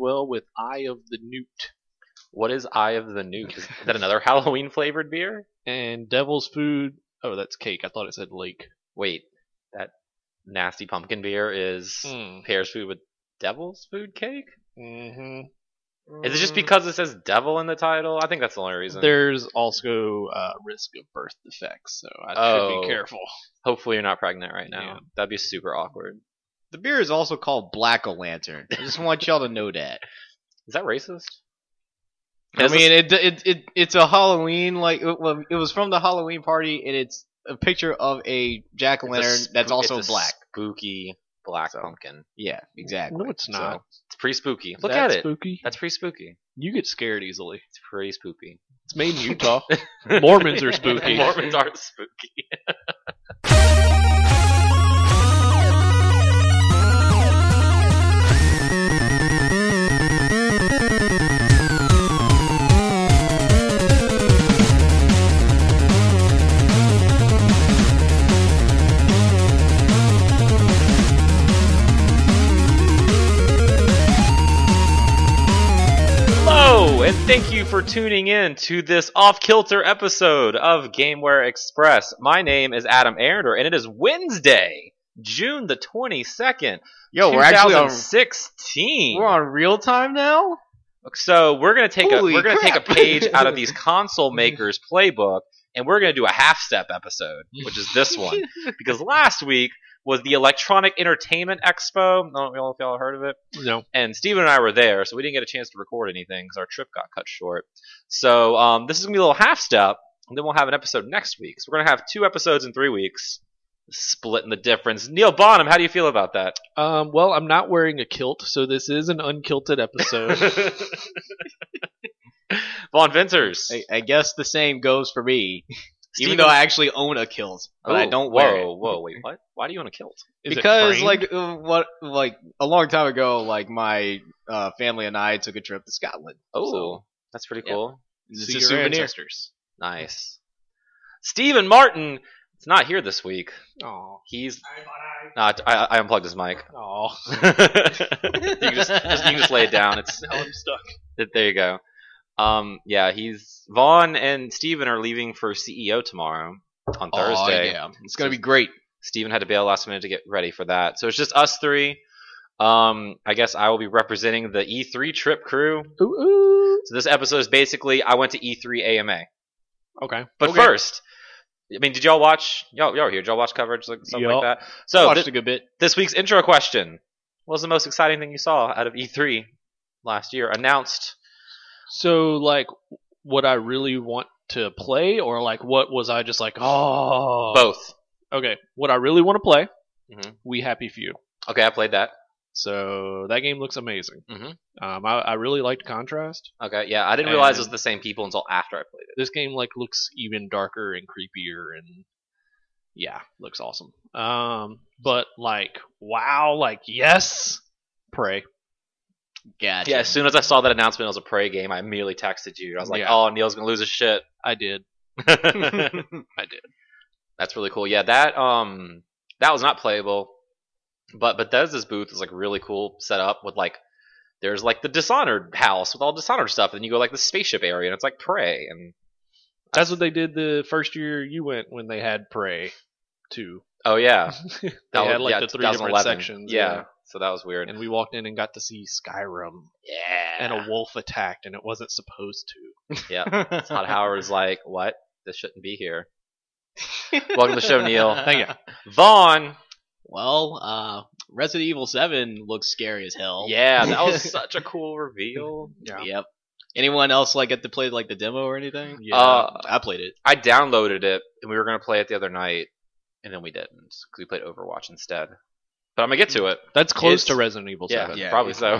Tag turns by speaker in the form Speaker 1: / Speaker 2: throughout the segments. Speaker 1: with Eye of the Newt
Speaker 2: What is Eye of the Nuke? Is that another Halloween flavored beer?
Speaker 1: and Devil's Food. Oh, that's cake. I thought it said lake.
Speaker 2: Wait, that nasty pumpkin beer is
Speaker 1: Hmm.
Speaker 3: Hmm.
Speaker 2: pears food with devil's food cake?
Speaker 1: Mm-hmm.
Speaker 2: Is
Speaker 3: Hmm.
Speaker 2: it just because it says devil in the title? I think that's the only reason.
Speaker 1: There's also uh, risk of birth defects, so I should
Speaker 2: Oh.
Speaker 1: be careful.
Speaker 2: Hopefully you're not pregnant right now.
Speaker 1: Yeah.
Speaker 2: That'd be super awkward.
Speaker 3: The beer is also called Black O' Lantern. I just want y'all to know that.
Speaker 2: Is that racist?
Speaker 3: I
Speaker 2: This is-
Speaker 3: mean, it, it it it's a Halloween like it, well, it was from the Halloween party, and it's a picture of a jack o'
Speaker 2: it's a
Speaker 3: lantern
Speaker 2: spook-
Speaker 3: that's also
Speaker 2: it's a
Speaker 3: black.
Speaker 2: Spooky black
Speaker 3: So.
Speaker 2: pumpkin.
Speaker 3: Yeah, exactly.
Speaker 1: No, it's not.
Speaker 2: It's pretty spooky. Look
Speaker 1: That's
Speaker 2: at it.
Speaker 1: Spooky.
Speaker 2: That's pretty spooky.
Speaker 1: You get scared easily.
Speaker 2: It's pretty spooky.
Speaker 1: It's made in Utah. Mormons are spooky.
Speaker 2: Mormons are spooky. Hello, and thank you for tuning in to this off kilter episode of Gameware Express. My name is Adam Arender, and it is Wednesday, June the 22nd,
Speaker 3: Yo, we're actually on
Speaker 2: 2016.
Speaker 3: we're on real time now.
Speaker 2: So we're gonna take a
Speaker 3: Holy
Speaker 2: we're gonna
Speaker 3: crap.
Speaker 2: take a page out of these console makers playbook, and we're gonna do a half step episode, which is this one, because last week was the Electronic Entertainment Expo. I don't know if y'all heard of it.
Speaker 1: No.
Speaker 2: And Steven and I were there, so we didn't get a chance to record anything because our trip got cut short. So um, this is gonna be a little half step, and then we'll have an episode next week. So we're gonna have two episodes in three weeks, splitting the difference. Neil Bonham, how do you feel about that?
Speaker 1: Um, well, I'm not wearing a kilt, so this is an unkilted episode.
Speaker 2: Vaughn Vincers.
Speaker 3: I, I guess the same goes for me.
Speaker 2: Steven-
Speaker 3: Even though I actually own a kilt, but I
Speaker 2: Oh,
Speaker 3: don't
Speaker 2: whoa,
Speaker 3: wear it.
Speaker 2: Whoa, wait, what? Why do you want to kilt?
Speaker 1: Is it
Speaker 3: because
Speaker 1: framed?
Speaker 3: like uh, what like a long time ago, like my uh, family and I took a trip to Scotland.
Speaker 2: Oh,
Speaker 3: So,
Speaker 2: that's pretty
Speaker 3: yeah.
Speaker 2: cool.
Speaker 3: it's
Speaker 1: See
Speaker 3: a
Speaker 1: your
Speaker 3: souvenir.
Speaker 1: ancestors.
Speaker 2: Nice. Stephen Martin is not here this week.
Speaker 1: Aw.
Speaker 2: He's. Nah, I, I unplugged his mic.
Speaker 1: Aw.
Speaker 2: you, can just, just- you can just lay it down. It's
Speaker 1: Now I'm stuck.
Speaker 2: th- there. You go. Um, yeah, he's Vaughn and Steven are leaving for CEO tomorrow on
Speaker 3: Aw,
Speaker 2: Thursday.
Speaker 3: yeah, it's gonna be great.
Speaker 2: Steven had to bail last minute to get ready for that. So it's just us three. Um, I guess I will be representing the E3 trip crew.
Speaker 1: Ooh, ooh.
Speaker 2: So this episode is basically I went to E E3 AMA.
Speaker 1: Okay.
Speaker 2: But
Speaker 3: Okay.
Speaker 2: first, I mean, did y'all watch? Y'all, y'all were here. Did y'all watch coverage, like, something
Speaker 1: Yup.
Speaker 2: like that? So
Speaker 3: Watched
Speaker 2: thi-
Speaker 3: a good bit.
Speaker 2: this week's intro question: What was the most exciting thing you saw out of E3 last year? Announced.
Speaker 1: So, like, what I really want to play, or like, what was I just like, oh.
Speaker 2: Both.
Speaker 1: Okay. What I really want to play,
Speaker 3: Mm-hmm.
Speaker 2: Mhm.
Speaker 1: We Happy Few.
Speaker 2: Okay, I played that.
Speaker 1: So, that game looks amazing.
Speaker 2: Mhm.
Speaker 3: Mm-hmm.
Speaker 1: Um, I, I really liked Contrast.
Speaker 2: Okay, yeah, I didn't realize it was
Speaker 1: And-
Speaker 2: the same people until after I played
Speaker 1: This game, like, looks even darker and creepier and. Yeah, looks awesome. Um, but like, wow, like yes, pray.
Speaker 2: it.
Speaker 3: Gotcha.
Speaker 2: Yeah, as soon as I saw that announcement, it was a prey game. I immediately texted you. I was like,
Speaker 1: Yeah.
Speaker 2: "Oh, Neil's gonna lose his shit."
Speaker 1: I did. I did.
Speaker 2: That's really cool. Yeah, that um that was not playable. But Bethesda's booth is like really cool set up with like there's like the Dishonored house with all Dishonored stuff, and you go like the spaceship area and it's like prey and
Speaker 1: That's what they did the first year you went when they had Prey too.
Speaker 2: oh yeah.
Speaker 1: they
Speaker 2: That
Speaker 1: had
Speaker 2: was-
Speaker 1: like
Speaker 2: yeah,
Speaker 1: the three different
Speaker 2: 2011.
Speaker 1: sections.
Speaker 2: Yeah. So that was weird.
Speaker 1: And we walked in and got to see Skyrim
Speaker 2: yeah.
Speaker 1: and a wolf attacked and it wasn't supposed to.
Speaker 2: yeah. Todd Howard's like, What? This shouldn't be here. Welcome to the show, Neil.
Speaker 1: Thank you.
Speaker 2: Vaughn.
Speaker 3: Well, uh, Resident Evil Seven looks scary as hell.
Speaker 2: Yeah, that was such a cool reveal.
Speaker 1: Yeah.
Speaker 3: Yep. Anyone else like get to play like the demo or anything?
Speaker 1: Yeah.
Speaker 2: Uh,
Speaker 3: I played it.
Speaker 2: I downloaded it and we were gonna play it the other night, and then we didn't 'cause we played Overwatch instead. But I'm gonna get to it.
Speaker 1: That's close
Speaker 2: It's-
Speaker 1: to Resident Evil
Speaker 2: Yeah,
Speaker 1: 7.
Speaker 3: yeah,
Speaker 2: probably so.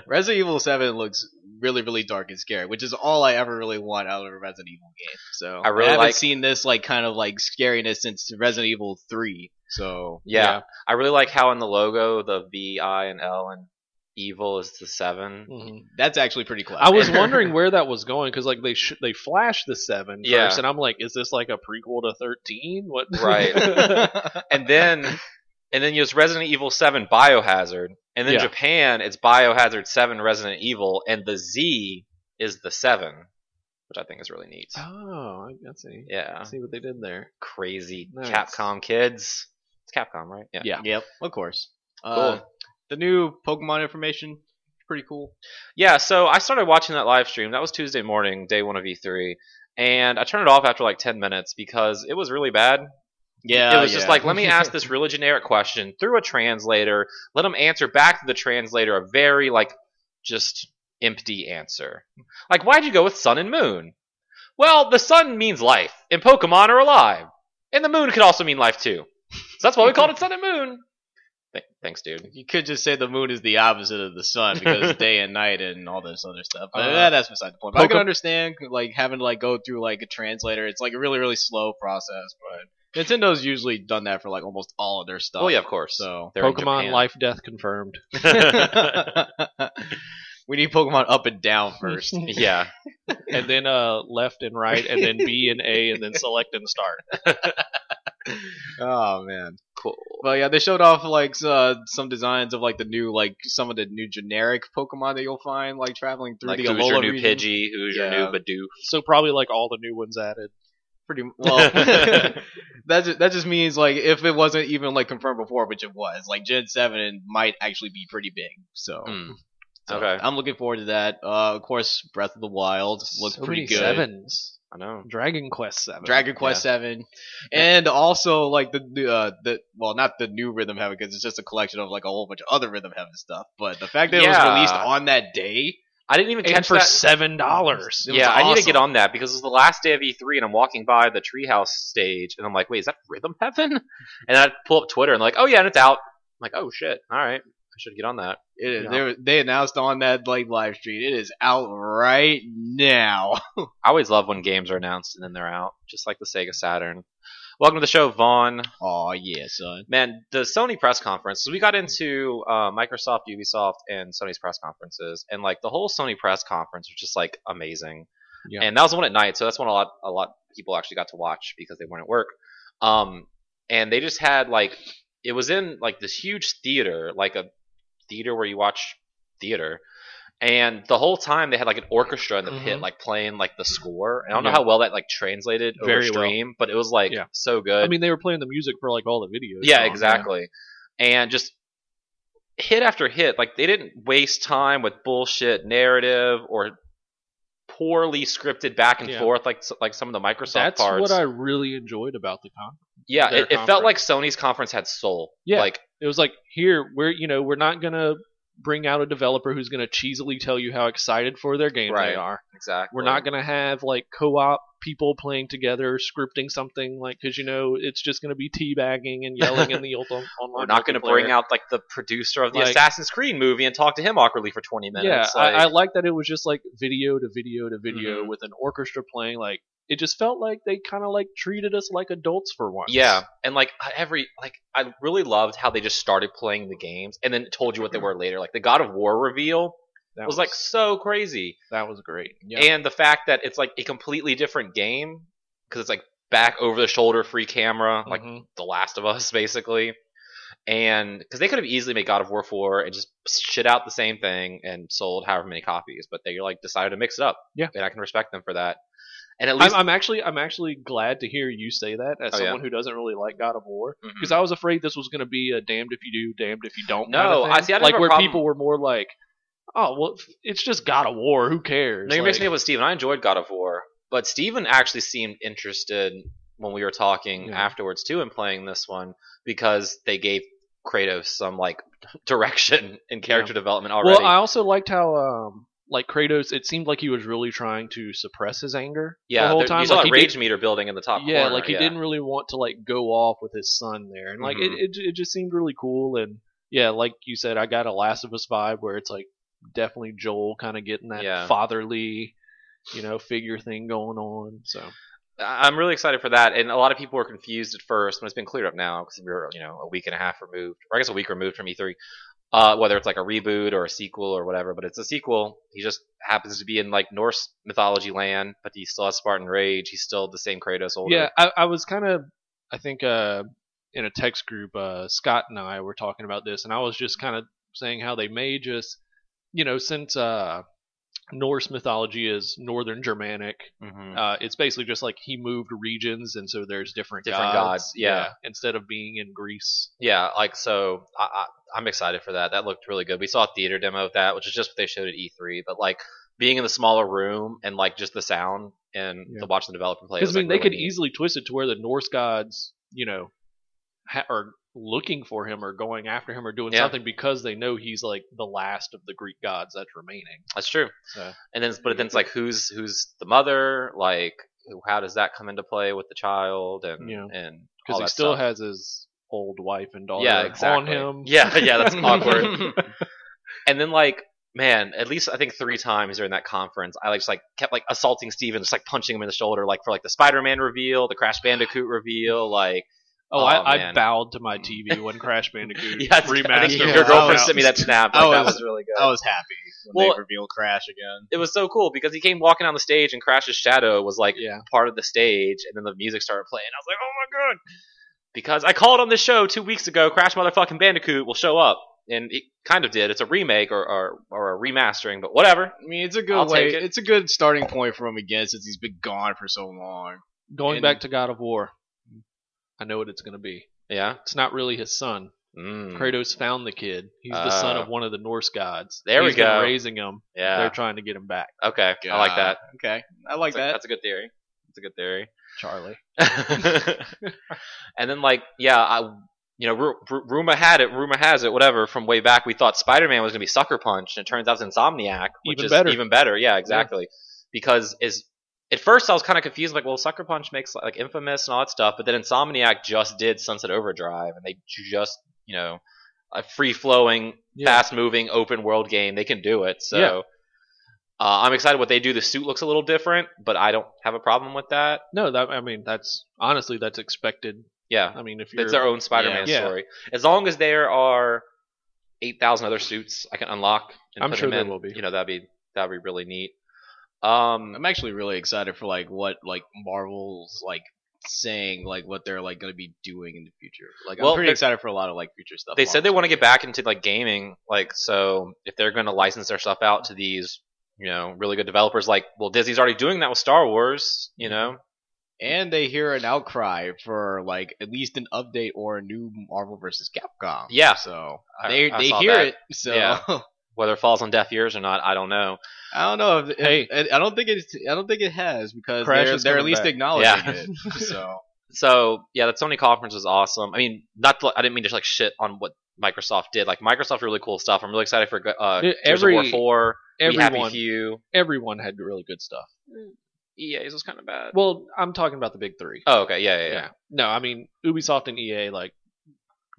Speaker 3: Resident Evil Seven looks really, really dark and scary, which is all I ever really want out of a Resident Evil game. So
Speaker 2: I really
Speaker 3: haven't
Speaker 2: like-
Speaker 3: seen this like kind of like scariness since Resident Evil Three. So
Speaker 2: yeah.
Speaker 1: Yeah.
Speaker 2: I really like how in the logo the V, I, and L and evil is the seven.
Speaker 1: Mhm.
Speaker 3: that's actually pretty clever.
Speaker 1: I was wondering where that was going because like they sh- they flashed the seven
Speaker 2: Yeah.
Speaker 1: first, and I'm like, is this like a prequel to thirteen? What?
Speaker 2: Right. And then and then it's Resident Evil Seven Biohazard, and then
Speaker 1: Yeah.
Speaker 2: Japan it's Biohazard Seven Resident Evil, and the Z is the seven, which I think is really neat.
Speaker 1: Oh, I I see.
Speaker 2: Yeah,
Speaker 1: I see what they did there.
Speaker 2: crazy
Speaker 1: Nice.
Speaker 2: Capcom kids. It's Capcom, right? Yeah.
Speaker 1: Yeah.
Speaker 3: Yep, of course. Uh,
Speaker 2: Cool.
Speaker 3: the new Pokemon information, pretty cool.
Speaker 2: Yeah, so I started watching that live stream. That was Tuesday morning, day one of E3, and I turned it off after like 10 minutes because it was really bad.
Speaker 3: Uh, Yeah,
Speaker 2: it was just like, let me ask this really generic question through a translator. Let them answer back to the translator a very like just empty answer. Like, why'd you go with sun and moon? Well, the sun means life, and Pokemon are alive, and the moon could also mean life too. So that's why we called it sun and moon. Th- thanks, dude.
Speaker 3: You could just say the moon is the opposite of the sun because it's day and night and all this other stuff. But
Speaker 2: Uh-huh.
Speaker 1: Uh,
Speaker 3: that- that's beside the point. But I
Speaker 1: Poke-
Speaker 3: can understand like having to like go through like a translator. It's like a really really slow process, but Nintendo's usually done that for like almost all of their stuff.
Speaker 2: Oh yeah, of course.
Speaker 3: So
Speaker 2: They're in
Speaker 1: Pokemon
Speaker 2: Japan.
Speaker 1: Life Death confirmed.
Speaker 3: we need Pokemon up and down first.
Speaker 2: yeah.
Speaker 1: and then uh, left and right, and then B and A, and then select and start.
Speaker 3: oh man.
Speaker 2: Cool.
Speaker 3: Well, yeah, they showed off like s- uh, some designs of like the new like some of the new generic Pokemon that you'll find like traveling through
Speaker 2: like
Speaker 3: the
Speaker 2: who's
Speaker 3: Alola
Speaker 2: your new
Speaker 3: region.
Speaker 2: Pidgey? Who's
Speaker 3: Yeah.
Speaker 2: your new Badoo?
Speaker 1: So probably like all the new ones added.
Speaker 3: Pretty well. that just, that just means like if it wasn't even like confirmed before, which it was, like Gen Seven might actually be pretty big. So,
Speaker 2: Mm.
Speaker 3: so
Speaker 2: okay.
Speaker 3: I'm looking forward to that. Uh, of course, Breath of the Wild looks
Speaker 1: so
Speaker 3: pretty
Speaker 1: many
Speaker 3: good.
Speaker 1: sevens.
Speaker 2: I know.
Speaker 1: Dragon Quest Seven.
Speaker 3: Dragon Quest Seven, and also like the new, uh, the well, not the new Rhythm Heaven because it's just a collection of like a whole bunch of other Rhythm Heaven stuff. But the fact that it was
Speaker 2: Yeah.
Speaker 3: released on that day,
Speaker 2: I didn't even
Speaker 1: And
Speaker 2: catch
Speaker 1: for
Speaker 2: that.
Speaker 1: seven dollars.
Speaker 3: It was
Speaker 2: yeah, I need to
Speaker 3: awesome.
Speaker 2: get on that because it's the last day of E3, and I'm walking by the Treehouse stage, and I'm like, "Wait, is that Rhythm Heaven?" And I pull up Twitter, and like, "Oh yeah, and it's out." I'm like, "Oh shit! All right, I should get on that."
Speaker 3: it,
Speaker 2: Yeah.
Speaker 3: they, were- they announced on that like live stream, it is out right now.
Speaker 2: I always love when games are announced and then they're out, just like the Sega Saturn. Welcome to the show, Vaughn.
Speaker 3: oh yeah, son.
Speaker 2: Man, the Sony press conference. So we got into uh, Microsoft, Ubisoft, and Sony's press conferences, and like the whole Sony press conference was just like amazing.
Speaker 1: Yeah.
Speaker 2: And that was the one at night, so that's when a lot a lot of people actually got to watch because they weren't at work. Um, and they just had like it was in like this huge theater, like a theater where you watch theater. And the whole time they had like an orchestra in the pit,
Speaker 1: Mhm.
Speaker 2: like playing like the score. And I don't
Speaker 1: Yeah.
Speaker 2: know how well that like translated over
Speaker 1: Very well.
Speaker 2: stream, but it was like
Speaker 1: Yeah.
Speaker 2: so good.
Speaker 1: I mean, they were playing the music for like all the videos.
Speaker 2: Yeah,
Speaker 1: so,
Speaker 2: exactly. And just hit after hit, like they didn't waste time with bullshit narrative or poorly scripted back and
Speaker 1: Yeah.
Speaker 2: forth like like some of the Microsoft
Speaker 1: That's
Speaker 2: parts.
Speaker 1: what I really enjoyed about the con.
Speaker 2: yeah,
Speaker 1: their
Speaker 2: it, it felt like Sony's conference had soul.
Speaker 1: Yeah.
Speaker 2: like
Speaker 1: It was like here we're you know we're not gonna bring out a developer who's gonna cheesily tell you how excited for their game
Speaker 2: Right.
Speaker 1: they are.
Speaker 2: exactly.
Speaker 1: We're not gonna have like co-op people playing together scripting something like because you know it's just gonna be teabagging and yelling in the old on- online.
Speaker 2: We're not going to bring
Speaker 1: multiplayer.
Speaker 2: out like the producer of the
Speaker 1: Like-
Speaker 2: Assassin's Creed movie and talk to him awkwardly for twenty
Speaker 1: Yeah,
Speaker 2: minutes. like,
Speaker 1: I, I like that it was just like video to video to video
Speaker 2: Mm-hmm.
Speaker 1: with an orchestra playing. Like it just felt like they kind of like treated us like adults for once.
Speaker 2: Yeah, and like every like I really loved how they just started playing the games and then told you what they were later. Like the God of War reveal
Speaker 1: Mm-hmm. that
Speaker 2: was like so crazy.
Speaker 1: that was great. Yeah,
Speaker 2: and the fact that it's like a completely different game because it's like back over the shoulder free camera like
Speaker 1: Mhm.
Speaker 2: the last of us basically and because they could have easily made god of war 4 and just shit out the same thing and sold however many copies but they like decided to mix it up
Speaker 1: Yeah.
Speaker 2: and i can respect them for that and at
Speaker 1: I'm,
Speaker 2: least
Speaker 1: I'm actually I'm actually glad to hear you say that as
Speaker 2: Oh, yeah.
Speaker 1: someone who doesn't really like God of War
Speaker 2: Mhm.
Speaker 1: because I was afraid this was going to be a damned if you do, damned if you don't.
Speaker 2: No,
Speaker 1: kind of
Speaker 2: I- see, I didn't
Speaker 1: like
Speaker 2: have a
Speaker 1: where
Speaker 2: problem-
Speaker 1: people were more like, oh well, it's just God of War. Who cares?
Speaker 2: No, you're
Speaker 1: Like,
Speaker 2: mixing it up with Steven. I enjoyed God of War, but Steven actually seemed interested when we were talking
Speaker 1: Yeah.
Speaker 2: afterwards too in playing this one because they gave Kratos some like direction and character development already.
Speaker 1: Well, I also liked how um like Kratos. It seemed like he was really trying to suppress his anger.
Speaker 2: yeah,
Speaker 1: the whole
Speaker 2: there-
Speaker 1: time.
Speaker 2: you saw
Speaker 1: like,
Speaker 2: a
Speaker 1: he did-
Speaker 2: rage meter building in the top
Speaker 1: yeah,
Speaker 2: corner,
Speaker 1: like he didn't really want to like go off with his son there, and like
Speaker 2: Mhm.
Speaker 1: it, it it just seemed really cool. And yeah, like you said, I got a Last of Us vibe where it's like definitely Joel kind of getting that
Speaker 2: Yeah.
Speaker 1: fatherly, you know, figure thing going on. So
Speaker 2: I- I'm really excited for that, and a lot of people were confused at first, but it's been cleared up now because we're you know a week and a half removed, or I guess a week removed from E3. Uh, whether it's like a reboot or a sequel or whatever, but it's a sequel. He just happens to be in like Norse mythology land, but he still has Spartan rage. He's still the same Kratos older.
Speaker 1: yeah, I, I was kind of I think uh in a text group, uh, Scott and I were talking about this, and I was just kind of saying how they may just, you know, since uh, Norse mythology is Northern Germanic,
Speaker 2: Mm-hmm.
Speaker 1: uh, it's basically just like he moved regions, and so there's different
Speaker 2: Different gods, yeah.
Speaker 1: instead of being in Greece.
Speaker 2: Yeah, like so, I, I, I'm excited for that. That looked really good. We saw a theater demo of that, which is just what they showed at E3. But like being in the smaller room and like just the sound and
Speaker 1: Yeah.
Speaker 2: to watch the developer play.
Speaker 1: Because
Speaker 2: was,
Speaker 1: I mean,
Speaker 2: like,
Speaker 1: they
Speaker 2: really
Speaker 1: could
Speaker 2: neat.
Speaker 1: easily twist it to where the Norse gods, you know, ha- are looking for him or going after him or doing
Speaker 2: Yeah.
Speaker 1: something because they know he's like the last of the Greek gods that's remaining.
Speaker 2: That's true.
Speaker 1: So.
Speaker 2: And then, but then it's like, who's who's the mother? Like, who- how does that come into play with the child? And
Speaker 1: Yeah.
Speaker 2: and all
Speaker 1: Because he
Speaker 2: that
Speaker 1: still
Speaker 2: stuff.
Speaker 1: has his old wife and daughter
Speaker 2: yeah, exactly.
Speaker 1: on him.
Speaker 2: Yeah, yeah, that's awkward. and then like man at least i think three times during that conference i like just like kept like assaulting steven just like punching him in the shoulder like for like the spider-man reveal the crash bandicoot reveal like
Speaker 1: Oh,
Speaker 2: Aw,
Speaker 1: I, I
Speaker 2: man.
Speaker 1: bowed to my TV when Crash Bandicoot
Speaker 2: yeah, it's- I think
Speaker 1: remastered. Oh,
Speaker 3: Yeah,
Speaker 2: your
Speaker 1: was
Speaker 2: girlfriend
Speaker 1: out.
Speaker 2: sent me that snap
Speaker 3: I
Speaker 2: like, that
Speaker 3: was-
Speaker 2: was really good
Speaker 1: oh.
Speaker 3: I was happy when
Speaker 2: Well-
Speaker 3: they revealed Crash again.
Speaker 2: it was so cool because he came walking on the stage and crash's shadow was like
Speaker 1: Yeah,
Speaker 2: part of the stage and then the music started playing i was like oh my god because i called on this show two weeks ago crash motherfucking bandicoot will show up and it kind of did it's a remake or, or, or a remastering but whatever
Speaker 3: I mean, it's a good
Speaker 2: I'll
Speaker 3: way.
Speaker 2: take it.
Speaker 3: It's a good starting point for him again since he's been gone for so long.
Speaker 1: going
Speaker 3: And-
Speaker 1: back to God of War. I know what it's going to be.
Speaker 2: yeah
Speaker 1: It's not really his son.
Speaker 2: Mm.
Speaker 1: Kratos found the kid. He's the son
Speaker 2: Uh,
Speaker 1: of one of the Norse gods.
Speaker 2: there we
Speaker 1: He's been
Speaker 2: go.
Speaker 1: raising him. They're
Speaker 2: yeah
Speaker 1: trying to get him back.
Speaker 2: okay i like
Speaker 3: God.
Speaker 2: that
Speaker 3: Okay, I like
Speaker 2: That's a-
Speaker 3: that.
Speaker 2: That's a good theory. That's a good theory.
Speaker 1: Charlie.
Speaker 2: and then like yeah, I you know ru- ru- rumor had it, rumor has it, whatever. From way back, we thought Spider Man was gonna be Sucker Punch, and it turns out it's Insomniac, which
Speaker 1: Even
Speaker 2: is
Speaker 1: better.
Speaker 2: even better. Yeah, exactly. Because is at first I was kind of confused, like well, Sucker Punch makes like Infamous and all that stuff, but then Insomniac just did Sunset Overdrive, and they just you know a free flowing,
Speaker 1: Yeah.
Speaker 2: fast moving, open world game. They can do it. So.
Speaker 1: Yeah.
Speaker 2: Uh, I'm excited what they do. The suit looks a little different, but I don't have a problem with that.
Speaker 1: No, that I mean that's honestly that's expected.
Speaker 2: Yeah,
Speaker 1: I mean if you're
Speaker 2: it's their own Spider-Man
Speaker 1: Yeah. Yeah.
Speaker 2: story. As long as there are eight thousand other suits I can unlock, and
Speaker 1: I'm
Speaker 2: put
Speaker 1: sure
Speaker 2: them
Speaker 1: there
Speaker 2: in,
Speaker 1: will be.
Speaker 2: You know, that'd be that'd be really neat. Um,
Speaker 3: I'm actually really excited for like what like Marvel's like saying like what they're like going to be doing in the future. Like
Speaker 2: Well,
Speaker 3: I'm pretty
Speaker 2: they're-
Speaker 3: excited for a lot of like future stuff.
Speaker 2: they said they
Speaker 3: Marvel's
Speaker 2: want to
Speaker 3: gonna
Speaker 2: get back into like gaming, like so if they're going to license their stuff out to these, you know, really good developers, like well, Disney's already doing that with Star Wars, you know.
Speaker 3: do. And they hear an outcry for like at least an update or a new Marvel versus Capcom.
Speaker 2: Yeah.
Speaker 3: So
Speaker 2: I-
Speaker 3: they
Speaker 2: I
Speaker 3: they
Speaker 2: saw
Speaker 3: hear
Speaker 2: that.
Speaker 3: it. So
Speaker 2: Yeah. Whether it falls on deaf ears or not, I don't know.
Speaker 3: I don't know. If, if-
Speaker 1: Hey.
Speaker 3: I don't think it's. I don't think it has because
Speaker 1: Crash
Speaker 3: they're,
Speaker 1: is
Speaker 3: they're at
Speaker 1: coming
Speaker 3: least
Speaker 1: back.
Speaker 3: acknowledging
Speaker 2: Yeah.
Speaker 3: it. So
Speaker 2: so yeah, that Sony conference was awesome. I mean, not to, I didn't mean to like shit on what Microsoft did. Like Microsoft, really cool stuff. I'm really excited for uh,
Speaker 1: Dude,
Speaker 2: Gears of War
Speaker 1: every-
Speaker 2: Four. Be Happy
Speaker 1: everyone
Speaker 2: Few.
Speaker 1: everyone had really good stuff.
Speaker 2: EA's E was kind of bad.
Speaker 1: Well, I'm talking about the big three.
Speaker 2: Oh, okay, yeah, yeah, yeah.
Speaker 1: No, I mean Ubisoft and EA like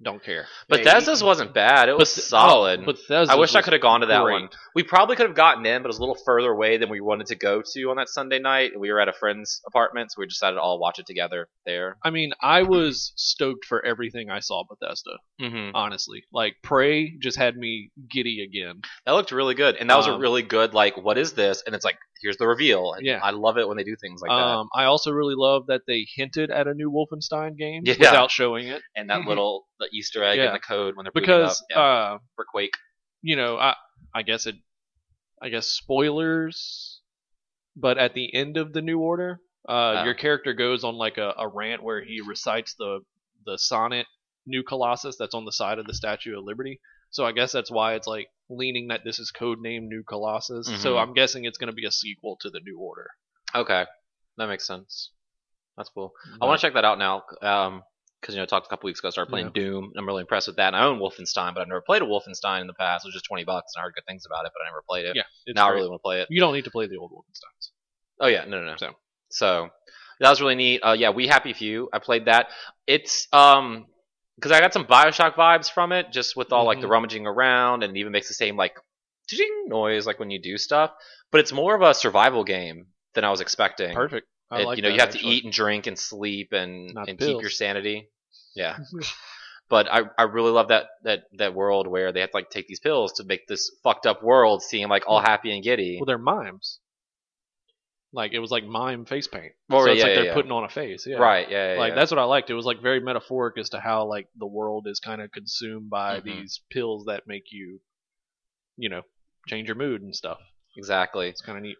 Speaker 1: don't care.
Speaker 2: But
Speaker 3: Yeah,
Speaker 2: Bethesda's wasn't E bad. It was
Speaker 1: Beth-
Speaker 2: solid.
Speaker 1: Oh, Bethesda.
Speaker 2: I wish I
Speaker 1: was
Speaker 2: could have gone to that
Speaker 1: great.
Speaker 2: one. We probably could have gotten in, but it was a little further away than we wanted to go to on that Sunday night. We were at a friend's apartment, so we decided to all watch it together there.
Speaker 1: I mean, I was stoked for everything I saw Bethesda.
Speaker 2: Mm-hmm.
Speaker 1: Honestly, like Prey just had me giddy again.
Speaker 2: That looked really good, and that was a
Speaker 1: Um,
Speaker 2: really good like, what is this? And it's like, here's the reveal. And
Speaker 1: Yeah.
Speaker 2: I love it when they do things like that.
Speaker 1: um, I also really love that they hinted at a new Wolfenstein game
Speaker 2: Yeah.
Speaker 1: without showing it
Speaker 2: And that little the Easter egg
Speaker 1: Yeah.
Speaker 2: and the code when they're booting
Speaker 1: because
Speaker 2: it up yeah,
Speaker 1: uh,
Speaker 2: for Quake.
Speaker 1: you know, I I guess it I guess spoilers but at the end of the new order, uh,
Speaker 2: Oh.
Speaker 1: your character goes on like a, a rant where he recites the the sonnet New Colossus that's on the side of the Statue of Liberty. So I guess that's why it's like leaning that this is codename New Colossus. So
Speaker 2: Mhm.
Speaker 1: I'm guessing it's going to be a sequel to the New Order.
Speaker 2: Okay, that makes sense. That's cool. I want to check that out now. Um 'cause because you know, I talked a couple weeks ago. I started playing Doom. and I'm really impressed with that. And I own Wolfenstein, but I've never played a Wolfenstein in the past. It was just twenty bucks, and I heard good things about it, but I never played it.
Speaker 1: Yeah, it's
Speaker 2: now I
Speaker 1: great.
Speaker 2: really want to play it.
Speaker 1: You don't need to play the old Wolfensteins.
Speaker 2: Oh yeah, no, no, no.
Speaker 1: So.
Speaker 2: so that was really neat. Uh, yeah, We Happy Few. I played that. It's um, because I got some Bioshock vibes from it, just with all like the
Speaker 1: Mhm.
Speaker 2: rummaging around, and it even makes the same like ding noise like when you do stuff. But it's more of a survival game than I was expecting.
Speaker 1: Perfect. I
Speaker 2: It-
Speaker 1: like
Speaker 2: you know,
Speaker 1: that,
Speaker 2: you have
Speaker 1: actually.
Speaker 2: to eat and drink and sleep and,
Speaker 1: Not
Speaker 2: and
Speaker 1: pills.
Speaker 2: keep your sanity. Yeah. but I, I really love that, that, that world where they have to like take these pills to make this fucked up world seem like all happy and giddy.
Speaker 1: Well, they're mimes. Like it was like mime face paint.
Speaker 2: Well,
Speaker 1: so it's
Speaker 2: Oh, yeah,
Speaker 1: like
Speaker 2: yeah,
Speaker 1: they're
Speaker 2: yeah.
Speaker 1: putting on a face. Yeah.
Speaker 2: Right. Yeah. yeah,
Speaker 1: Like
Speaker 2: yeah.
Speaker 1: that's what I liked. It was like very metaphoric as to how like the world is kind of consumed by
Speaker 2: Mhm.
Speaker 1: these pills that make you, you know, change your mood and stuff.
Speaker 2: exactly.
Speaker 1: It's kind of neat.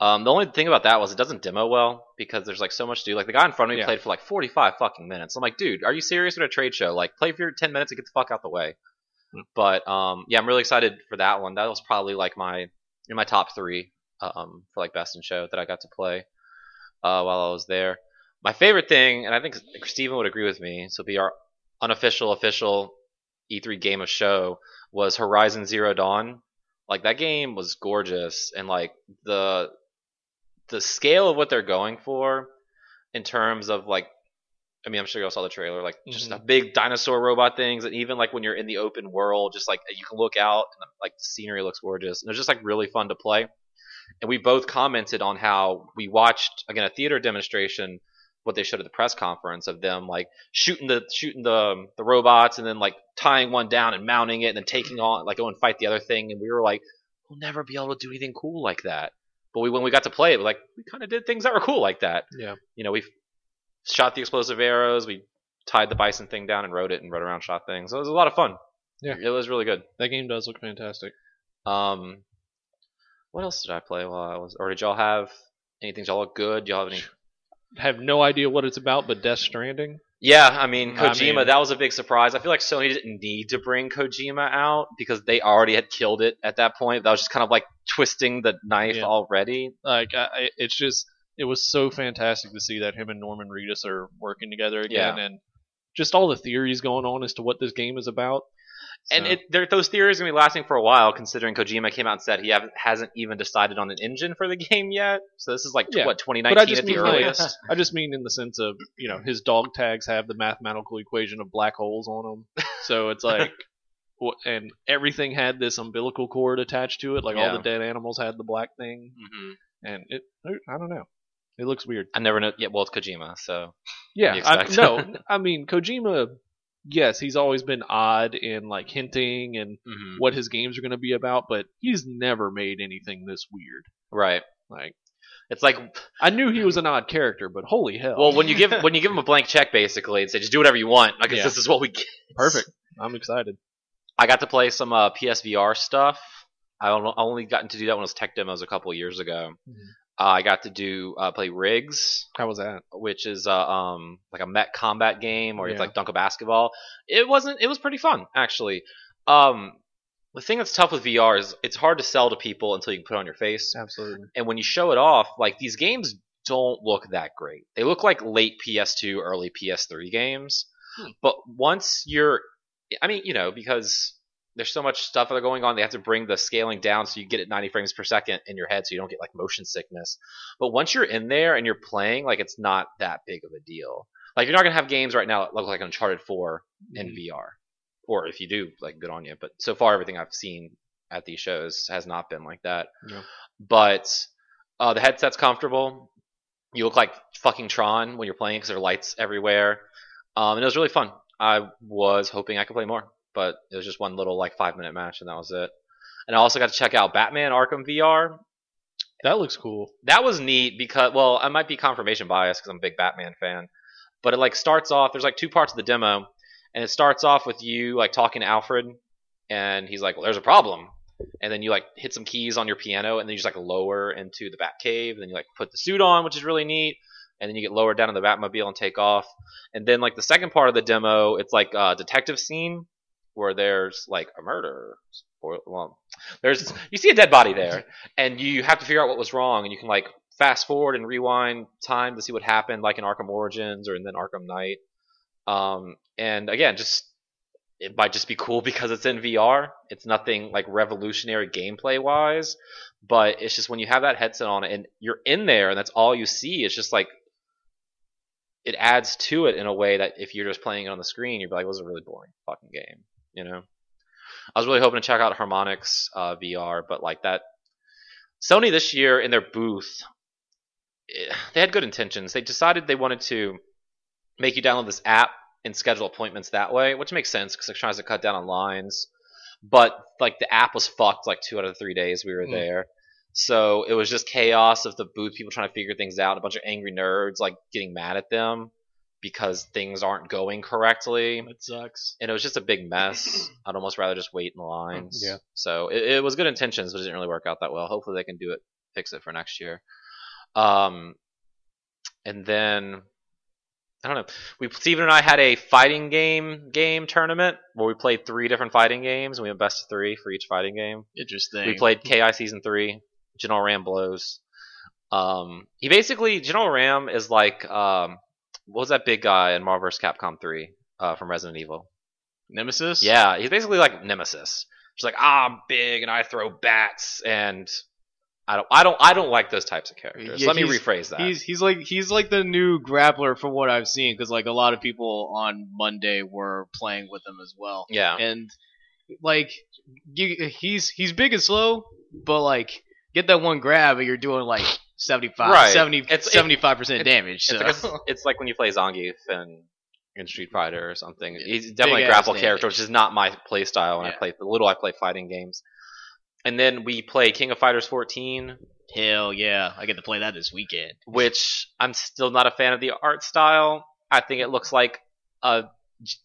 Speaker 2: Um, the only thing about that was it doesn't demo well because there's like so much to do. Like the guy in front of me
Speaker 1: Yeah.
Speaker 2: played for like 45 fucking minutes. I'm like, dude, are you serious at a trade show? Like, play for your 10 minutes and get the fuck out the way.
Speaker 1: Hmm.
Speaker 2: But um, yeah, I'm really excited for that one. That was probably like my in my top three um, for like best in show that I got to play uh, while I was there. My favorite thing, and I think Steven would agree with me, so be our unofficial official E3 game of show was Horizon Zero Dawn. Like that game was gorgeous, and like the the scale of what they're going for in terms of like I mean, I'm sure you all saw the trailer, like just
Speaker 1: Mhm.
Speaker 2: the big dinosaur robot things, and even like when you're in the open world, just like you can look out and like the scenery looks gorgeous, and it was just like really fun to play. And we both commented on how we watched again a theater demonstration, what they showed at the press conference of them like shooting the shooting the um, the robots and then like tying one down and mounting it and then taking on like go and fight the other thing, and we were like, we'll never be able to do anything cool like that. But we when we got to play it, we're like we kind of did things that were cool like that
Speaker 1: Yeah.
Speaker 2: you know, we shot the explosive arrows, we tied the bison thing down and rode it and rode around, shot things. So it was a lot of fun.
Speaker 1: Yeah.
Speaker 2: it was really good.
Speaker 1: That game does look fantastic.
Speaker 2: Um, what else did I play while I was? Or did y'all have anything? Did y'all look good? Y'all have any?
Speaker 1: Have no idea what it's about, but Death Stranding.
Speaker 2: Yeah, I mean
Speaker 1: I
Speaker 2: Kojima,
Speaker 1: mean-
Speaker 2: that was a big surprise. I feel like Sony didn't need to bring Kojima out because they already had killed it at that point. That was just kind of like twisting the knife
Speaker 1: Yeah.
Speaker 2: already.
Speaker 1: Like I, I- it's just it was so fantastic to see that him and Norman Reedus are working together again, and just all the theories going on as to what this game is about.
Speaker 2: And
Speaker 1: So,
Speaker 2: it, there- those theories are gonna be lasting for a while, considering Kojima came out and said he haven't, hasn't even decided on an engine for the game yet. So this is like tw-
Speaker 1: Yeah.
Speaker 2: what
Speaker 1: But I
Speaker 2: 2019
Speaker 1: just
Speaker 2: at the
Speaker 1: mean, like-
Speaker 2: earliest.
Speaker 1: I just mean in the sense of you know his dog tags have the mathematical equation of black holes on them, so it's like. wh- And everything had this umbilical cord attached to it. Like all
Speaker 2: Yeah.
Speaker 1: the dead animals had the black thing,
Speaker 2: hmm
Speaker 1: and it. I don't know. It looks weird.
Speaker 2: I never know. Yeah, well, it's Kojima, so
Speaker 1: Yeah,
Speaker 2: you
Speaker 1: I,
Speaker 2: expect.
Speaker 1: no, I mean Kojima. Yes, he's always been odd in like hinting and
Speaker 2: Mm-hmm.
Speaker 1: what his games are going to be about, but he's never made anything this weird.
Speaker 2: right.
Speaker 1: Like
Speaker 2: It's like
Speaker 1: I knew he was an odd character, but holy hell!
Speaker 2: well, when you give when you give him a blank check basically and say just do whatever you want. I guess
Speaker 1: Yeah.
Speaker 2: this is what we get.
Speaker 1: perfect. I'm excited.
Speaker 2: I got to play some uh, PSVR stuff. I on- I only gotten to do that when it was tech demos a couple years ago.
Speaker 1: Mhm.
Speaker 2: Uh, I got to do uh, play Rigs,
Speaker 1: How was that?
Speaker 2: which is uh, um like a mech combat game where it's
Speaker 1: Yeah.
Speaker 2: like dunk a basketball. It wasn't. It was pretty fun actually. Um, the thing that's tough with VR is it's hard to sell to people until you can put it on your face.
Speaker 1: Absolutely.
Speaker 2: And when you show it off, like these games don't look that great. They look like late PS2, early PS3 games.
Speaker 1: Hmm.
Speaker 2: But once you're, I mean, you know, because there's so much stuff that are going on, they have to bring the scaling down so you get it 90 frames per second in your head, so you don't get like motion sickness. But once you're in there and you're playing, like it's not that big of a deal. Like you're not gonna have games right now that look like Uncharted 4 in VR, or if you do, like good on you. But so far, everything I've seen at these shows has not been like that.
Speaker 1: Yeah.
Speaker 2: But uh, the headset's comfortable. You look like fucking Tron when you're playing because there are lights everywhere. Um, and it was really fun. I was hoping I could play more, but it was just one little like five minute match and that was it. And I also got to check out Batman Arkham VR.
Speaker 1: That looks cool.
Speaker 2: That was neat because well, I might be confirmation bias because I'm a big Batman fan, but it like starts off. There's like two parts of the demo, and it starts off with you like talking to Alfred, and he's like, "Well, there's a problem," and then you like hit some keys on your piano, and then you just like lower into the Batcave, and then you like put the suit on, which is really neat, and then you get lowered down in the Batmobile and take off, and then like the second part of the demo, it's like a detective scene where there's like a murder. Spoil- Well, there's you see a dead body there, and you have to figure out what was wrong, and you can like fast forward and rewind time to see what happened, like in Arkham Origins or and then Arkham Knight. Um, and again, just it might just be cool because it's in VR. It's nothing like revolutionary gameplay wise, but it's just when you have that headset on and you're in there and that's all you see, it's just like it adds to it in a way that if you're just playing it on the screen, you'd be like, "This is a really boring fucking game," you know. I was really hoping to check out Harmonix uh, VR, but like that, Sony this year in their booth, eh, they had good intentions. They decided they wanted to make you download this app and schedule appointments that way, which makes sense because it tries to cut down on lines. But like the app was fucked like two out of the three days we were
Speaker 1: Mm.
Speaker 2: there. So it was just chaos of the booth, people trying to figure things out, a bunch of angry nerds like getting mad at them because things aren't going correctly.
Speaker 1: That sucks.
Speaker 2: And it was just a big mess. I'd almost rather just wait in lines.
Speaker 4: Yeah.
Speaker 2: So it, it was good intentions, but it didn't really work out that well. Hopefully they can do it, fix it for next year. Um, and then I don't know. We Steven and I had a fighting game game tournament where we played three different fighting games and we went best of three for each fighting game.
Speaker 3: Interesting.
Speaker 2: We played KI season three. General Ram blows. Um, he basically General Ram is like um, what was that big guy in Marvel vs. Capcom three uh, from Resident Evil?
Speaker 3: Nemesis.
Speaker 2: Yeah, he's basically like Nemesis. She's like, "Ah, I'm big and I throw bats and I don't, I don't, I don't like those types of characters.
Speaker 3: Yeah,
Speaker 2: Let me
Speaker 3: he's-
Speaker 2: rephrase that.
Speaker 3: He's he's like he's like the new grappler from what I've seen because like a lot of people on Monday were playing with him as well,
Speaker 2: yeah,
Speaker 3: and like you, he's he's big and slow, but like get that one grab and you're doing like 75
Speaker 2: Right.
Speaker 3: 70
Speaker 2: It's- it-
Speaker 3: 75 percent
Speaker 2: it's-
Speaker 3: damage. So.
Speaker 2: it's, like it's like when you play Zangief and in Street Fighter or something. He's definitely a
Speaker 3: Big-ass
Speaker 2: grapple
Speaker 3: damage.
Speaker 2: character, which is not my play style. When I
Speaker 3: Yeah.
Speaker 2: play the little I play fighting games, and then we play King of Fighters 14,
Speaker 3: Hell yeah, I get to play that this weekend.
Speaker 2: which I'm still not a fan of the art style. I think it looks like a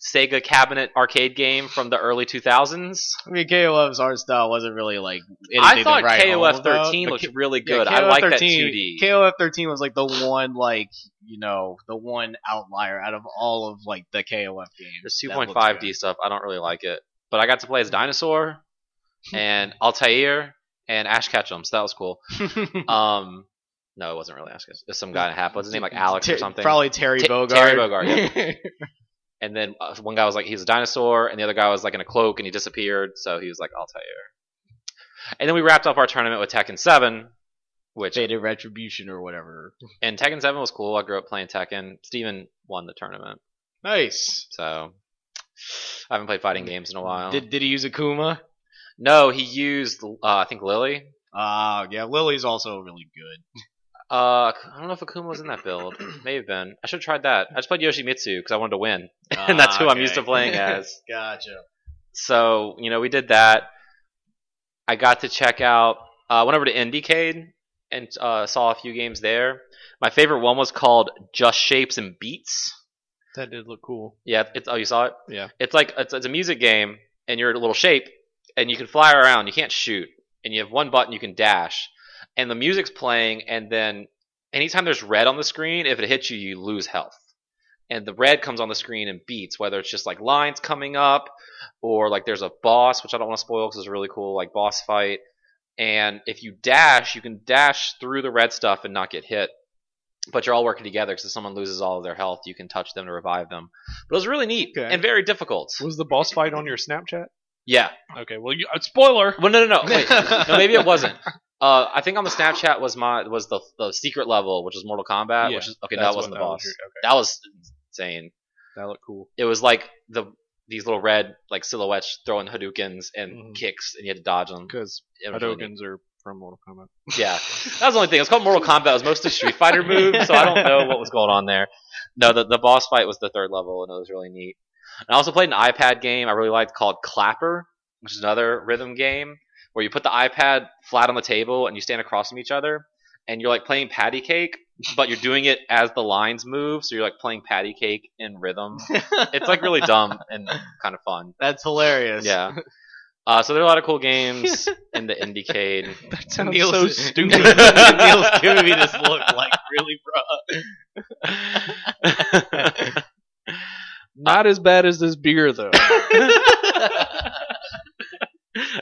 Speaker 2: Sega cabinet arcade game from the early 2000s.
Speaker 3: I mean, KOF's art style wasn't really like.
Speaker 2: I
Speaker 3: anything to
Speaker 2: thought
Speaker 3: write home
Speaker 2: KOF
Speaker 3: about.
Speaker 2: 13
Speaker 3: The
Speaker 2: looked
Speaker 3: K-
Speaker 2: really
Speaker 3: yeah,
Speaker 2: good. I like that
Speaker 3: 13
Speaker 2: 2D.
Speaker 3: KOF 13 was like the one, like you know, the one outlier out of all of like the KOF games.
Speaker 2: There's
Speaker 3: that looked
Speaker 2: 2.5D
Speaker 3: good.
Speaker 2: stuff. I don't really like it, but I got to play as Dinosaur and Altair and Ash Ketchum, so that was cool. Um, no, it wasn't really Ash Ketchum. It's some guy in hat. What's his name? Like Alex or
Speaker 3: Ter-
Speaker 2: something.
Speaker 3: Probably Terry
Speaker 2: Ter-
Speaker 3: Bogard.
Speaker 2: Terry Bogard, And then uh, one guy was like, he's a dinosaur, and the other guy was like in a cloak, and he disappeared. So he was like Altair. And then we wrapped up our tournament with Tekken 7, which
Speaker 3: Jaded Retribution or whatever.
Speaker 2: and Tekken 7 was cool. I grew up playing Tekken. Steven won the tournament,
Speaker 3: Nice.
Speaker 2: so I haven't played fighting games in a while.
Speaker 3: Did Did he use Akuma?
Speaker 2: No, he used uh, I think Lily.
Speaker 3: Ah, yeah. Lily's also really good.
Speaker 2: Uh, I don't know if Akuma was in that build. May have been. I should have tried that. I just played Yoshimitsu because I wanted to win, Ah, and that's who I'm used to playing as.
Speaker 3: Ah, Gotcha.
Speaker 2: So you know, we did that. I got to check out. I went over to IndieCade and uh, saw a few games there. My favorite one was called Just Shapes and Beats.
Speaker 1: That did look cool.
Speaker 2: Yeah, it's oh you saw it.
Speaker 1: Yeah.
Speaker 2: it's like it's, it's a music game, and you're a little shape, and you can fly around. You can't shoot, and you have one button you can dash, and the music's playing, and then anytime there's red on the screen, if it hits you, you lose health, and the red comes on the screen and beats, whether it's just like lines coming up, or like there's a boss, which I don't want to spoil because it's a really cool like boss fight, and if you dash, you can dash through the red stuff and not get hit. But you're all working together because if someone loses all of their health, you can touch them to revive them. But it was really neat
Speaker 1: Okay.
Speaker 2: and very difficult.
Speaker 1: Was the boss fight on your Snapchat?
Speaker 2: Yeah.
Speaker 1: Okay, well, you, uh, spoiler.
Speaker 2: Well, no, no, no. Wait. no, maybe it wasn't. Uh, I think on the Snapchat was my was the the secret level, which is Mortal Kombat,
Speaker 1: Yeah,
Speaker 2: which is okay.
Speaker 1: That's
Speaker 2: That
Speaker 1: what
Speaker 2: wasn't the boss.
Speaker 1: was your- okay,
Speaker 2: that was insane.
Speaker 1: that looked cool.
Speaker 2: It was like the these little red like silhouettes throwing Hadoukens and
Speaker 1: Mhm.
Speaker 2: kicks, and you had to dodge them.
Speaker 1: Because
Speaker 2: It was really neat.
Speaker 1: Hadokens are from Mortal Kombat.
Speaker 2: Yeah, that was the only thing. It was called Mortal Kombat. It was mostly Street Fighter moves, so I don't know what was going on there. No, the, the boss fight was the third level, and it was really neat. And I also played an iPad game I really liked called Clapper, which is another rhythm game where you put the iPad flat on the table and you stand across from each other, and you're like playing patty cake, but you're doing it as the lines move, so you're like playing patty cake in rhythm. It's like really dumb and kind of fun.
Speaker 3: That's hilarious.
Speaker 2: Yeah. Uh, so there are a lot of cool games in the Indiecade.
Speaker 1: That
Speaker 3: sounds
Speaker 1: sounds
Speaker 3: Neil's- so
Speaker 1: so
Speaker 3: stupid.
Speaker 1: stupid.
Speaker 3: Neil's giving me this look like really, bro.
Speaker 1: Not as bad as this beer, though.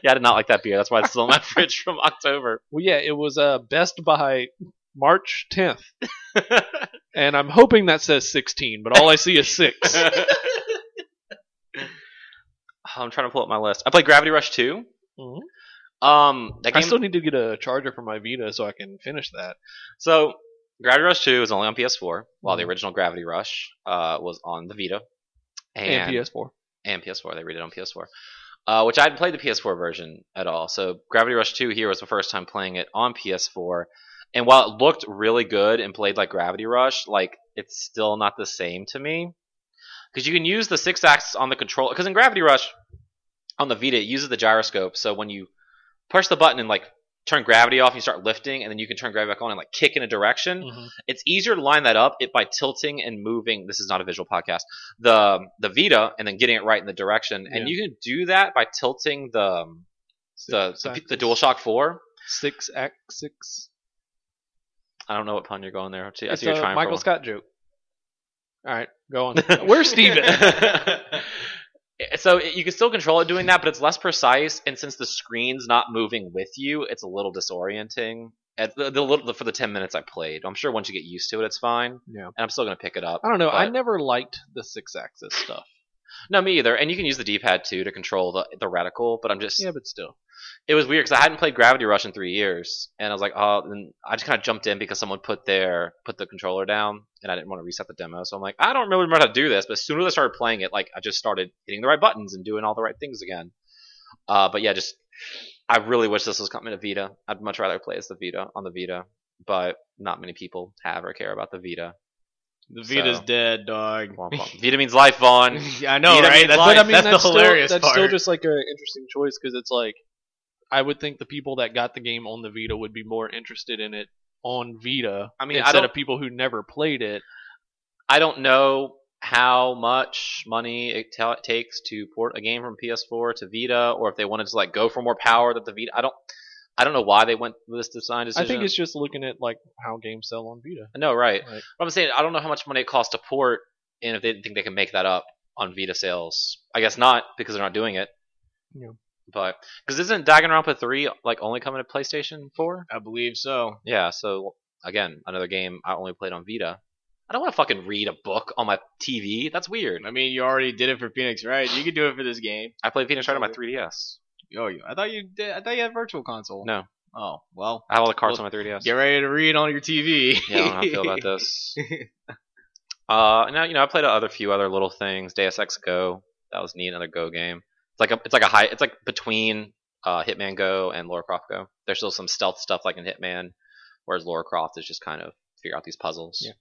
Speaker 2: Yeah, I did not like that beer. That's why it's still in my fridge from October.
Speaker 1: Well, yeah, it was uh, Best by March 10th. and I'm hoping that says 16, but all I see is 6.
Speaker 2: I'm trying to pull up my list. I played Gravity Rush 2.
Speaker 1: Mhm.
Speaker 2: Um, that
Speaker 1: I
Speaker 2: game.
Speaker 1: still need to get a charger for my Vita so I can finish that.
Speaker 2: so Gravity Rush 2 is only on PS4, while the
Speaker 1: Mhm.
Speaker 2: original Gravity Rush uh, was on the Vita
Speaker 1: And, PS4.
Speaker 2: and PS4. They read it on PS4, uh, which I hadn't played the PS4 version at all. So Gravity Rush 2 here was the first time playing it on PS4, and while it looked really good and played like Gravity Rush, like it's still not the same to me because you can use the six axis on the controller. Because in Gravity Rush on the Vita, it uses the gyroscope. So when you push the button and like turn gravity off and you start lifting, and then you can turn gravity back on and like kick in a direction.
Speaker 1: Mm-hmm.
Speaker 2: It's easier to line that up it by tilting and moving. This is not a visual podcast. The the Vita and then getting it right in the direction, and you can do that by tilting the the the, the DualShock Four.
Speaker 1: six act six.
Speaker 2: I don't know what pun you're going there. I see, I
Speaker 1: It's
Speaker 2: see you're
Speaker 1: a
Speaker 2: trying. for
Speaker 1: Michael
Speaker 2: one.
Speaker 1: Scott joke. All right, go on. Where's Steven?
Speaker 2: so it- you can still control it doing that, but it's less precise. And since the screen's not moving with you, it's a little disorienting. At the, the little, for the ten minutes I played, I'm sure once you get used to it, it's fine.
Speaker 1: Yeah.
Speaker 2: and I'm still gonna pick it up.
Speaker 1: I don't know. I
Speaker 2: But-
Speaker 1: never liked the six axis stuff.
Speaker 2: No, me either. And you can use the D-pad too to control the the reticle. But I'm just,
Speaker 1: Yeah, but still.
Speaker 2: it was weird because I hadn't played Gravity Rush in three years, and I was like, oh, and I just kind of jumped in because someone put their put the controller down, and I didn't want to reset the demo, so I'm like, I don't really remember how to do this. But as soon as I started playing it, like I just started hitting the right buttons and doing all the right things again. Uh, but yeah, just I really wish this was coming to Vita. I'd much rather play as the Vita on the Vita, but not many people have or care about the Vita.
Speaker 3: The Vita's
Speaker 2: Vita's
Speaker 3: dead, dog.
Speaker 2: Womp womp. Vita means life, Vaughn.
Speaker 3: I know,
Speaker 2: Vita
Speaker 3: right?
Speaker 2: means life.
Speaker 3: That's, what,
Speaker 2: But
Speaker 3: I mean, that's, the
Speaker 1: still,
Speaker 3: hilarious
Speaker 1: That's
Speaker 3: part.
Speaker 1: still just like an interesting choice because it's like I would think the people that got the game on the Vita would be more interested in it on Vita.
Speaker 2: I mean, I
Speaker 1: instead
Speaker 2: don't-
Speaker 1: of people who never played it.
Speaker 2: I don't know how much money it ta takes to port a game from PS4 to Vita, or if they wanted to like go for more power that the Vita. I don't. I don't know why they went with this design decision.
Speaker 1: I think it's just looking at like how games sell on Vita.
Speaker 2: no right.
Speaker 1: Right.
Speaker 2: But I'm saying I don't know how much money it costs to port, and if they think they can make that up on Vita sales. I guess not because they're not doing it.
Speaker 1: Yeah.
Speaker 2: But because isn't Danganronpa three like only coming to PlayStation four?
Speaker 3: I believe so.
Speaker 2: Yeah. So again, another game I only played on Vita. I don't want to fucking read a book on my TV. That's weird.
Speaker 3: I mean, you already did it for Phoenix, right? You could do it for this game.
Speaker 2: I played Phoenix Wright on my 3DS.
Speaker 3: Oh, you? I thought you did. I thought you had virtual console.
Speaker 2: No.
Speaker 3: Oh well.
Speaker 2: I have all the cards
Speaker 3: Well,
Speaker 2: on my 3DS.
Speaker 3: Get ready to read on your TV.
Speaker 2: Yeah, I don't know how I feel about this. Uh, now you know I played other few other little things. Deus Ex Go, that was neat, another Go game. It's like a, it's like a high, it's like between uh, Hitman Go and Lara Croft Go. There's still some stealth stuff like in Hitman, whereas Lara Croft is just kind of figure out these puzzles.
Speaker 1: Yeah.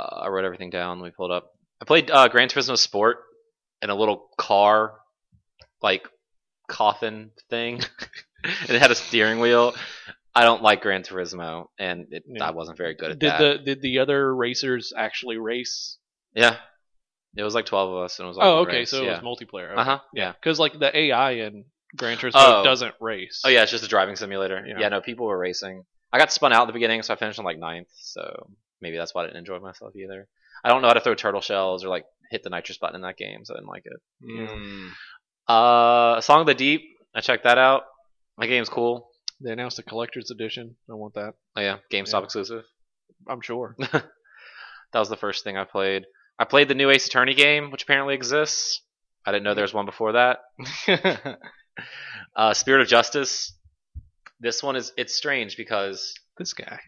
Speaker 2: Uh, I wrote everything down. Let me pull it up. I played uh, Gran Turismo Sport in a little car, like coffin thing, and it had a steering wheel. I don't like Gran Turismo, and it,
Speaker 1: Yeah.
Speaker 2: I wasn't very good at
Speaker 1: Did
Speaker 2: that.
Speaker 1: the did the other racers actually race?
Speaker 2: Yeah. It was like 12 of us, and it was all
Speaker 1: Oh,
Speaker 2: in a
Speaker 1: okay,
Speaker 2: race,
Speaker 1: so it
Speaker 2: yeah.
Speaker 1: was multiplayer.
Speaker 2: Uh huh. Yeah.
Speaker 1: Because like the AI in Gran Turismo
Speaker 2: Oh.
Speaker 1: doesn't race.
Speaker 2: Oh, yeah, it's just a driving simulator.
Speaker 1: Yeah.
Speaker 2: Yeah. no, people were racing. I got spun out at the beginning, so I finished on like ninth, so maybe that's why I didn't enjoy myself either. I don't know how to throw turtle shells or like hit the nitrous button in that game, so I didn't like it.
Speaker 3: Mm.
Speaker 2: Uh, Song of the Deep, I checked that out. That game's cool.
Speaker 1: They announced a collector's edition. I want that.
Speaker 2: Oh, yeah, GameStop
Speaker 1: Yeah.
Speaker 2: exclusive.
Speaker 1: I'm sure.
Speaker 2: That was the first thing I played. I played the new Ace Attorney game, which apparently exists. I didn't know there was one before that. Uh, Spirit of Justice. This one is it's strange because
Speaker 1: this guy.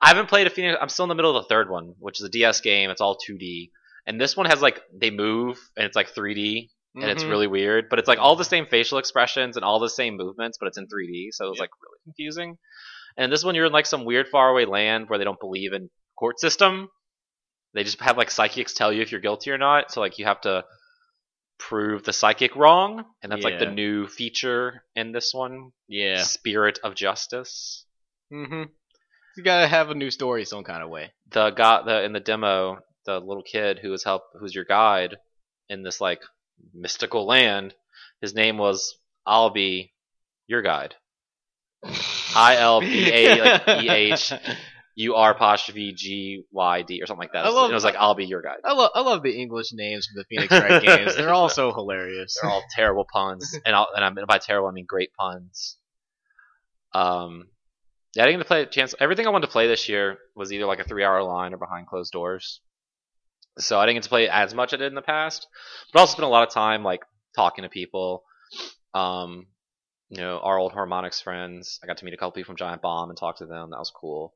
Speaker 2: I haven't played a Phoenix. I'm still in the middle of the third one, which is a DS game. It's all 2D, and this one has like they move and it's like 3D, and it's
Speaker 3: Mhm.
Speaker 2: really weird. But it's like all the same facial expressions and all the same movements, but it's in 3D, so it was
Speaker 3: Yeah.
Speaker 2: like really confusing. And this one, you're in like some weird faraway land where they don't believe in court system. They just have like psychics tell you if you're guilty or not. So like you have to prove the psychic wrong, and that's like the
Speaker 3: Yeah.
Speaker 2: new feature in this one.
Speaker 3: yeah.
Speaker 2: Spirit of Justice.
Speaker 3: Mm-hmm. You gotta have a new story some kind of way.
Speaker 2: the guy the in the demo, the little kid who was help who's your guide in this like mystical land, his name was I'll be your guide. I L B A like E H U R apostrophe G Y D or something like that.
Speaker 3: I love-
Speaker 2: And it was like I'll be your guide.
Speaker 3: I love I love the English names for the Phoenix Wright games. They're all so hilarious.
Speaker 2: They're all terrible puns, and I'll, and I'm by terrible I mean great puns. Um, yeah, I didn't get to play a chance. Everything I wanted to play this year was either like a three-hour line or behind closed doors, so I didn't get to play as much as I did in the past. But I also spent a lot of time like talking to people. Um, you know, our old harmonics friends. I got to meet a couple people from Giant Bomb and talk to them. That was cool.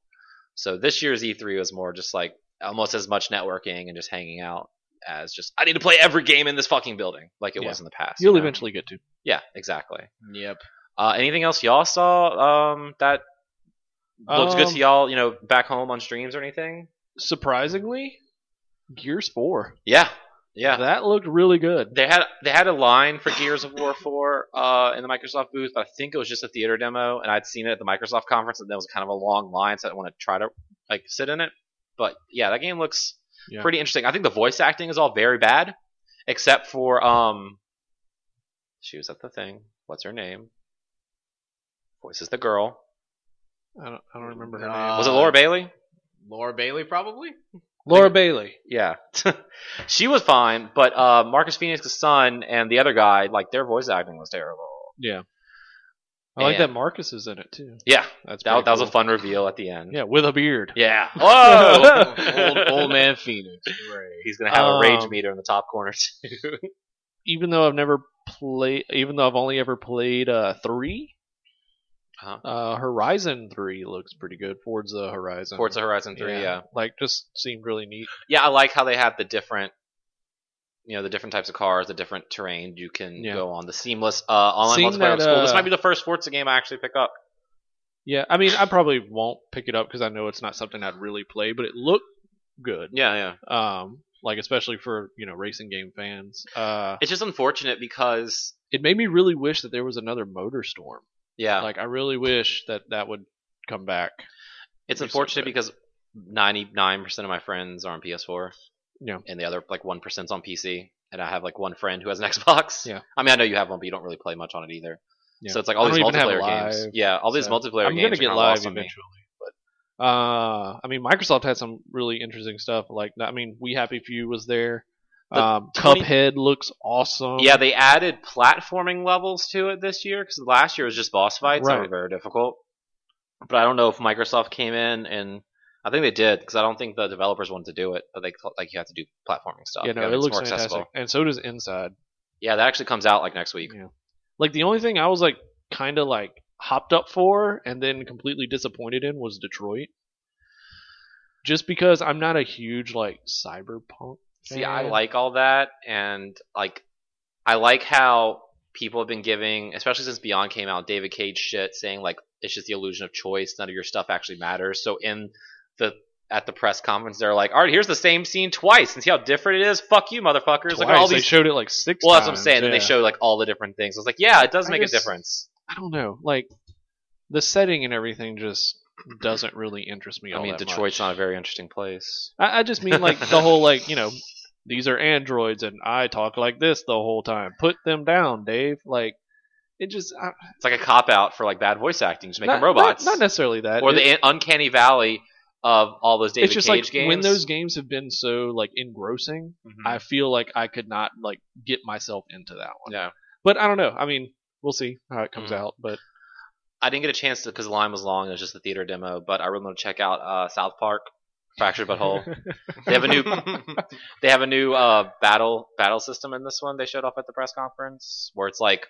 Speaker 2: So this year's E3 was more just like almost as much networking and just hanging out as just I need to play every game in this fucking building like it
Speaker 1: Yeah.
Speaker 2: was in the past. you
Speaker 1: You'll
Speaker 2: know?
Speaker 1: eventually get to.
Speaker 2: Yeah, exactly.
Speaker 3: Yep.
Speaker 2: Uh, anything else y'all saw um, that looks good
Speaker 1: Um,
Speaker 2: to y'all? You know, back home on streams or anything?
Speaker 1: Surprisingly, Gears Four.
Speaker 2: Yeah, Yeah.
Speaker 1: That looked really good.
Speaker 2: They had they had a line for Gears of War 4 uh, in the Microsoft booth, but I think it was just a theater demo, and I'd seen it at the Microsoft conference, and there was kind of a long line, so I didn't want to try to like sit in it. But yeah, that game looks
Speaker 1: Yeah.
Speaker 2: pretty interesting. I think the voice acting is all very bad, except for um, she was at the thing. What's her name? Voices the girl.
Speaker 1: I don't, I don't remember her
Speaker 3: Uh,
Speaker 1: name.
Speaker 2: Was it Laura Bailey?
Speaker 3: Laura Bailey probably.
Speaker 1: Laura Bailey.
Speaker 2: Yeah, she was fine, but uh, Marcus Phoenix's son and the other guy, like their voice acting was terrible.
Speaker 1: Yeah. I like
Speaker 2: Yeah.
Speaker 1: that Marcus is in it too.
Speaker 2: Yeah,
Speaker 1: That's
Speaker 2: that,
Speaker 1: pretty
Speaker 2: that was a
Speaker 1: cool.
Speaker 2: fun reveal at the end.
Speaker 1: Yeah, with a beard.
Speaker 2: Yeah.
Speaker 3: old,
Speaker 2: Whoa.
Speaker 3: old man Phoenix.
Speaker 2: He's gonna have a uh, rage
Speaker 1: Um,
Speaker 2: meter in the top corner too.
Speaker 1: Even though I've never played, even though I've only ever played uh, 3
Speaker 2: Uh-huh.
Speaker 1: uh, Horizon Three looks pretty good. Forza Horizon.
Speaker 2: Forza Horizon Three. Yeah. yeah.
Speaker 1: like just seemed really neat.
Speaker 2: I like how they have the different, you know, the different types of cars, the different terrain you can
Speaker 1: Yeah.
Speaker 2: go on. The seamless uh, online
Speaker 1: Seen
Speaker 2: multiplayer. That,
Speaker 1: that,
Speaker 2: school. This
Speaker 1: uh,
Speaker 2: might be the first Forza game I actually pick up.
Speaker 1: Yeah, I mean, I probably won't pick it up because I know it's not something I'd really play, but it looked good.
Speaker 2: Yeah, yeah.
Speaker 1: Um, like especially for you know racing game fans. Uh,
Speaker 2: It's just unfortunate because
Speaker 1: it made me really wish that there was another Motor Storm.
Speaker 2: yeah,
Speaker 1: Like I really wish that that would come back.
Speaker 2: it's
Speaker 1: there's
Speaker 2: unfortunate
Speaker 1: something.
Speaker 2: because ninety nine percent of my friends are on PS4.
Speaker 1: Yeah.
Speaker 2: And the other like one percent's on PC. And I have like one friend who has an Xbox.
Speaker 1: Yeah.
Speaker 2: I mean, I know you have one, but you don't really play much on it either.
Speaker 1: Yeah.
Speaker 2: So it's like all
Speaker 1: I
Speaker 2: these
Speaker 1: don't even have
Speaker 2: multiplayer games.
Speaker 1: live,
Speaker 2: Yeah, all these
Speaker 1: so-
Speaker 2: multiplayer
Speaker 1: I'm
Speaker 2: games.
Speaker 1: gonna
Speaker 2: are
Speaker 1: get
Speaker 2: kinda
Speaker 1: live
Speaker 2: lost on me.
Speaker 1: eventually, but uh, I mean, Microsoft had some really interesting stuff. Like I mean, We Happy Few was there.
Speaker 2: The
Speaker 1: Um,
Speaker 2: 20
Speaker 1: Cuphead looks awesome.
Speaker 2: Yeah, they added platforming levels to it this year because last year was just boss fights that were
Speaker 1: Right.
Speaker 2: very difficult. But I don't know if Microsoft came in and I think they did because I don't think the developers wanted to do it, but they felt like you have to do platforming stuff.
Speaker 1: yeah, no,
Speaker 2: because
Speaker 1: it
Speaker 2: it's
Speaker 1: looks fantastic, and so does Inside.
Speaker 2: Yeah, that actually comes out like next week.
Speaker 1: Like the only thing I was like kind of like hopped up for and then completely disappointed in was Detroit. Just because I'm not a huge like cyberpunk.
Speaker 2: See, I
Speaker 1: fan.
Speaker 2: like all that, and like, I like how people have been giving, especially since Beyond came out, David Cage shit, saying like it's just the illusion of choice. None of your stuff actually matters. So in the at the press conference, they're like, all right, here's the same scene twice, and see how different it is. Fuck you, motherfuckers!
Speaker 1: Twice.
Speaker 2: Like all
Speaker 1: they
Speaker 2: these.
Speaker 1: showed it like six.
Speaker 2: well, that's what I'm
Speaker 1: times,
Speaker 2: saying. And
Speaker 1: yeah.
Speaker 2: they show like all the different things. I was like, yeah, it does
Speaker 1: I
Speaker 2: make
Speaker 1: guess-
Speaker 2: a difference.
Speaker 1: I don't know, like the setting and everything just doesn't really interest me.
Speaker 2: I
Speaker 1: all
Speaker 2: mean,
Speaker 1: that
Speaker 2: Detroit's
Speaker 1: much.
Speaker 2: not a very interesting place.
Speaker 1: I, I just mean like the whole like you know these are androids and I talk like this the whole time. Put them down, Dave. Like it just I,
Speaker 2: It's like a cop out for like bad voice acting. Just make
Speaker 1: not,
Speaker 2: them robots.
Speaker 1: Not, not necessarily that.
Speaker 2: or
Speaker 1: It-
Speaker 2: the uncanny valley of all those David
Speaker 1: it's just
Speaker 2: Cage
Speaker 1: like
Speaker 2: games.
Speaker 1: when those games have been so like engrossing,
Speaker 2: Mhm.
Speaker 1: I feel like I could not like get myself into that one.
Speaker 2: Yeah.
Speaker 1: But I don't know. I mean, we'll see how it comes
Speaker 2: Mhm.
Speaker 1: out. But
Speaker 2: I didn't get a chance to because the line was long. It was just a theater demo, but I really want to check out uh, South Park, Fractured But Whole. they have a new they have a new uh, battle battle system in this one. They showed off at the press conference where it's like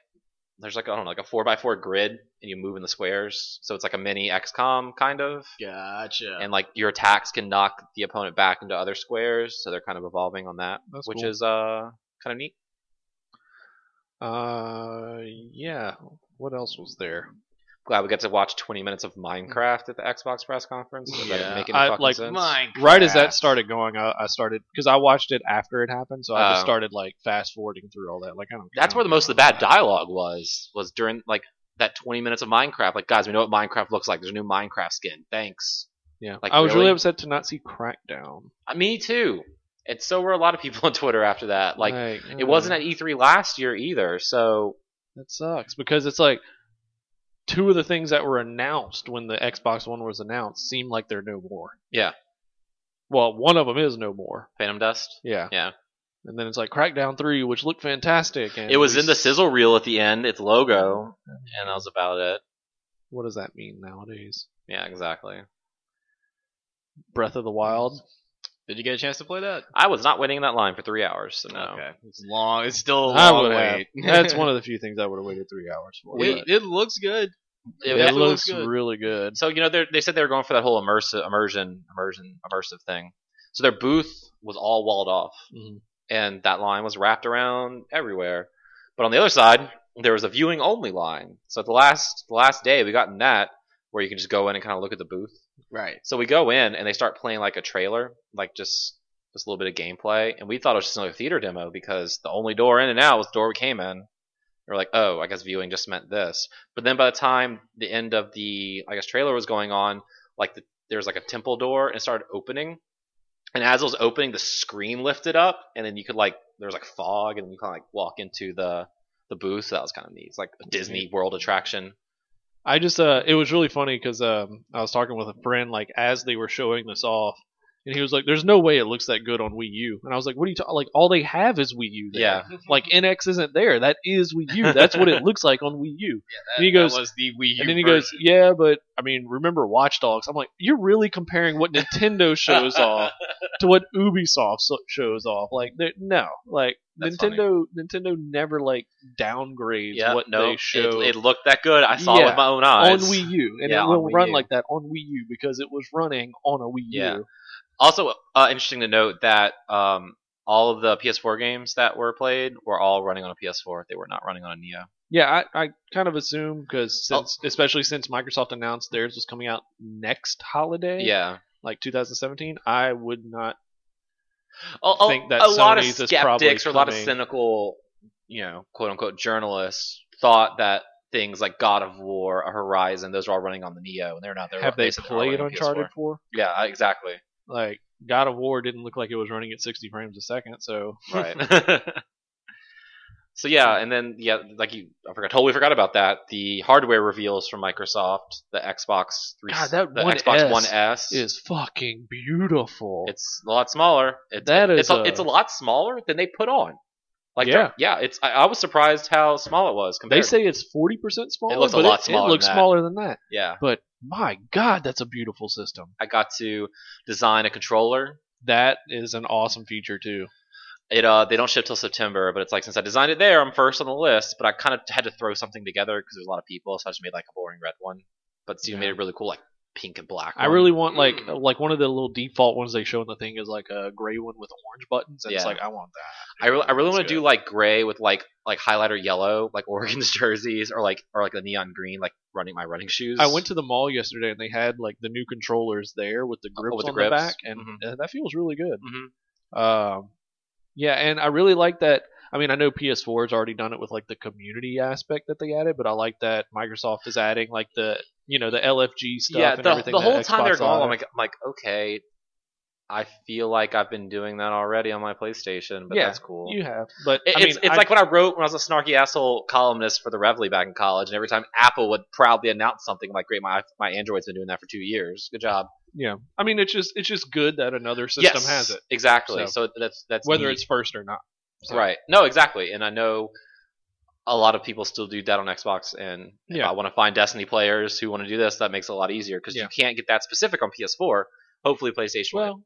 Speaker 2: there's like I don't know like a four by four grid and you move in the squares, so it's like a mini XCOM kind of.
Speaker 3: Gotcha.
Speaker 2: And like your attacks can knock the opponent back into other squares, so they're kind of evolving on that,
Speaker 1: That's
Speaker 2: which
Speaker 1: cool.
Speaker 2: is uh kind of neat.
Speaker 1: uh, yeah. What else was there?
Speaker 2: Glad we got to watch 20 minutes of Minecraft at the Xbox press conference. Does that
Speaker 3: Yeah,
Speaker 2: make any
Speaker 1: I-
Speaker 2: fucking
Speaker 1: like,
Speaker 2: sense?
Speaker 3: Minecraft.
Speaker 1: Right as that started going, I, I started because I watched it after it happened, so I just
Speaker 2: Oh.
Speaker 1: started like fast forwarding through all that. Like I don't.
Speaker 2: That's
Speaker 1: I
Speaker 2: where the
Speaker 1: don't
Speaker 2: most of the
Speaker 1: care.
Speaker 2: bad dialogue was. Was during like that 20 minutes of Minecraft. Like, guys, we know what Minecraft looks like. There's a new Minecraft skin. Thanks.
Speaker 1: Yeah,
Speaker 2: like,
Speaker 1: I was really
Speaker 2: really?
Speaker 1: upset to not see Crackdown.
Speaker 2: Uh, me too. And so were a lot of people on Twitter after that. Like,
Speaker 1: uh,
Speaker 2: it wasn't at E3 last year either. So
Speaker 1: That sucks because it's like two of the things that were announced when the Xbox One was announced seem like they're no more.
Speaker 2: Yeah.
Speaker 1: Well, one of them is no more.
Speaker 2: Phantom Dust.
Speaker 1: Yeah.
Speaker 2: Yeah.
Speaker 1: And then it's like Crackdown 3, which looked fantastic. And
Speaker 2: It was
Speaker 1: we
Speaker 2: in the
Speaker 1: s-
Speaker 2: sizzle reel at the end. Its logo, and that was about it.
Speaker 1: What does that mean nowadays?
Speaker 2: Yeah, exactly.
Speaker 1: Breath of the Wild.
Speaker 3: Did you get a chance to play that?
Speaker 2: I was not waiting in that line for three hours. So no.
Speaker 3: Okay. It's long. It's still a
Speaker 1: I
Speaker 3: long
Speaker 1: would
Speaker 3: wait.
Speaker 1: have. Oh, That's one of the few things I would have waited three hours for.
Speaker 3: It,
Speaker 1: but
Speaker 3: it looks good.
Speaker 1: it,
Speaker 2: It- it-
Speaker 1: looks
Speaker 3: looks good.
Speaker 1: really good.
Speaker 2: So you know they they said they were going for that whole immersive immersion immersion immersive thing. So their booth was all walled off,
Speaker 1: Mhm.
Speaker 2: and that line was wrapped around everywhere. But on the other side, there was a viewing only line. So at the last the last day, we got in that where you can just go in and kind of look at the booth.
Speaker 3: Right.
Speaker 2: So we go in and they start playing like a trailer, like just just a little bit of gameplay, and we thought it was just another theater demo because the only door in and out was the door we came in. We were like, oh, I guess viewing just meant this. But then by the time the end of the I guess trailer was going on, like the, there was like a temple door and it started opening, and as it was opening, the screen lifted up, and then you could like there was like fog, and you kind of like walk into the the booth. So that was kind of neat. It's like a Disney World attraction.
Speaker 1: I just uh, it was really funny because um, I was talking with a friend like as they were showing this off, and he was like, "There's no way it looks that good on Wii U," and I was like, "What are you talking? Like all they have is Wii U. There.
Speaker 2: Yeah,
Speaker 1: like NX isn't there. That is Wii U. That's what it looks like on Wii U."
Speaker 3: that,
Speaker 1: And he goes-
Speaker 3: that was the Wii U.
Speaker 1: And then he
Speaker 3: version.
Speaker 1: goes, "Yeah, but I mean, remember Watch Dogs?" I'm like, "You're really comparing what Nintendo shows off to what Ubisoft so- shows off? Like, they're- no, like
Speaker 2: That's
Speaker 1: Nintendo, Nintendo never like downgrades
Speaker 2: yeah.
Speaker 1: what
Speaker 2: no,
Speaker 1: they show
Speaker 2: it, it looked that good. I saw it
Speaker 1: Yeah.
Speaker 2: with my own
Speaker 1: on
Speaker 2: eyes.
Speaker 1: Wii U, and it
Speaker 2: Yeah, on
Speaker 1: will
Speaker 2: Wii
Speaker 1: run
Speaker 2: U.
Speaker 1: like that on Wii U because it was running on a Wii
Speaker 2: Yeah.
Speaker 1: U.
Speaker 2: Also, uh, interesting to note that um, all of the PS4 games that were played were all running on a PS4. They were not running on a Neo.
Speaker 1: Yeah, I, I kind of assume because
Speaker 2: Oh.
Speaker 1: since, especially since Microsoft announced theirs was coming out next holiday,
Speaker 2: Yeah,
Speaker 1: like 2017, I would not.
Speaker 2: a, a-
Speaker 1: Think that
Speaker 2: a lot of
Speaker 1: Sony's is probably
Speaker 2: skeptics or a lot of
Speaker 1: coming-
Speaker 2: cynical, you know, quote unquote journalists thought that things like God of War, a Horizon, those are all running on the Neo, and they're not. They're
Speaker 1: have they
Speaker 2: basically all
Speaker 1: played
Speaker 2: running on
Speaker 1: Uncharted
Speaker 2: PS4.
Speaker 1: 4?
Speaker 2: Yeah, exactly.
Speaker 1: Like God of War didn't look like it was running at 60 frames a second, so
Speaker 2: Right. so yeah, and then yeah, like you, I forgot, totally forgot about that. The hardware reveals from Microsoft, the Xbox three,
Speaker 1: God, that
Speaker 2: the
Speaker 1: One
Speaker 2: Xbox
Speaker 1: S
Speaker 2: One S.
Speaker 1: is fucking beautiful.
Speaker 2: It's a lot smaller. It's,
Speaker 1: That is
Speaker 2: it's a,
Speaker 1: a-
Speaker 2: it's a lot smaller than they put on. Like
Speaker 1: Yeah.
Speaker 2: they're- yeah. It's I, I was surprised how small it was
Speaker 1: they
Speaker 2: compared.
Speaker 1: say it's 40 percent smaller.
Speaker 2: looks a
Speaker 1: but
Speaker 2: lot smaller
Speaker 1: It looks
Speaker 2: than that.
Speaker 1: smaller than that.
Speaker 2: yeah.
Speaker 1: But my God, that's a beautiful system.
Speaker 2: I got to design a controller.
Speaker 1: That is an awesome feature too.
Speaker 2: It uh they don't ship till September, but it's like since I designed it there, I'm first on the list. But I kind of had to throw something together because there's a lot of people, so I just made like a boring red one. But Steven made a really cool like pink and black.
Speaker 1: I
Speaker 2: one.
Speaker 1: really want like like one of the little default ones they show in the thing is like a gray one with orange buttons, and it's
Speaker 2: Yeah.
Speaker 1: like I want that.
Speaker 2: I really, I really
Speaker 1: That's
Speaker 2: want to do
Speaker 1: good.
Speaker 2: like gray with like like highlighter yellow, like Oregon's jerseys, or like or like a neon green, like running my running shoes.
Speaker 1: I went to the mall yesterday and they had like the new controllers there with the grips
Speaker 2: Oh, with the
Speaker 1: on the
Speaker 2: grips.
Speaker 1: back, and
Speaker 2: Mhm.
Speaker 1: uh, that feels really good.
Speaker 2: Mhm.
Speaker 1: Um, yeah, and I really like that. I mean, I know PS4 has already done it with like the community aspect that they added, but I like that Microsoft is adding like the you know the LFG stuff
Speaker 2: yeah,
Speaker 1: and
Speaker 2: the,
Speaker 1: everything.
Speaker 2: the
Speaker 1: that
Speaker 2: whole time they're
Speaker 1: Xbox
Speaker 2: gone,
Speaker 1: added.
Speaker 2: I'm like, I'm like, okay, I feel like I've been doing that already on my PlayStation, but
Speaker 1: Yeah,
Speaker 2: that's cool.
Speaker 1: you have, but
Speaker 2: It-
Speaker 1: I
Speaker 2: it's
Speaker 1: mean,
Speaker 2: it's
Speaker 1: I-
Speaker 2: like what I wrote when I was a snarky asshole columnist for the Revly back in college, and every time Apple would proudly announce something, I'm like, great, my my Android's been doing that for two years. Good job.
Speaker 1: yeah. I mean, it's just it's just good that another system
Speaker 2: yes,
Speaker 1: has it,
Speaker 2: exactly. So,
Speaker 1: So-
Speaker 2: that's that's
Speaker 1: whether
Speaker 2: neat.
Speaker 1: it's first or not. So-
Speaker 2: Right. No, exactly. And I know a lot of people still do that on Xbox. And if
Speaker 1: Yeah.
Speaker 2: I want to find Destiny players who want to do this, that makes it a lot easier because
Speaker 1: Yeah.
Speaker 2: you can't get that specific on PS4. Hopefully, PlayStation.
Speaker 1: Well,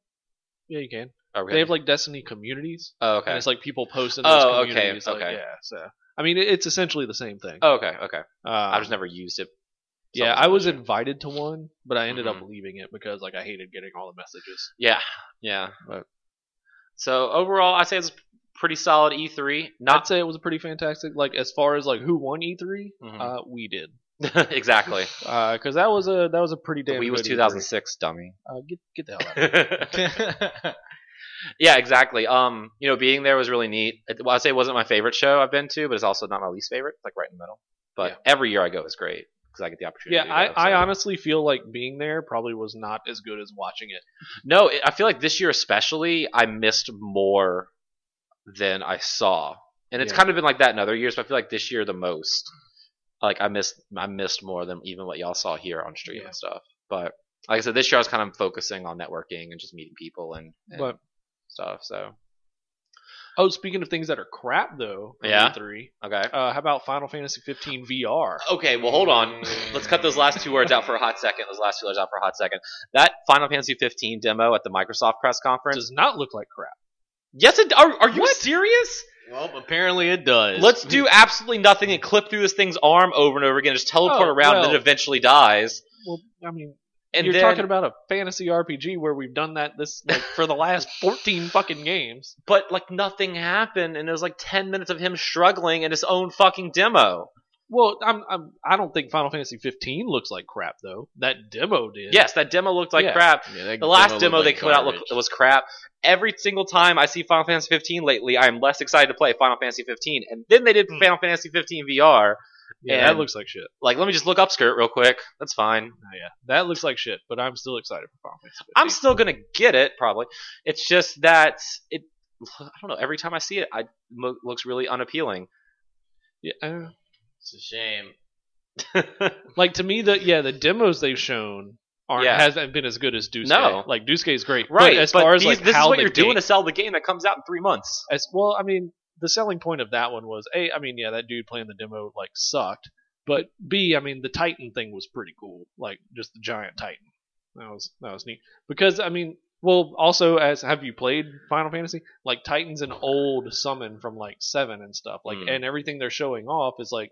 Speaker 1: yeah, you can.
Speaker 2: will. Okay.
Speaker 1: They have like Destiny communities,
Speaker 2: oh,
Speaker 1: and
Speaker 2: okay.
Speaker 1: it's like people posting those
Speaker 2: Oh, okay,
Speaker 1: communities. like,
Speaker 2: okay.
Speaker 1: yeah, so I mean, it- it's essentially the same thing.
Speaker 2: Oh, okay. Okay.
Speaker 1: Um,
Speaker 2: I've just never used it.
Speaker 1: yeah,
Speaker 2: Something's
Speaker 1: I was
Speaker 2: better.
Speaker 1: invited to one, but I ended
Speaker 2: Mm-hmm.
Speaker 1: up leaving it because like I hated getting all the messages.
Speaker 2: Yeah. Yeah.
Speaker 1: But-
Speaker 2: So overall, I say it's pretty solid E E3.
Speaker 1: I'd
Speaker 2: Not
Speaker 1: say it was a pretty fantastic. Like as far as like who won E3,
Speaker 2: Mhm.
Speaker 1: uh, we did
Speaker 2: exactly.
Speaker 1: because that was a that was a pretty damn.
Speaker 2: We was
Speaker 1: good E E3.
Speaker 2: 2006, dummy.
Speaker 1: Uh, get get the hell out.
Speaker 2: yeah, exactly. Um, you know, being there was really neat. It- Well, I say it wasn't my favorite show I've been to, but it's also not my least favorite. It's like right in the middle. But every year I go is great because I get the
Speaker 1: Yeah,
Speaker 2: opportunity. to go,
Speaker 1: I, I
Speaker 2: so-
Speaker 1: honestly feel like being there probably was not as good as watching it.
Speaker 2: no. It, I feel like this year especially, I missed more than I saw, and it's
Speaker 1: Yeah.
Speaker 2: kind of been like that in other years. But I feel like this year the most. Like I missed, I missed more than even what y'all saw here on stream
Speaker 1: Yeah.
Speaker 2: and stuff. But like I said, this year I was kind of focusing on networking and just meeting people and, and
Speaker 1: But
Speaker 2: stuff. So
Speaker 1: oh, speaking of things that are crap though, from E
Speaker 2: Yeah.
Speaker 1: E3.
Speaker 2: okay.
Speaker 1: Uh, how about Final Fantasy 15 VR?
Speaker 2: Okay, well, hold on. Let's cut those last two words out for a hot second. Those last two words out for a hot second. That Final Fantasy 15 demo at the Microsoft press conference.
Speaker 1: Does not look like crap.
Speaker 2: Yes, it, are, are you serious?
Speaker 3: Well, apparently it does.
Speaker 2: Let's do absolutely nothing and clip through this thing's arm over and over again, just teleport
Speaker 1: Oh,
Speaker 2: around, and
Speaker 1: well.
Speaker 2: it eventually dies.
Speaker 1: Well, I mean,
Speaker 2: And
Speaker 1: you're
Speaker 2: then,
Speaker 1: talking about a fantasy RPG where we've done that this like for the last 14 fucking games.
Speaker 2: but like nothing happened, and it was like 10 minutes of him struggling in his own fucking demo.
Speaker 1: Well, I'm, I'm I don't think Final Fantasy 15 looks like crap though. That demo did.
Speaker 2: Yes, that demo looked like
Speaker 1: Yeah.
Speaker 2: crap.
Speaker 3: Yeah, that
Speaker 2: The last
Speaker 3: looked
Speaker 2: demo
Speaker 3: like
Speaker 2: they put out
Speaker 3: garbage.
Speaker 2: look, was crap. Every single time I see Final Fantasy 15 lately, I am less excited to play Final Fantasy 15. And then they did
Speaker 1: Hmm.
Speaker 2: Final Fantasy 15 VR.
Speaker 1: yeah, that
Speaker 2: and-
Speaker 1: looks like shit.
Speaker 2: Like, let me just look up skirt real quick. That's fine.
Speaker 1: Oh, yeah, that looks like shit. But I'm still excited for Final Fantasy. 15.
Speaker 2: I'm still gonna get it probably. It's just that it. I don't know. Every time I see it, I mo- looks really unappealing.
Speaker 1: yeah, uh,
Speaker 3: It's a shame.
Speaker 1: like to me the yeah the demos they've shown aren't
Speaker 2: Yeah.
Speaker 1: hasn't been as good as Dusuke.
Speaker 2: No.
Speaker 1: like Dusuke's great,
Speaker 2: right.
Speaker 1: But as
Speaker 2: but
Speaker 1: far as
Speaker 2: these-
Speaker 1: like
Speaker 2: this
Speaker 1: how
Speaker 2: is what
Speaker 1: the
Speaker 2: you're doing
Speaker 1: game-
Speaker 2: to sell the game that comes out in three months.
Speaker 1: as well, I mean the selling point of that one was a I mean yeah that dude playing the demo like sucked, but b I mean the Titan thing was pretty cool, like just the giant Titan. That was that was neat because I mean. Well, also as have you played Final Fantasy? Like Titan's an old summon from like seven and stuff. Like,
Speaker 2: Hmm.
Speaker 1: and everything they're showing off is like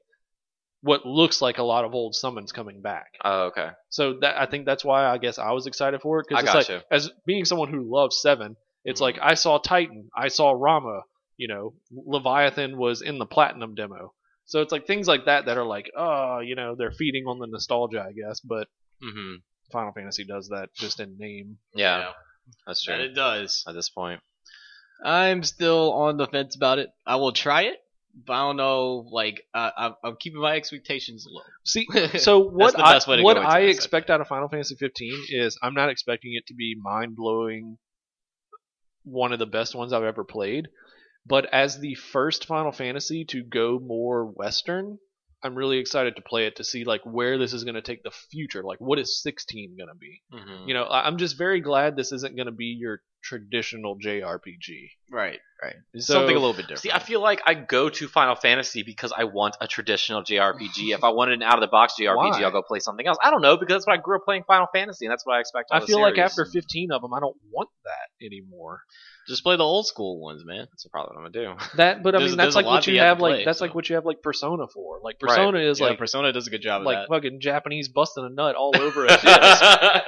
Speaker 1: what looks like a lot of old summons coming back.
Speaker 2: Oh, okay.
Speaker 1: So that I think that's why I guess I was excited for it
Speaker 2: I
Speaker 1: because it's
Speaker 2: got
Speaker 1: like
Speaker 2: you.
Speaker 1: as being someone who loves Seven, it's
Speaker 2: Mhm.
Speaker 1: like I saw Titan, I saw Rama, you know, Leviathan was in the Platinum demo. So it's like things like that that are like, oh, you know, they're feeding on the nostalgia, I guess. But
Speaker 2: Mm-hmm.
Speaker 1: Final Fantasy does that just in name.
Speaker 2: Yeah,
Speaker 3: Yeah.
Speaker 2: that's
Speaker 3: That
Speaker 2: true.
Speaker 3: it does.
Speaker 2: At this point,
Speaker 3: I'm still on the fence about it. I will try it, but I don't know. Like I, I'm, I'm keeping my expectations low.
Speaker 1: See, so what
Speaker 3: the
Speaker 1: I,
Speaker 3: best way to
Speaker 1: what
Speaker 3: go into
Speaker 1: I
Speaker 3: this, I
Speaker 1: expect out of Final Fantasy 15 is I'm not expecting it to be mind blowing, one of the best ones I've ever played, but as the first Final Fantasy to go more Western, I'm really excited to play it to see like where this is going to take the future. Like, what is 16 going to be?
Speaker 3: Mm-hmm. Hmm.
Speaker 1: You know, I- I'm just very glad this isn't going to be your traditional JRPG.
Speaker 3: Right, right. It's
Speaker 1: So-
Speaker 3: something a little bit different.
Speaker 2: see, I feel like I go to Final Fantasy because I want a traditional JRPG. if I wanted an out of the box JRPG,
Speaker 1: Why?
Speaker 2: I'll go play something else. I don't know because that's what I grew up playing Final Fantasy, and that's what I expect. out
Speaker 1: I
Speaker 2: of the
Speaker 1: feel like
Speaker 2: series.
Speaker 1: after 15 of them, I don't want that anymore.
Speaker 3: just play the old school ones, man.
Speaker 2: that's probably what I'm gonna do.
Speaker 1: That, but I
Speaker 3: There's-
Speaker 1: mean, that's
Speaker 3: there's a
Speaker 1: like
Speaker 3: lot
Speaker 1: what
Speaker 3: that
Speaker 1: you
Speaker 3: you have
Speaker 1: have,
Speaker 3: to
Speaker 1: like
Speaker 3: play,
Speaker 1: that's
Speaker 3: so.
Speaker 1: like what you have like Persona for. Like Persona is
Speaker 3: Yeah,
Speaker 1: like
Speaker 3: Persona does a good job of
Speaker 1: like
Speaker 3: that.
Speaker 1: fucking Japanese busting a nut all over a disc,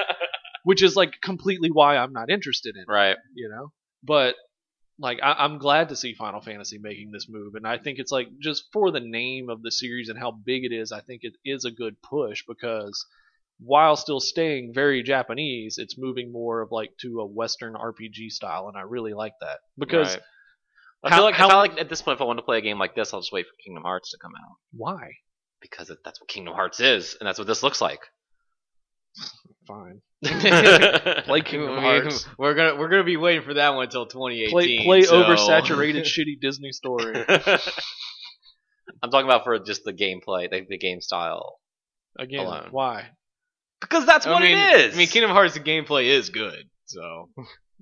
Speaker 1: which is like completely why I'm not interested in. it,
Speaker 2: right.
Speaker 1: You know, but like I, I'm glad to see Final Fantasy making this move, and I think it's like just for the name of the series and how big it is, I think it is a good push because while still staying very Japanese, it's moving more of like to a Western RPG style, and I really like that because
Speaker 2: Right. I
Speaker 1: how-
Speaker 2: feel like I
Speaker 1: how-
Speaker 2: feel like at this point, if I want to play a game like this, I'll just wait for Kingdom Hearts to come out
Speaker 1: why?
Speaker 2: because it- that's what Kingdom Hearts is, and that's what this looks like.
Speaker 1: Fine.
Speaker 2: like
Speaker 1: Play Kingdom
Speaker 3: We-
Speaker 1: Hearts.
Speaker 3: We're gonna we're gonna be waiting for that one until 2018.
Speaker 1: Play, play
Speaker 3: so-
Speaker 1: oversaturated shitty Disney story.
Speaker 2: I'm talking about for just the gameplay, the, the game style,
Speaker 1: Again,
Speaker 2: Alone.
Speaker 1: why?
Speaker 2: because that's
Speaker 3: I
Speaker 2: what
Speaker 3: mean,
Speaker 2: it is.
Speaker 3: I mean, Kingdom Hearts the gameplay is good, so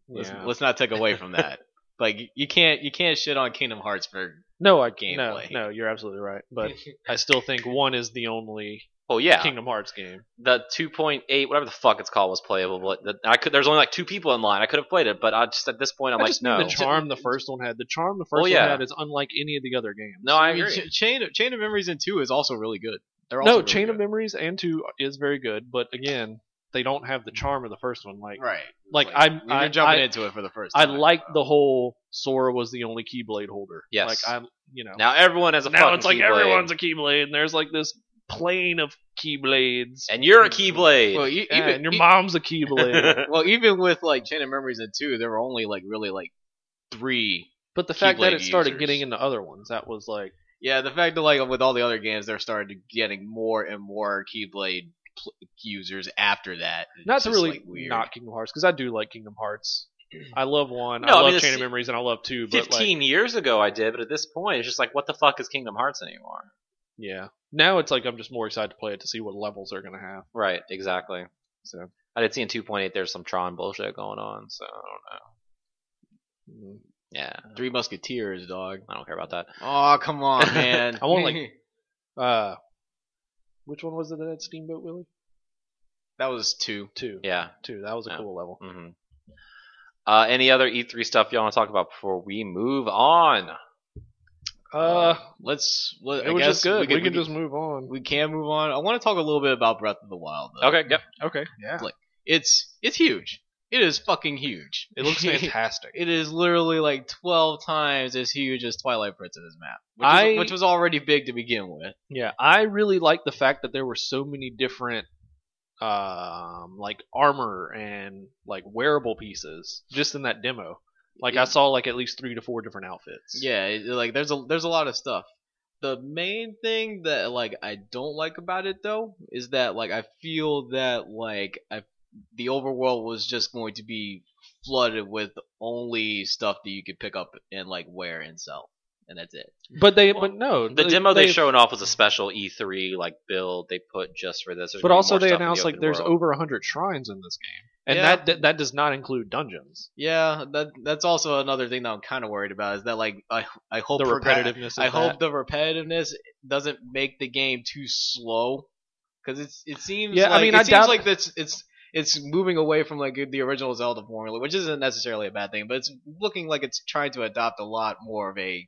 Speaker 3: let's,
Speaker 1: Yeah.
Speaker 3: let's not take away from that. like you can't you can't shit on Kingdom Hearts for
Speaker 1: No, I can't. No,
Speaker 3: gameplay.
Speaker 1: no, you're absolutely right. But I still think one is the only
Speaker 2: well, Oh, yeah,
Speaker 1: Kingdom Hearts game.
Speaker 2: the 2.8, whatever the fuck it's called, was playable. But the, I could. There's only like two people in line. I could have played it, but I just at this point, I'm
Speaker 1: I
Speaker 2: like,
Speaker 1: just
Speaker 2: no,
Speaker 1: think the charm the first one had. The charm the first
Speaker 2: Well, yeah.
Speaker 1: one had is unlike any of the other games.
Speaker 2: no, I
Speaker 3: mean,
Speaker 2: agree.
Speaker 3: Ch- Chain of, Chain of Memories and two is also really good. They're also
Speaker 1: no,
Speaker 3: really
Speaker 1: Chain of
Speaker 3: good.
Speaker 1: Memories and Two is very good, but again, they don't have the charm of the first one. Like,
Speaker 3: Right.
Speaker 1: like,
Speaker 3: Like,
Speaker 1: I'm,
Speaker 3: we
Speaker 1: I,
Speaker 3: were jumping
Speaker 1: I,
Speaker 3: into it for the first.
Speaker 1: I
Speaker 3: time.
Speaker 1: like the whole Sora was the only Keyblade holder.
Speaker 2: Yes.
Speaker 1: like I'm, you know,
Speaker 2: Now everyone has a
Speaker 1: now
Speaker 2: fucking
Speaker 1: it's like
Speaker 2: Keyblade,
Speaker 1: everyone's a Keyblade, and there's like this plane of Keyblades,
Speaker 2: and you're a
Speaker 1: Mm-hmm.
Speaker 2: Keyblade.
Speaker 3: Well, e-
Speaker 1: and
Speaker 3: even
Speaker 1: your
Speaker 3: e-
Speaker 1: mom's a Keyblade.
Speaker 3: well, even with like Chain of Memories and two, there were only like really like three.
Speaker 1: but the fact that
Speaker 3: Keyblade
Speaker 1: it started
Speaker 3: users.
Speaker 1: getting into other ones, that was like.
Speaker 3: Yeah, the fact that like with all the other games, they're starting to getting more and more Keyblade pl- users after that. It's
Speaker 1: not to
Speaker 3: just,
Speaker 1: really
Speaker 3: like, weird.
Speaker 1: not Kingdom Hearts because I do like Kingdom Hearts. I love one.
Speaker 2: No,
Speaker 1: I
Speaker 2: I
Speaker 1: love
Speaker 2: mean,
Speaker 1: Chain of
Speaker 2: it's-
Speaker 1: Memories and I love two. But like,
Speaker 2: 15 years ago, I did, but at this point, it's just like, what the fuck is Kingdom Hearts anymore?
Speaker 1: yeah, now it's like I'm just more excited to play it to see what levels they're gonna have.
Speaker 2: Right, exactly.
Speaker 1: So
Speaker 2: I did see in 2.8 there's some Tron bullshit going on, so I don't
Speaker 1: mm.
Speaker 2: know. Yeah,
Speaker 3: Three Musketeers, dog.
Speaker 2: I don't care about that.
Speaker 3: Oh come on, man!
Speaker 1: I want, like- uh, which one was it that had Steamboat Willie?
Speaker 3: that was two.
Speaker 1: Two.
Speaker 2: Yeah.
Speaker 1: Two. That was a
Speaker 2: Yeah.
Speaker 1: cool level.
Speaker 2: hmm Uh, any other E3 stuff y'all want to talk about before we move on?
Speaker 1: Uh,
Speaker 3: Let's. Let,
Speaker 1: it
Speaker 3: I
Speaker 1: was
Speaker 3: guess
Speaker 1: just good. We,
Speaker 3: could-
Speaker 1: can
Speaker 3: could-
Speaker 1: just move on.
Speaker 3: we can move on. I want to talk a little bit about Breath of the Wild. Though.
Speaker 2: Okay, yep.
Speaker 1: Okay. Yeah.
Speaker 3: It's it's huge. It is fucking huge.
Speaker 1: It looks fantastic.
Speaker 3: It is literally like 12 times as huge as Twilight Princess's map, which,
Speaker 1: I-
Speaker 3: is, which was already big to begin with.
Speaker 1: Yeah, I really like the fact that there were so many different um like armor and like wearable pieces just in that demo. Like I saw like at least 3 to 4 different outfits.
Speaker 3: Yeah, it, like there's a there's a lot of stuff. The main thing that like I don't like about it though is that like I feel that like I, the overworld was just going to be flooded with only stuff that you could pick up and like wear and sell, and that's it.
Speaker 1: But they
Speaker 2: Well,
Speaker 1: but no,
Speaker 2: The demo they showing off was a special E3 like build they put just for this. There's
Speaker 1: But
Speaker 2: gonna be
Speaker 1: also
Speaker 2: more
Speaker 1: they
Speaker 2: stuff in the
Speaker 1: announced like
Speaker 2: open
Speaker 1: there's
Speaker 2: world.
Speaker 1: over 100 shrines in this game. And
Speaker 3: Yeah.
Speaker 1: that, that that does not include dungeons.
Speaker 3: Yeah, that that's also another thing that I'm kind of worried about is that like I I hope
Speaker 1: The
Speaker 3: progress-
Speaker 1: repetitiveness of
Speaker 3: I hope
Speaker 1: that.
Speaker 3: the repetitiveness doesn't make the game too slow, because it's it seems
Speaker 1: Yeah, I
Speaker 3: like,
Speaker 1: mean,
Speaker 3: it
Speaker 1: I
Speaker 3: seems
Speaker 1: doubt-
Speaker 3: like that's it's it's moving away from like the original Zelda formula, which isn't necessarily a bad thing, but it's looking like it's trying to adopt a lot more of a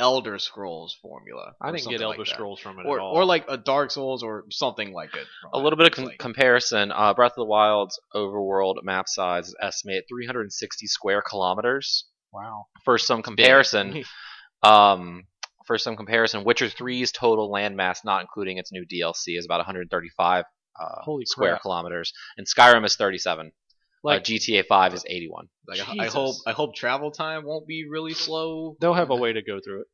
Speaker 3: Elder Scrolls formula.
Speaker 1: I
Speaker 3: or
Speaker 1: didn't get
Speaker 3: something
Speaker 1: Elder
Speaker 3: like that.
Speaker 1: Scrolls from it
Speaker 3: or
Speaker 1: at all.
Speaker 3: or like a Dark Souls or something like it.
Speaker 2: a little bit of com-
Speaker 3: Like,
Speaker 2: comparison. Uh, Breath of the Wild's overworld map size is estimated 360 square kilometers.
Speaker 1: wow.
Speaker 2: For some comparison, um, for some comparison, Witcher 3's total landmass, not including its new DLC, is about 135 uh,
Speaker 1: Holy
Speaker 2: square
Speaker 1: crap.
Speaker 2: kilometers, and Skyrim is Uh, 37. Like
Speaker 1: Like
Speaker 2: GTA 5 is 81.
Speaker 3: like, I I
Speaker 1: Jesus.
Speaker 3: hope I hope travel time won't be really slow.
Speaker 1: they'll have a way to go through it.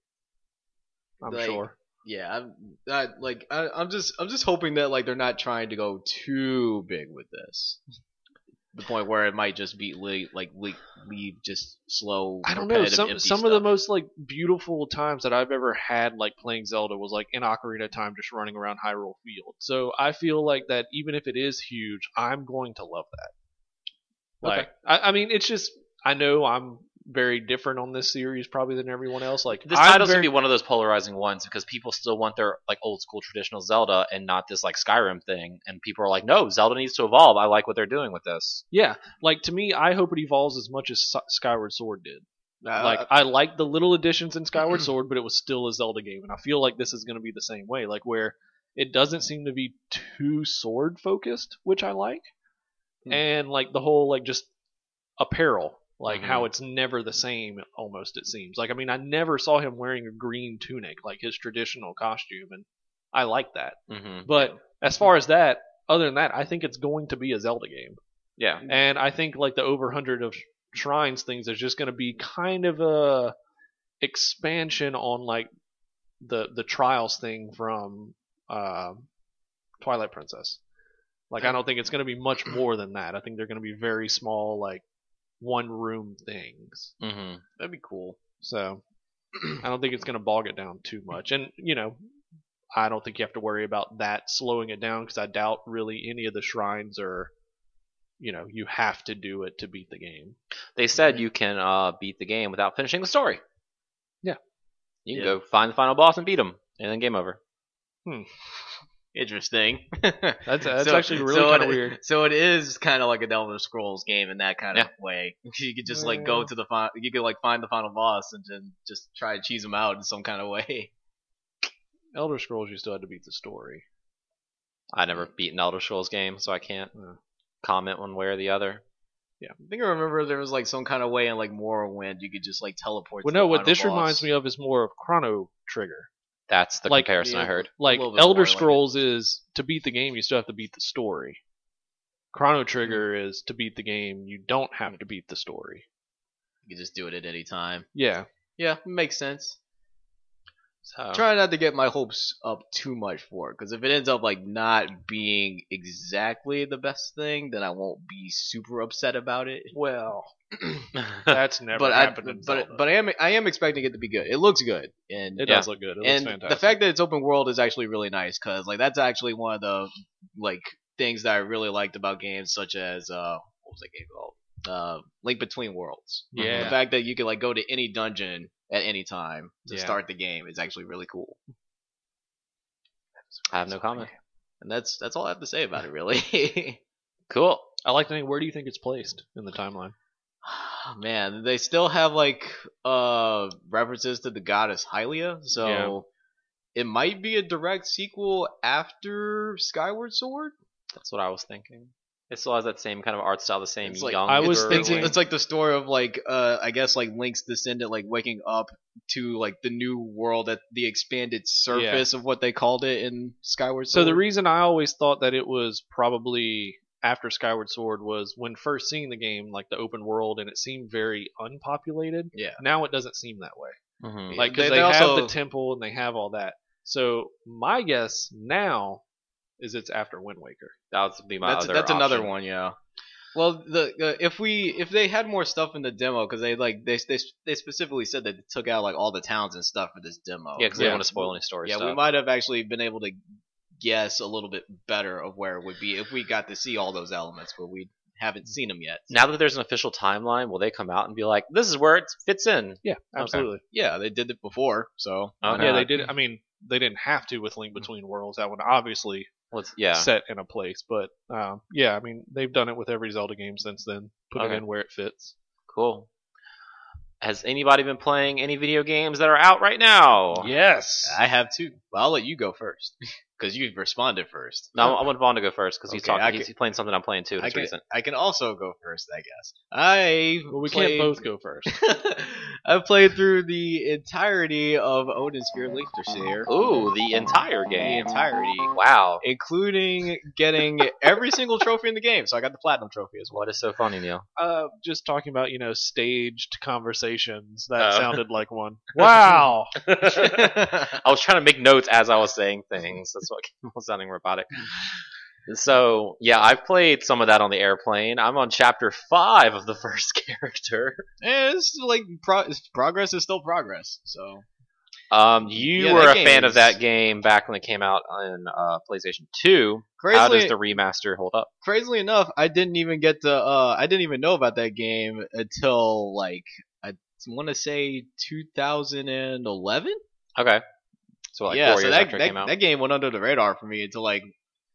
Speaker 1: I'm
Speaker 3: Like-
Speaker 1: sure.
Speaker 3: Yeah, I'm I, like I, I'm just I'm just hoping that like they're not trying to go too big with this, the point where it might just be le- like le- leave just slow.
Speaker 1: I don't know.
Speaker 3: repetitive,
Speaker 1: Some
Speaker 3: empty
Speaker 1: some of the
Speaker 3: stuff.
Speaker 1: most like beautiful times that I've ever had like playing Zelda was like in Ocarina of Time just running around Hyrule Field. So I feel like that even if it is huge, I'm going to love that.
Speaker 3: Okay.
Speaker 1: Like I, I mean it's just I know I'm very different on this series probably than everyone else. Like
Speaker 2: This
Speaker 1: I'm
Speaker 2: title's
Speaker 1: very,
Speaker 2: gonna be one of those polarizing ones because people still want their like old school traditional Zelda and not this like Skyrim thing. And people are like, no, Zelda needs to evolve. I like what they're doing with this.
Speaker 1: Yeah. Like to me I hope it evolves as much as Sy- Skyward Sword did.
Speaker 3: Uh,
Speaker 1: like I like the little additions in Skyward Sword, but it was still a Zelda game, and I feel like this is going to be the same way, like where it doesn't seem to be too sword focused, which I like,
Speaker 3: Hmm.
Speaker 1: and like the whole like just apparel, like
Speaker 2: Mhm.
Speaker 3: Mm-hmm.
Speaker 1: how it's never the same. Almost it seems like I mean I never saw him wearing a green tunic like his traditional costume, and I like that.
Speaker 2: Mm-hmm.
Speaker 1: But as far as that, other than that, I think it's going to be a Zelda game.
Speaker 2: Yeah.
Speaker 1: And I think like the over 100 of sh- shrines things is just going to be kind of a expansion on like the the trials thing from uh, Twilight Princess. Like I don't think it's going to be much more than that. I think they're going to be very small like one room things.
Speaker 2: Mm-hmm.
Speaker 3: that'd be cool.
Speaker 1: So I don't think it's going to bog it down too much. And you know, I don't think you have to worry about that slowing it down because I doubt really any of the shrines are. You know, you have to do it to beat the game.
Speaker 2: They said you can uh, beat the game without finishing the story.
Speaker 1: Yeah.
Speaker 2: You can
Speaker 3: Yeah.
Speaker 2: go find the final boss and beat him, and then game over.
Speaker 3: Interesting.
Speaker 1: That's that's
Speaker 3: So-
Speaker 1: actually really
Speaker 3: so
Speaker 1: kind of
Speaker 3: it-
Speaker 1: weird.
Speaker 3: So it is kind of like an Elder Scrolls game in that kind of way. You could just like go
Speaker 1: Yeah.
Speaker 3: to the fi- you could like find the final boss and then just try to cheese them out in some kind of way.
Speaker 1: Elder Scrolls, you still had to beat the story.
Speaker 2: I never beat an Elder Scrolls game, so I can't uh,
Speaker 1: Yeah.
Speaker 2: comment one way or the other.
Speaker 3: I think I remember there was like some kind of way in like Morrowind you could just like teleport.
Speaker 1: Well,
Speaker 3: to the
Speaker 1: no, what
Speaker 3: final
Speaker 1: this
Speaker 3: boss.
Speaker 1: reminds me of is more of Chrono Trigger.
Speaker 2: That's the
Speaker 1: Like,
Speaker 2: comparison I
Speaker 3: yeah.
Speaker 2: heard.
Speaker 1: Like
Speaker 3: little bit more
Speaker 1: Elder
Speaker 3: like it.
Speaker 1: Scrolls is to beat the game, you still have to beat the story. Chrono
Speaker 3: Mm-hmm.
Speaker 1: Trigger is to beat the game, you don't have to beat the story.
Speaker 3: You can just do it at any time.
Speaker 1: Yeah,
Speaker 3: Yeah, makes sense.
Speaker 2: So
Speaker 3: Try not to get my hopes up too much for it, because if it ends up like not being exactly the best thing, then I won't be super upset about it.
Speaker 1: well, that's never
Speaker 3: but I,
Speaker 1: happened in Zelda.
Speaker 3: but but I am I am expecting it to be good. It looks good, and
Speaker 1: it
Speaker 2: Yeah.
Speaker 1: does look good. It looks
Speaker 3: and
Speaker 1: fantastic.
Speaker 3: the fact that it's open world is actually really nice because like that's actually one of the like things that I really liked about games such as uh what was that game called uh Link Between Worlds.
Speaker 1: yeah,
Speaker 3: The fact that you can like go to any dungeon at any time to
Speaker 1: Yeah.
Speaker 3: start the game is actually really cool.
Speaker 2: I have no comment.
Speaker 3: And that's that's all I have to say about it really.
Speaker 2: Cool.
Speaker 1: I like to think where do you think it's placed in the timeline?
Speaker 3: Ah, Man, they still have like uh references to the goddess Hylia, so it might be a direct sequel after Skyward Sword.
Speaker 2: That's what I was thinking. It still has that same kind of art style, the same
Speaker 3: It's like-
Speaker 2: young.
Speaker 1: I was
Speaker 2: girly-
Speaker 1: thinking-
Speaker 3: It's like the story of like uh I guess like Link's descendant like waking up to like the new world at the expanded surface of what they called it in Skyward
Speaker 1: So
Speaker 3: Sword.
Speaker 1: the reason I always thought that it was probably after Skyward Sword was when first seeing the game, like the open world, and it seemed very unpopulated.
Speaker 3: Yeah.
Speaker 1: Now it doesn't seem that way.
Speaker 2: Mhm.
Speaker 1: Like because
Speaker 3: They-
Speaker 1: they,
Speaker 3: they
Speaker 1: have
Speaker 3: also-
Speaker 1: the temple and they have all that. So my guess now is it's after Wind Waker.
Speaker 2: that was be my
Speaker 3: that's
Speaker 2: other.
Speaker 3: that's another
Speaker 2: option.
Speaker 3: one, yeah. Well, the uh, if we if they had more stuff in the demo because they like they, they they specifically said that they took out like all the towns and stuff for this demo.
Speaker 2: Yeah, because they
Speaker 1: Yeah.
Speaker 2: don't want to spoil any story.
Speaker 3: yeah,
Speaker 2: stuff.
Speaker 3: we might have actually been able to guess a little bit better of where it would be if we got to see all those elements, but we haven't seen them yet.
Speaker 2: Now that there's an official timeline, will they come out and be like, "This is where it fits in"?
Speaker 1: Yeah, absolutely.
Speaker 3: yeah, they did it before, so why
Speaker 2: Okay.
Speaker 1: Yeah,
Speaker 3: not?
Speaker 1: they did. I mean, they didn't have to with Link Between Worlds. That one obviously
Speaker 2: Let's, yeah.
Speaker 1: set in a place, but um, yeah, I mean, they've done it with every Zelda game since then. Put
Speaker 2: Okay.
Speaker 1: it in where it fits.
Speaker 2: Cool. Has anybody been playing any video games that are out right now?
Speaker 1: Yes.
Speaker 3: I have two. Well, I'll let you go first because you responded first.
Speaker 2: No, I want Vaughn to go first because he's
Speaker 3: Okay, I
Speaker 2: talking.
Speaker 3: can-
Speaker 2: He's, he's playing something I'm playing too.
Speaker 3: I
Speaker 2: That's
Speaker 3: can,
Speaker 2: recent.
Speaker 3: I can also go first, I guess. I
Speaker 1: well, we
Speaker 3: played-
Speaker 1: can't both go first.
Speaker 3: I've played through the entirety of Odin Spirit Lichterseer.
Speaker 2: Ooh, the entire
Speaker 3: The
Speaker 2: game.
Speaker 3: entirety.
Speaker 2: Wow.
Speaker 3: Including getting every single trophy in the game. So I got the platinum trophy as well.
Speaker 2: What is so funny, Neil?
Speaker 1: Uh, just talking about you know staged conversations. That
Speaker 2: Oh.
Speaker 1: sounded like one. Wow.
Speaker 2: I was trying to make notes as I was saying things. That's what came out sounding robotic. So yeah, I've played some of that on the airplane. I'm on chapter five of the first character.
Speaker 3: Eh, it's like pro- it's- progress is still progress. So
Speaker 2: Um, you
Speaker 3: Yeah,
Speaker 2: were
Speaker 3: that
Speaker 2: a fan
Speaker 3: game
Speaker 2: of
Speaker 3: is-
Speaker 2: that game back when it came out on uh, PlayStation Two. How does
Speaker 3: crazily,
Speaker 2: the remaster hold up?
Speaker 3: crazily enough, I didn't even get to. Uh, I didn't even know about that game until like I want to say 2011.
Speaker 2: Okay, so like
Speaker 3: yeah,
Speaker 2: four
Speaker 3: so
Speaker 2: years
Speaker 3: that,
Speaker 2: after it
Speaker 3: that,
Speaker 2: came out.
Speaker 3: that game went under the radar for me until like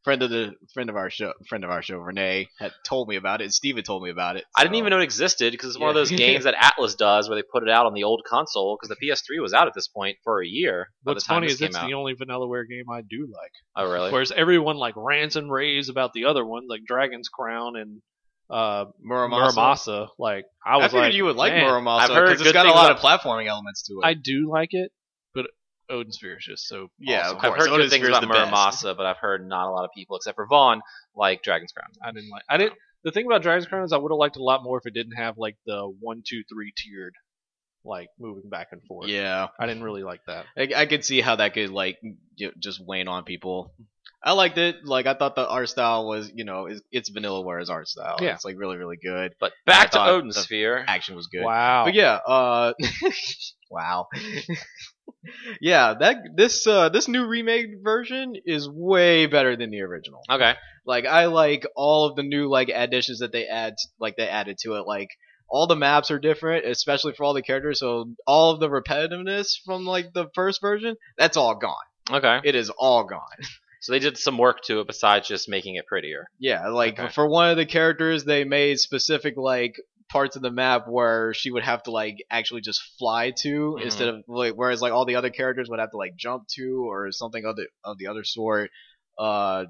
Speaker 3: friend of the friend of our show friend of our show Renee had told me about it. and Steve had told me about it.
Speaker 2: I didn't
Speaker 3: so-
Speaker 2: even know it existed because it's one of
Speaker 3: Yeah.
Speaker 2: those games that Atlas does where they put it out on the old console because the PS3 was out at this point for a year. By
Speaker 1: What's
Speaker 2: the time
Speaker 1: funny
Speaker 2: this
Speaker 1: is
Speaker 2: came
Speaker 1: it's
Speaker 2: out.
Speaker 1: the only Vanillaware game I do like.
Speaker 2: oh really?
Speaker 1: Whereas everyone like rants and raves about the other ones, like Dragon's Crown and uh,
Speaker 3: Muramasa.
Speaker 1: Muramasa. Like I
Speaker 3: I,
Speaker 1: was
Speaker 3: figured
Speaker 1: like,
Speaker 3: you would like
Speaker 1: "Man,
Speaker 3: Muramasa
Speaker 2: I've heard
Speaker 3: because it's
Speaker 2: good
Speaker 3: got a
Speaker 2: things
Speaker 3: lot of platforming elements to it.
Speaker 1: I do like it, but Odin Sphere is just so
Speaker 3: Yeah,
Speaker 1: awesome.
Speaker 3: of
Speaker 2: I've
Speaker 3: course,
Speaker 2: heard
Speaker 3: Otis
Speaker 2: good things
Speaker 3: Spear's
Speaker 2: about
Speaker 3: the best.
Speaker 2: Muramasa, but I've heard not a lot of people except for Vaughn like Dragon's Crown.
Speaker 1: I didn't like. I didn't. The thing about Dragon's Crown is I would have liked it a lot more if it didn't have like the one, two, three tiered, like moving back and forth.
Speaker 3: yeah,
Speaker 1: I didn't really like that.
Speaker 3: I, I could see how that could like you know, just wane on people. I liked it. Like I thowt the art style was, you know, it's, it's VanillaWare's art style.
Speaker 1: Yeah.
Speaker 3: It's like really, really good.
Speaker 2: But back to
Speaker 3: thought
Speaker 2: Odin
Speaker 3: the
Speaker 2: Sphere.
Speaker 3: Action was good.
Speaker 1: Wow.
Speaker 3: But yeah, uh, wow. yeah, that this uh, this new remade version is way better than the original.
Speaker 2: Okay.
Speaker 3: Like I like all of the new like additions that they add like they added to it. Like all the maps are different, especially for all the characters. So all of the repetitiveness from like the first version, that's all gone.
Speaker 2: Okay.
Speaker 3: It is all gone.
Speaker 2: So they did some work to it besides just making it prettier.
Speaker 3: Yeah, like
Speaker 2: Okay.
Speaker 3: for one of the characters, they made specific like parts of the map where she would have to like actually just fly to
Speaker 2: Mhm.
Speaker 3: instead of like whereas like all the other characters would have to like jump to or something other of the other sort. Uh,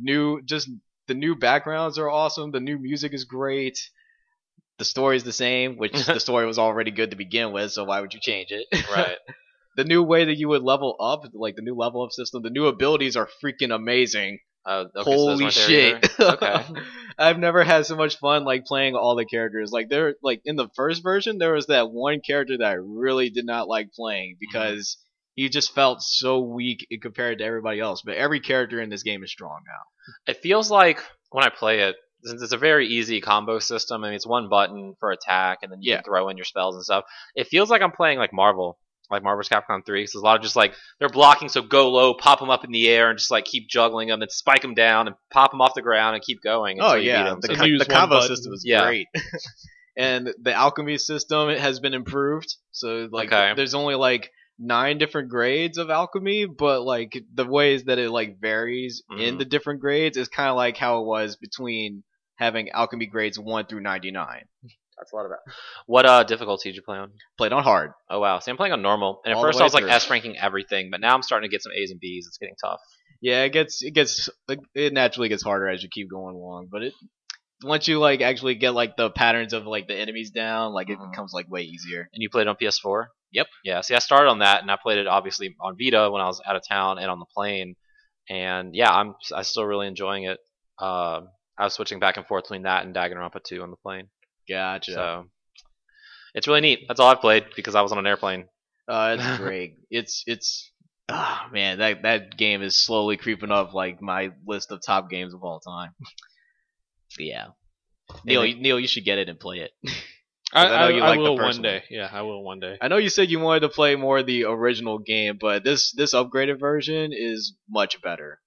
Speaker 3: new just the new backgrounds are awesome. The new music is great. The story is the same, which the story was already good to begin with, so why would you change it?
Speaker 2: Right.
Speaker 3: the new way that you would level up, like the new level up system, the new abilities are freaking amazing.
Speaker 2: Uh, okay, so those
Speaker 3: Holy
Speaker 2: weren't there either.
Speaker 3: shit!
Speaker 2: Okay.
Speaker 3: I've never had so much fun like playing all the characters. Like there, like in the first version, there was that one character that I really did not like playing because he just felt so weak in- compared to everybody else. But every character in this game is strong now.
Speaker 2: It feels like when I play it, since it's a very easy combo system, I mean, it's one button for attack, and then you
Speaker 3: Yeah.
Speaker 2: can throw in your spells and stuff. It feels like I'm playing like Marvel, like Marvel's Capcom 3. So there's a lot of just like, they're blocking, so go low, pop them up in the air, and just like keep juggling them, then spike them down, and pop them off the ground, and keep going.
Speaker 3: Oh
Speaker 2: until you beat
Speaker 3: yeah,
Speaker 2: 'em.
Speaker 3: the,
Speaker 1: So
Speaker 3: co-
Speaker 1: you
Speaker 3: the
Speaker 1: use one
Speaker 3: combo
Speaker 1: button.
Speaker 3: system is
Speaker 2: Yeah.
Speaker 3: great, and the alchemy system has been improved. So like,
Speaker 2: Okay.
Speaker 3: there's only like nine different grades of alchemy, but like the ways that it like varies in
Speaker 2: Mhm.
Speaker 1: Mm-hmm.
Speaker 3: the different grades is kind of like how it was between having alchemy grades one through ninety nine.
Speaker 2: That's a lot of that. What uh, difficulty did you play on?
Speaker 3: Played on hard.
Speaker 2: Oh wow, see, I'm playing on normal, and at
Speaker 3: All the
Speaker 2: first
Speaker 3: way
Speaker 2: I was like
Speaker 3: through.
Speaker 2: S ranking everything, but now I'm starting to get some A's and B's. It's getting tough.
Speaker 3: Yeah, it gets it gets it naturally gets harder as you keep going along, but it once you like actually get like the patterns of like the enemies down, like it
Speaker 1: Mm-hmm.
Speaker 2: Mhm.
Speaker 3: becomes like way easier.
Speaker 2: And you played it on PS4?
Speaker 3: Yep.
Speaker 2: Yeah. See, I started on that, and I played it obviously on Vita when I was out of town and on the plane. And yeah, I'm I still really enjoying it. Um, I was switching back and forth between that and Danganronpa 2 on the plane.
Speaker 3: Gotcha.
Speaker 2: So it's really neat. That's all I've played because I was on an airplane.
Speaker 3: Uh, it's great. It's it's ah man, that that game is slowly creeping up like my list of top games of all time. yeah, Neil,
Speaker 2: then-
Speaker 3: you, Neil, you should get it and play it.
Speaker 1: I,
Speaker 3: 'Cause I know
Speaker 1: I,
Speaker 3: you
Speaker 1: I
Speaker 3: like the
Speaker 1: will
Speaker 3: first
Speaker 1: one
Speaker 3: one.
Speaker 1: day. Yeah, I will one day.
Speaker 3: I know you said you wanted to play more of the original game, but this this upgraded version is much better.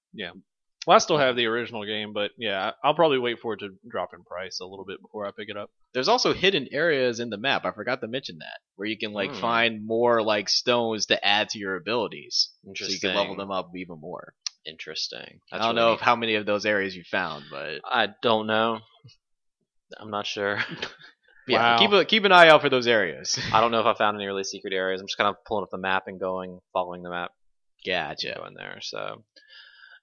Speaker 1: Well, I still have the original game, but yeah, I- I'll probably wait for it to drop in price a little bit before I pick it up.
Speaker 3: There's also hidden areas in the map. I forgot to mention that where you can like
Speaker 2: Hmm.
Speaker 3: find more like stones to add to your abilities, so you
Speaker 2: Interesting.
Speaker 3: can level them up even more.
Speaker 2: Interesting.
Speaker 3: I don't know if how many of those areas you found, but
Speaker 2: I don't know. I'm not sure.
Speaker 3: yeah,
Speaker 1: Wow.
Speaker 3: keep a, keep an eye out for those areas.
Speaker 2: I don't know if I found any really secret areas. I'm just kind of pulling up the map and going, following the map.
Speaker 3: gotcha.
Speaker 2: going there. So,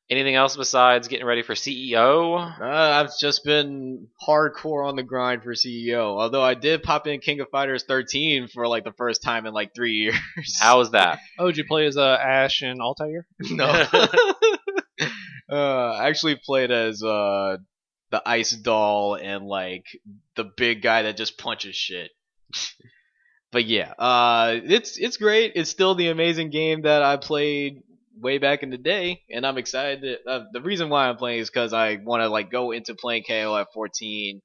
Speaker 2: anything else besides getting ready for E CEO?
Speaker 3: Uh, I've just been hardcore on the grind for CEO. Although I did pop in King of Fighters 13 for like the first time in like three years.
Speaker 2: How is that?
Speaker 1: Oh, did you play as uh, Ash and Altair?
Speaker 3: no. uh, I actually played as uh, the ice doll and like the big guy that just punches shit. but yeah, uh, it's it's great. It's still the amazing game that I played way back in the day, and I'm excited. That, uh, the reason why I'm playing is because I want to like go into playing KO at 14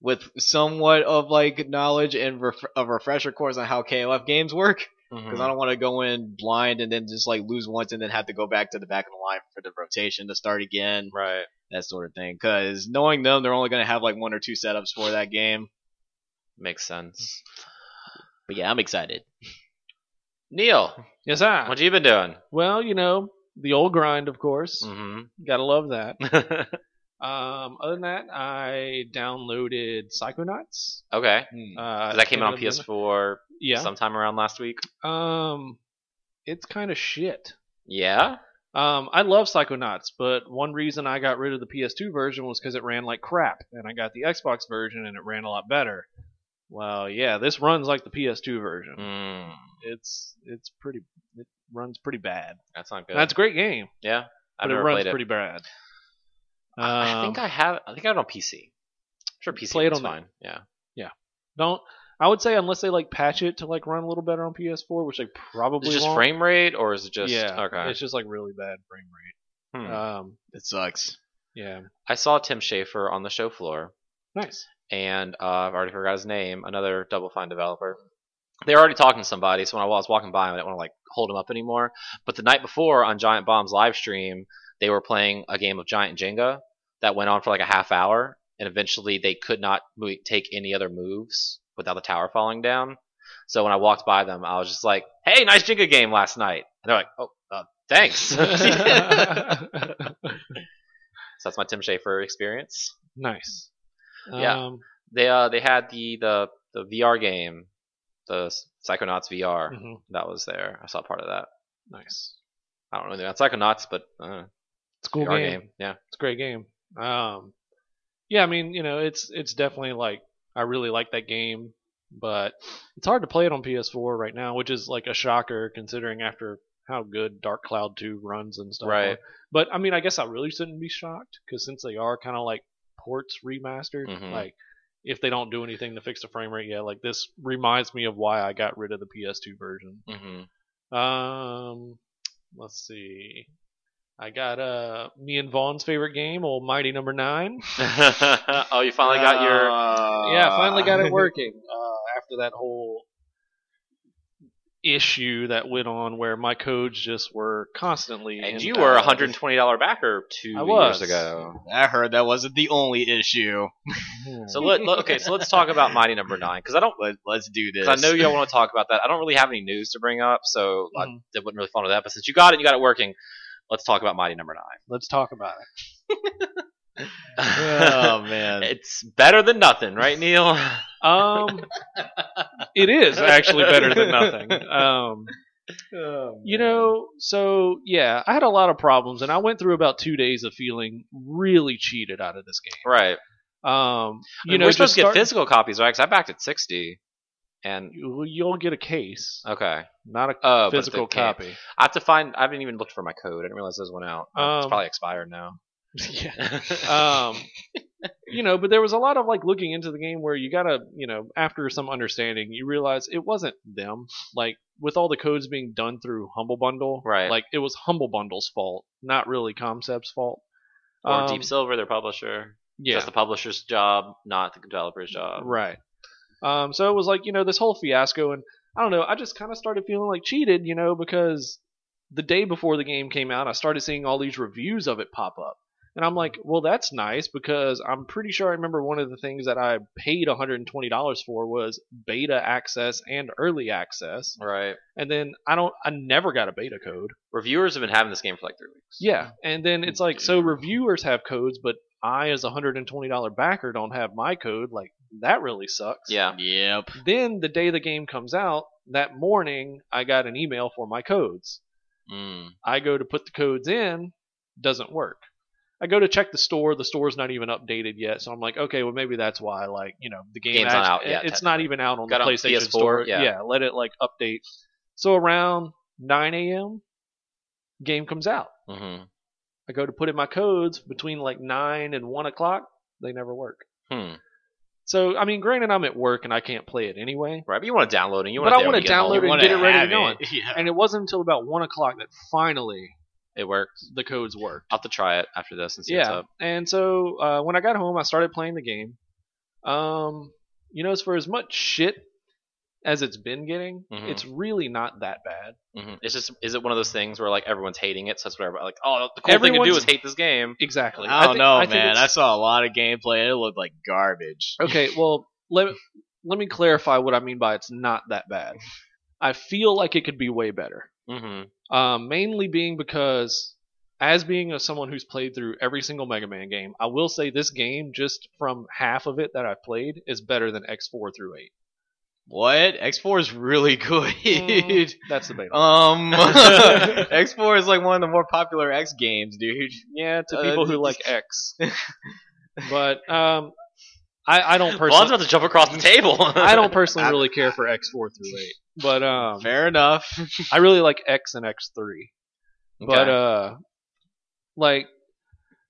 Speaker 3: with somewhat of like knowledge and ref- a refresher course on how KOF games work
Speaker 1: Mm-hmm.
Speaker 3: because I don't want to go in blind and then just like lose once and then have to go back to the back of the line for the rotation to start again,
Speaker 2: Right.
Speaker 3: that sort of thing. Because knowing them, they're only going to have like one or two setups for that game.
Speaker 2: Makes sense.
Speaker 3: But yeah, I'm excited.
Speaker 2: Neil,
Speaker 1: Yes, I.
Speaker 2: what you been doing?
Speaker 1: Well, you know, the old grind, of course.
Speaker 3: Mm.
Speaker 2: Mm-hmm.
Speaker 1: Gotta love that. Um, other than that, I downloaded Psychonauts.
Speaker 2: okay.
Speaker 1: Uh,
Speaker 2: So that came out on
Speaker 1: of the-
Speaker 2: PS4
Speaker 1: Yeah.
Speaker 2: sometime around last week.
Speaker 1: Um, it's kind of shit.
Speaker 2: Yeah.
Speaker 1: Um, I love Psychonauts, but one reason I got rid of the PS2 version was because it ran like crap, and I got the Xbox version and it ran a lot better. Well, yeah, this runs like the PS2 version.
Speaker 2: Mm,
Speaker 1: It's it's pretty. It runs pretty bad.
Speaker 2: that's not good.
Speaker 1: That's a great game,
Speaker 2: yeah.
Speaker 1: but
Speaker 2: I've
Speaker 1: it
Speaker 2: never
Speaker 1: runs
Speaker 2: played it.
Speaker 1: pretty bad. Um,
Speaker 2: I think I have. I think I have it on PC. Sure, PC.
Speaker 1: Play it
Speaker 2: it's
Speaker 1: on the-
Speaker 2: fine. Yeah.
Speaker 1: don't. I would say unless they like patch it to like run a little better on PS4, which they probably
Speaker 2: Is it just
Speaker 1: won't.
Speaker 2: frame rate or is it just
Speaker 1: yeah,
Speaker 2: okay?
Speaker 1: it's just like really bad frame rate.
Speaker 2: Hmm.
Speaker 1: Um,
Speaker 3: It sucks.
Speaker 1: yeah,
Speaker 2: I saw Tim Schafer on the show floor
Speaker 1: nice.
Speaker 2: and uh, I've already forgot his name, another Double Fine developer. They were already talking to somebody, so when I was walking by, I didn't want to like hold him up anymore. But the night before on Giant Bomb's live stream, they were playing a game of Giant Jenga that went on for like a half hour, and eventually they could not mo- take any other moves without the tower falling down. So when I walked by them, I was just like, "Hey, nice Jenga game last night," and they're like, "Oh, uh, thanks." so that's my Tim Schafer experience.
Speaker 1: nice.
Speaker 2: Yeah.
Speaker 1: Um,
Speaker 2: They uh they had the the the VR game, the S- Psychonauts VR
Speaker 1: mhm,
Speaker 2: that was there. I saw part of that.
Speaker 1: Nice.
Speaker 2: I don't know anything about Psychonauts, but uh,
Speaker 1: It's a cool
Speaker 2: VR
Speaker 1: game.
Speaker 2: game. Yeah.
Speaker 1: It's a great game. Um, yeah, I mean, you know, it's it's definitely like I really like that game, but it's hard to play it on PS4 right now, which is like a shocker considering after how good Dark Cloud 2 runs and stuff.
Speaker 2: Right.
Speaker 1: But I mean, I guess I really shouldn't be shocked because since they are kind of like ports remastered,
Speaker 2: Mhm.
Speaker 1: like if they don't do anything to fix the frame rate, yeah, like this reminds me of why I got rid of the PS2 version.
Speaker 2: Mm-hmm.
Speaker 1: Um, let's see. I got uh me and Vaughn's favorite game, Old Mighty Number Nine.
Speaker 2: oh, you finally got your.
Speaker 3: Uh,
Speaker 1: yeah, finally got it working uh, after that whole issue that went on where my codes just were constantly.
Speaker 2: And uh,
Speaker 1: in
Speaker 2: you were a
Speaker 1: dialogue.
Speaker 2: hundred and twenty dollar backer two
Speaker 1: I was.
Speaker 2: years ago.
Speaker 3: I heard that wasn't the only issue.
Speaker 1: Hmm.
Speaker 2: So let, let- okay, so let's talk about Mighty Number Nine because I don't.
Speaker 3: Let, let's do this.
Speaker 2: 'cause I know y'all want to talk about that. I don't really have any news to bring up, so I-
Speaker 1: Mhm.
Speaker 2: it wouldn't really fall into that. But since you got it, and you got it working. Let's talk about Mighty Number
Speaker 1: let's talk about it.
Speaker 2: Nine.
Speaker 3: oh man.
Speaker 2: It's better than nothing, right, Neil?
Speaker 1: Um, it is actually better than nothing. Um, You know, so yeah, I had a lot of problems, and I went through about two days of feeling really cheated out of this game.
Speaker 2: right.
Speaker 1: Um,
Speaker 2: I mean,
Speaker 1: you know,
Speaker 2: we're supposed
Speaker 1: just
Speaker 2: to get
Speaker 1: start-
Speaker 2: physical copies, right? Because I backed at sixty, and
Speaker 1: you- You'll get a case,
Speaker 2: okay,
Speaker 1: Uh, not a
Speaker 2: oh, but if
Speaker 1: physical
Speaker 2: it can't-
Speaker 1: copy.
Speaker 2: I have to find. I haven't even looked for my code. I didn't realize those went out. Oh, it's
Speaker 1: Um,
Speaker 2: probably expired now.
Speaker 1: yeah. um, you know, but there was a lot of like looking into the game where you gotta, you know, after some understanding, you realize it wasn't them. Like with all the codes being done through Humble Bundle,
Speaker 2: Right.
Speaker 1: Like it was Humble Bundle's fault, not really Concept's fault.
Speaker 2: or
Speaker 1: Um,
Speaker 2: Deep Silver, their publisher.
Speaker 1: yeah,
Speaker 2: That's the publisher's job, not the developer's job.
Speaker 1: right. Um, so it was like you know this whole fiasco, and I don't know. I just kind of started feeling like cheated, you know, because the day before the game came out, I started seeing all these reviews of it pop up. And I'm like, well, that's nice because I'm pretty sure I remember one of the things that I paid $120 for was beta access and early access.
Speaker 2: Right.
Speaker 1: And then I don't, I never got a beta code.
Speaker 2: Reviewers have been having this game for like three weeks.
Speaker 1: Yeah. And then it's like, so reviewers have codes, but I, as a $120 backer, don't have my code. Like, that really sucks.
Speaker 2: Yeah.
Speaker 3: Yep.
Speaker 1: Then the day the game comes out, that morning, I got an email for my codes.
Speaker 2: Mm.
Speaker 1: I go to put the codes in, doesn't work. I go to check the store, the store's not even updated yet, so I'm like, okay, well maybe that's why, like, you know, the game
Speaker 2: Game's not
Speaker 1: act-
Speaker 2: out yet,
Speaker 1: it's not
Speaker 2: technically.
Speaker 1: even out on
Speaker 2: Got
Speaker 1: the
Speaker 2: on
Speaker 1: PlayStation
Speaker 2: PS4,
Speaker 1: Store.
Speaker 2: yeah.
Speaker 1: let it like update. So around 9 a.m., game comes out.
Speaker 2: hmm
Speaker 1: I go to put in my codes between like 9 and 1 o'clock, they never work.
Speaker 2: Hmm.
Speaker 1: So I mean, granted, I'm at work and I can't play it anyway,
Speaker 2: Right, but you want to download it. You
Speaker 1: But
Speaker 2: want
Speaker 1: I wanna download it.
Speaker 2: it.
Speaker 1: Wanna get ready to go on.
Speaker 3: Yeah.
Speaker 1: and it wasn't until about 1 o'clock that finally
Speaker 2: It works.
Speaker 1: the codes worked.
Speaker 2: I'll have to try it after this and see what's
Speaker 1: yeah.
Speaker 2: up.
Speaker 1: And so uh, when I got home, I started playing the game. Um, you know, as for as much shit as it's been getting,
Speaker 2: Mhm.
Speaker 1: it's really not that bad.
Speaker 2: hmm It's just, is it one of those things where like everyone's hating it? So that's whatever. Like, oh, the cool thing to do
Speaker 1: Everyone's-
Speaker 2: is hate this game.
Speaker 1: Exactly. Oh,
Speaker 3: I don't
Speaker 1: thi-
Speaker 3: know,
Speaker 1: I think
Speaker 3: man. I
Speaker 1: it's- Oh.
Speaker 3: saw a lot of gameplay and it looked like garbage.
Speaker 1: okay. Well, let let me clarify what I mean by it's not that bad. I feel like it could be way better.
Speaker 2: hmm
Speaker 1: Um, mainly being because, as being a, someone who's played through every single Mega Man game, I will say this game, just from half of it that I've played, is better than X4 through 8.
Speaker 3: What? X4 is really good.
Speaker 1: Mm. That's debatable.
Speaker 3: Um, X4 is like one of the more popular X games, dude.
Speaker 1: Yeah, to
Speaker 3: Uh,
Speaker 1: people who like X. but um, I, I don't
Speaker 2: Vaughn's
Speaker 1: personally,
Speaker 2: about to jump across the table.
Speaker 1: I don't personally really care for X four through eight. But um,
Speaker 3: Fair enough.
Speaker 1: I really like X and X three. But
Speaker 2: Okay.
Speaker 1: uh, like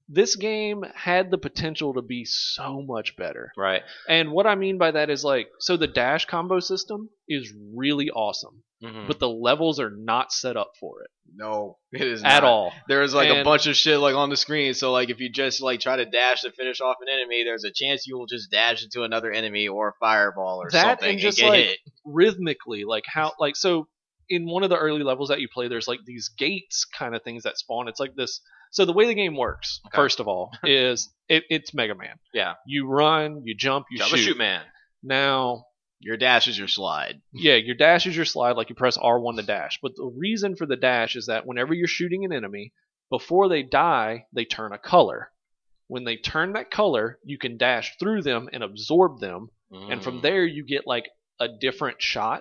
Speaker 1: this game had the potential to be so much better.
Speaker 2: right.
Speaker 1: And what I mean by that is like, so the dash combo system is really awesome,
Speaker 2: hmm
Speaker 1: but the levels are not set up for it
Speaker 3: no, it is
Speaker 1: at
Speaker 3: not.
Speaker 1: all.
Speaker 3: There was like a
Speaker 1: And-
Speaker 3: bunch of shit like on the screen, so like if you just like try to dash to finish off an enemy, there's a chance you will just dash into another enemy or a fireball or
Speaker 1: That
Speaker 3: something
Speaker 1: and just,
Speaker 3: get
Speaker 1: like-
Speaker 3: hit.
Speaker 1: rhythmically like how like so in one of the early levels that you play there's like these gates kind of things that spawn it's like this so the way the game works
Speaker 2: Okay.
Speaker 1: first of all is it, it's mega man
Speaker 2: Yeah.
Speaker 1: you run you jump you
Speaker 2: Jump
Speaker 1: shoot.
Speaker 2: and shoot, man.
Speaker 1: now
Speaker 3: Your dash is your slide.
Speaker 1: yeah your dash is your slide like you press r1 to dash but the reason for the dash is that whenever you're shooting an enemy before they die they turn a color when they turn that color you can dash through them and absorb them and from
Speaker 2: Mm.
Speaker 1: there you get like a different shot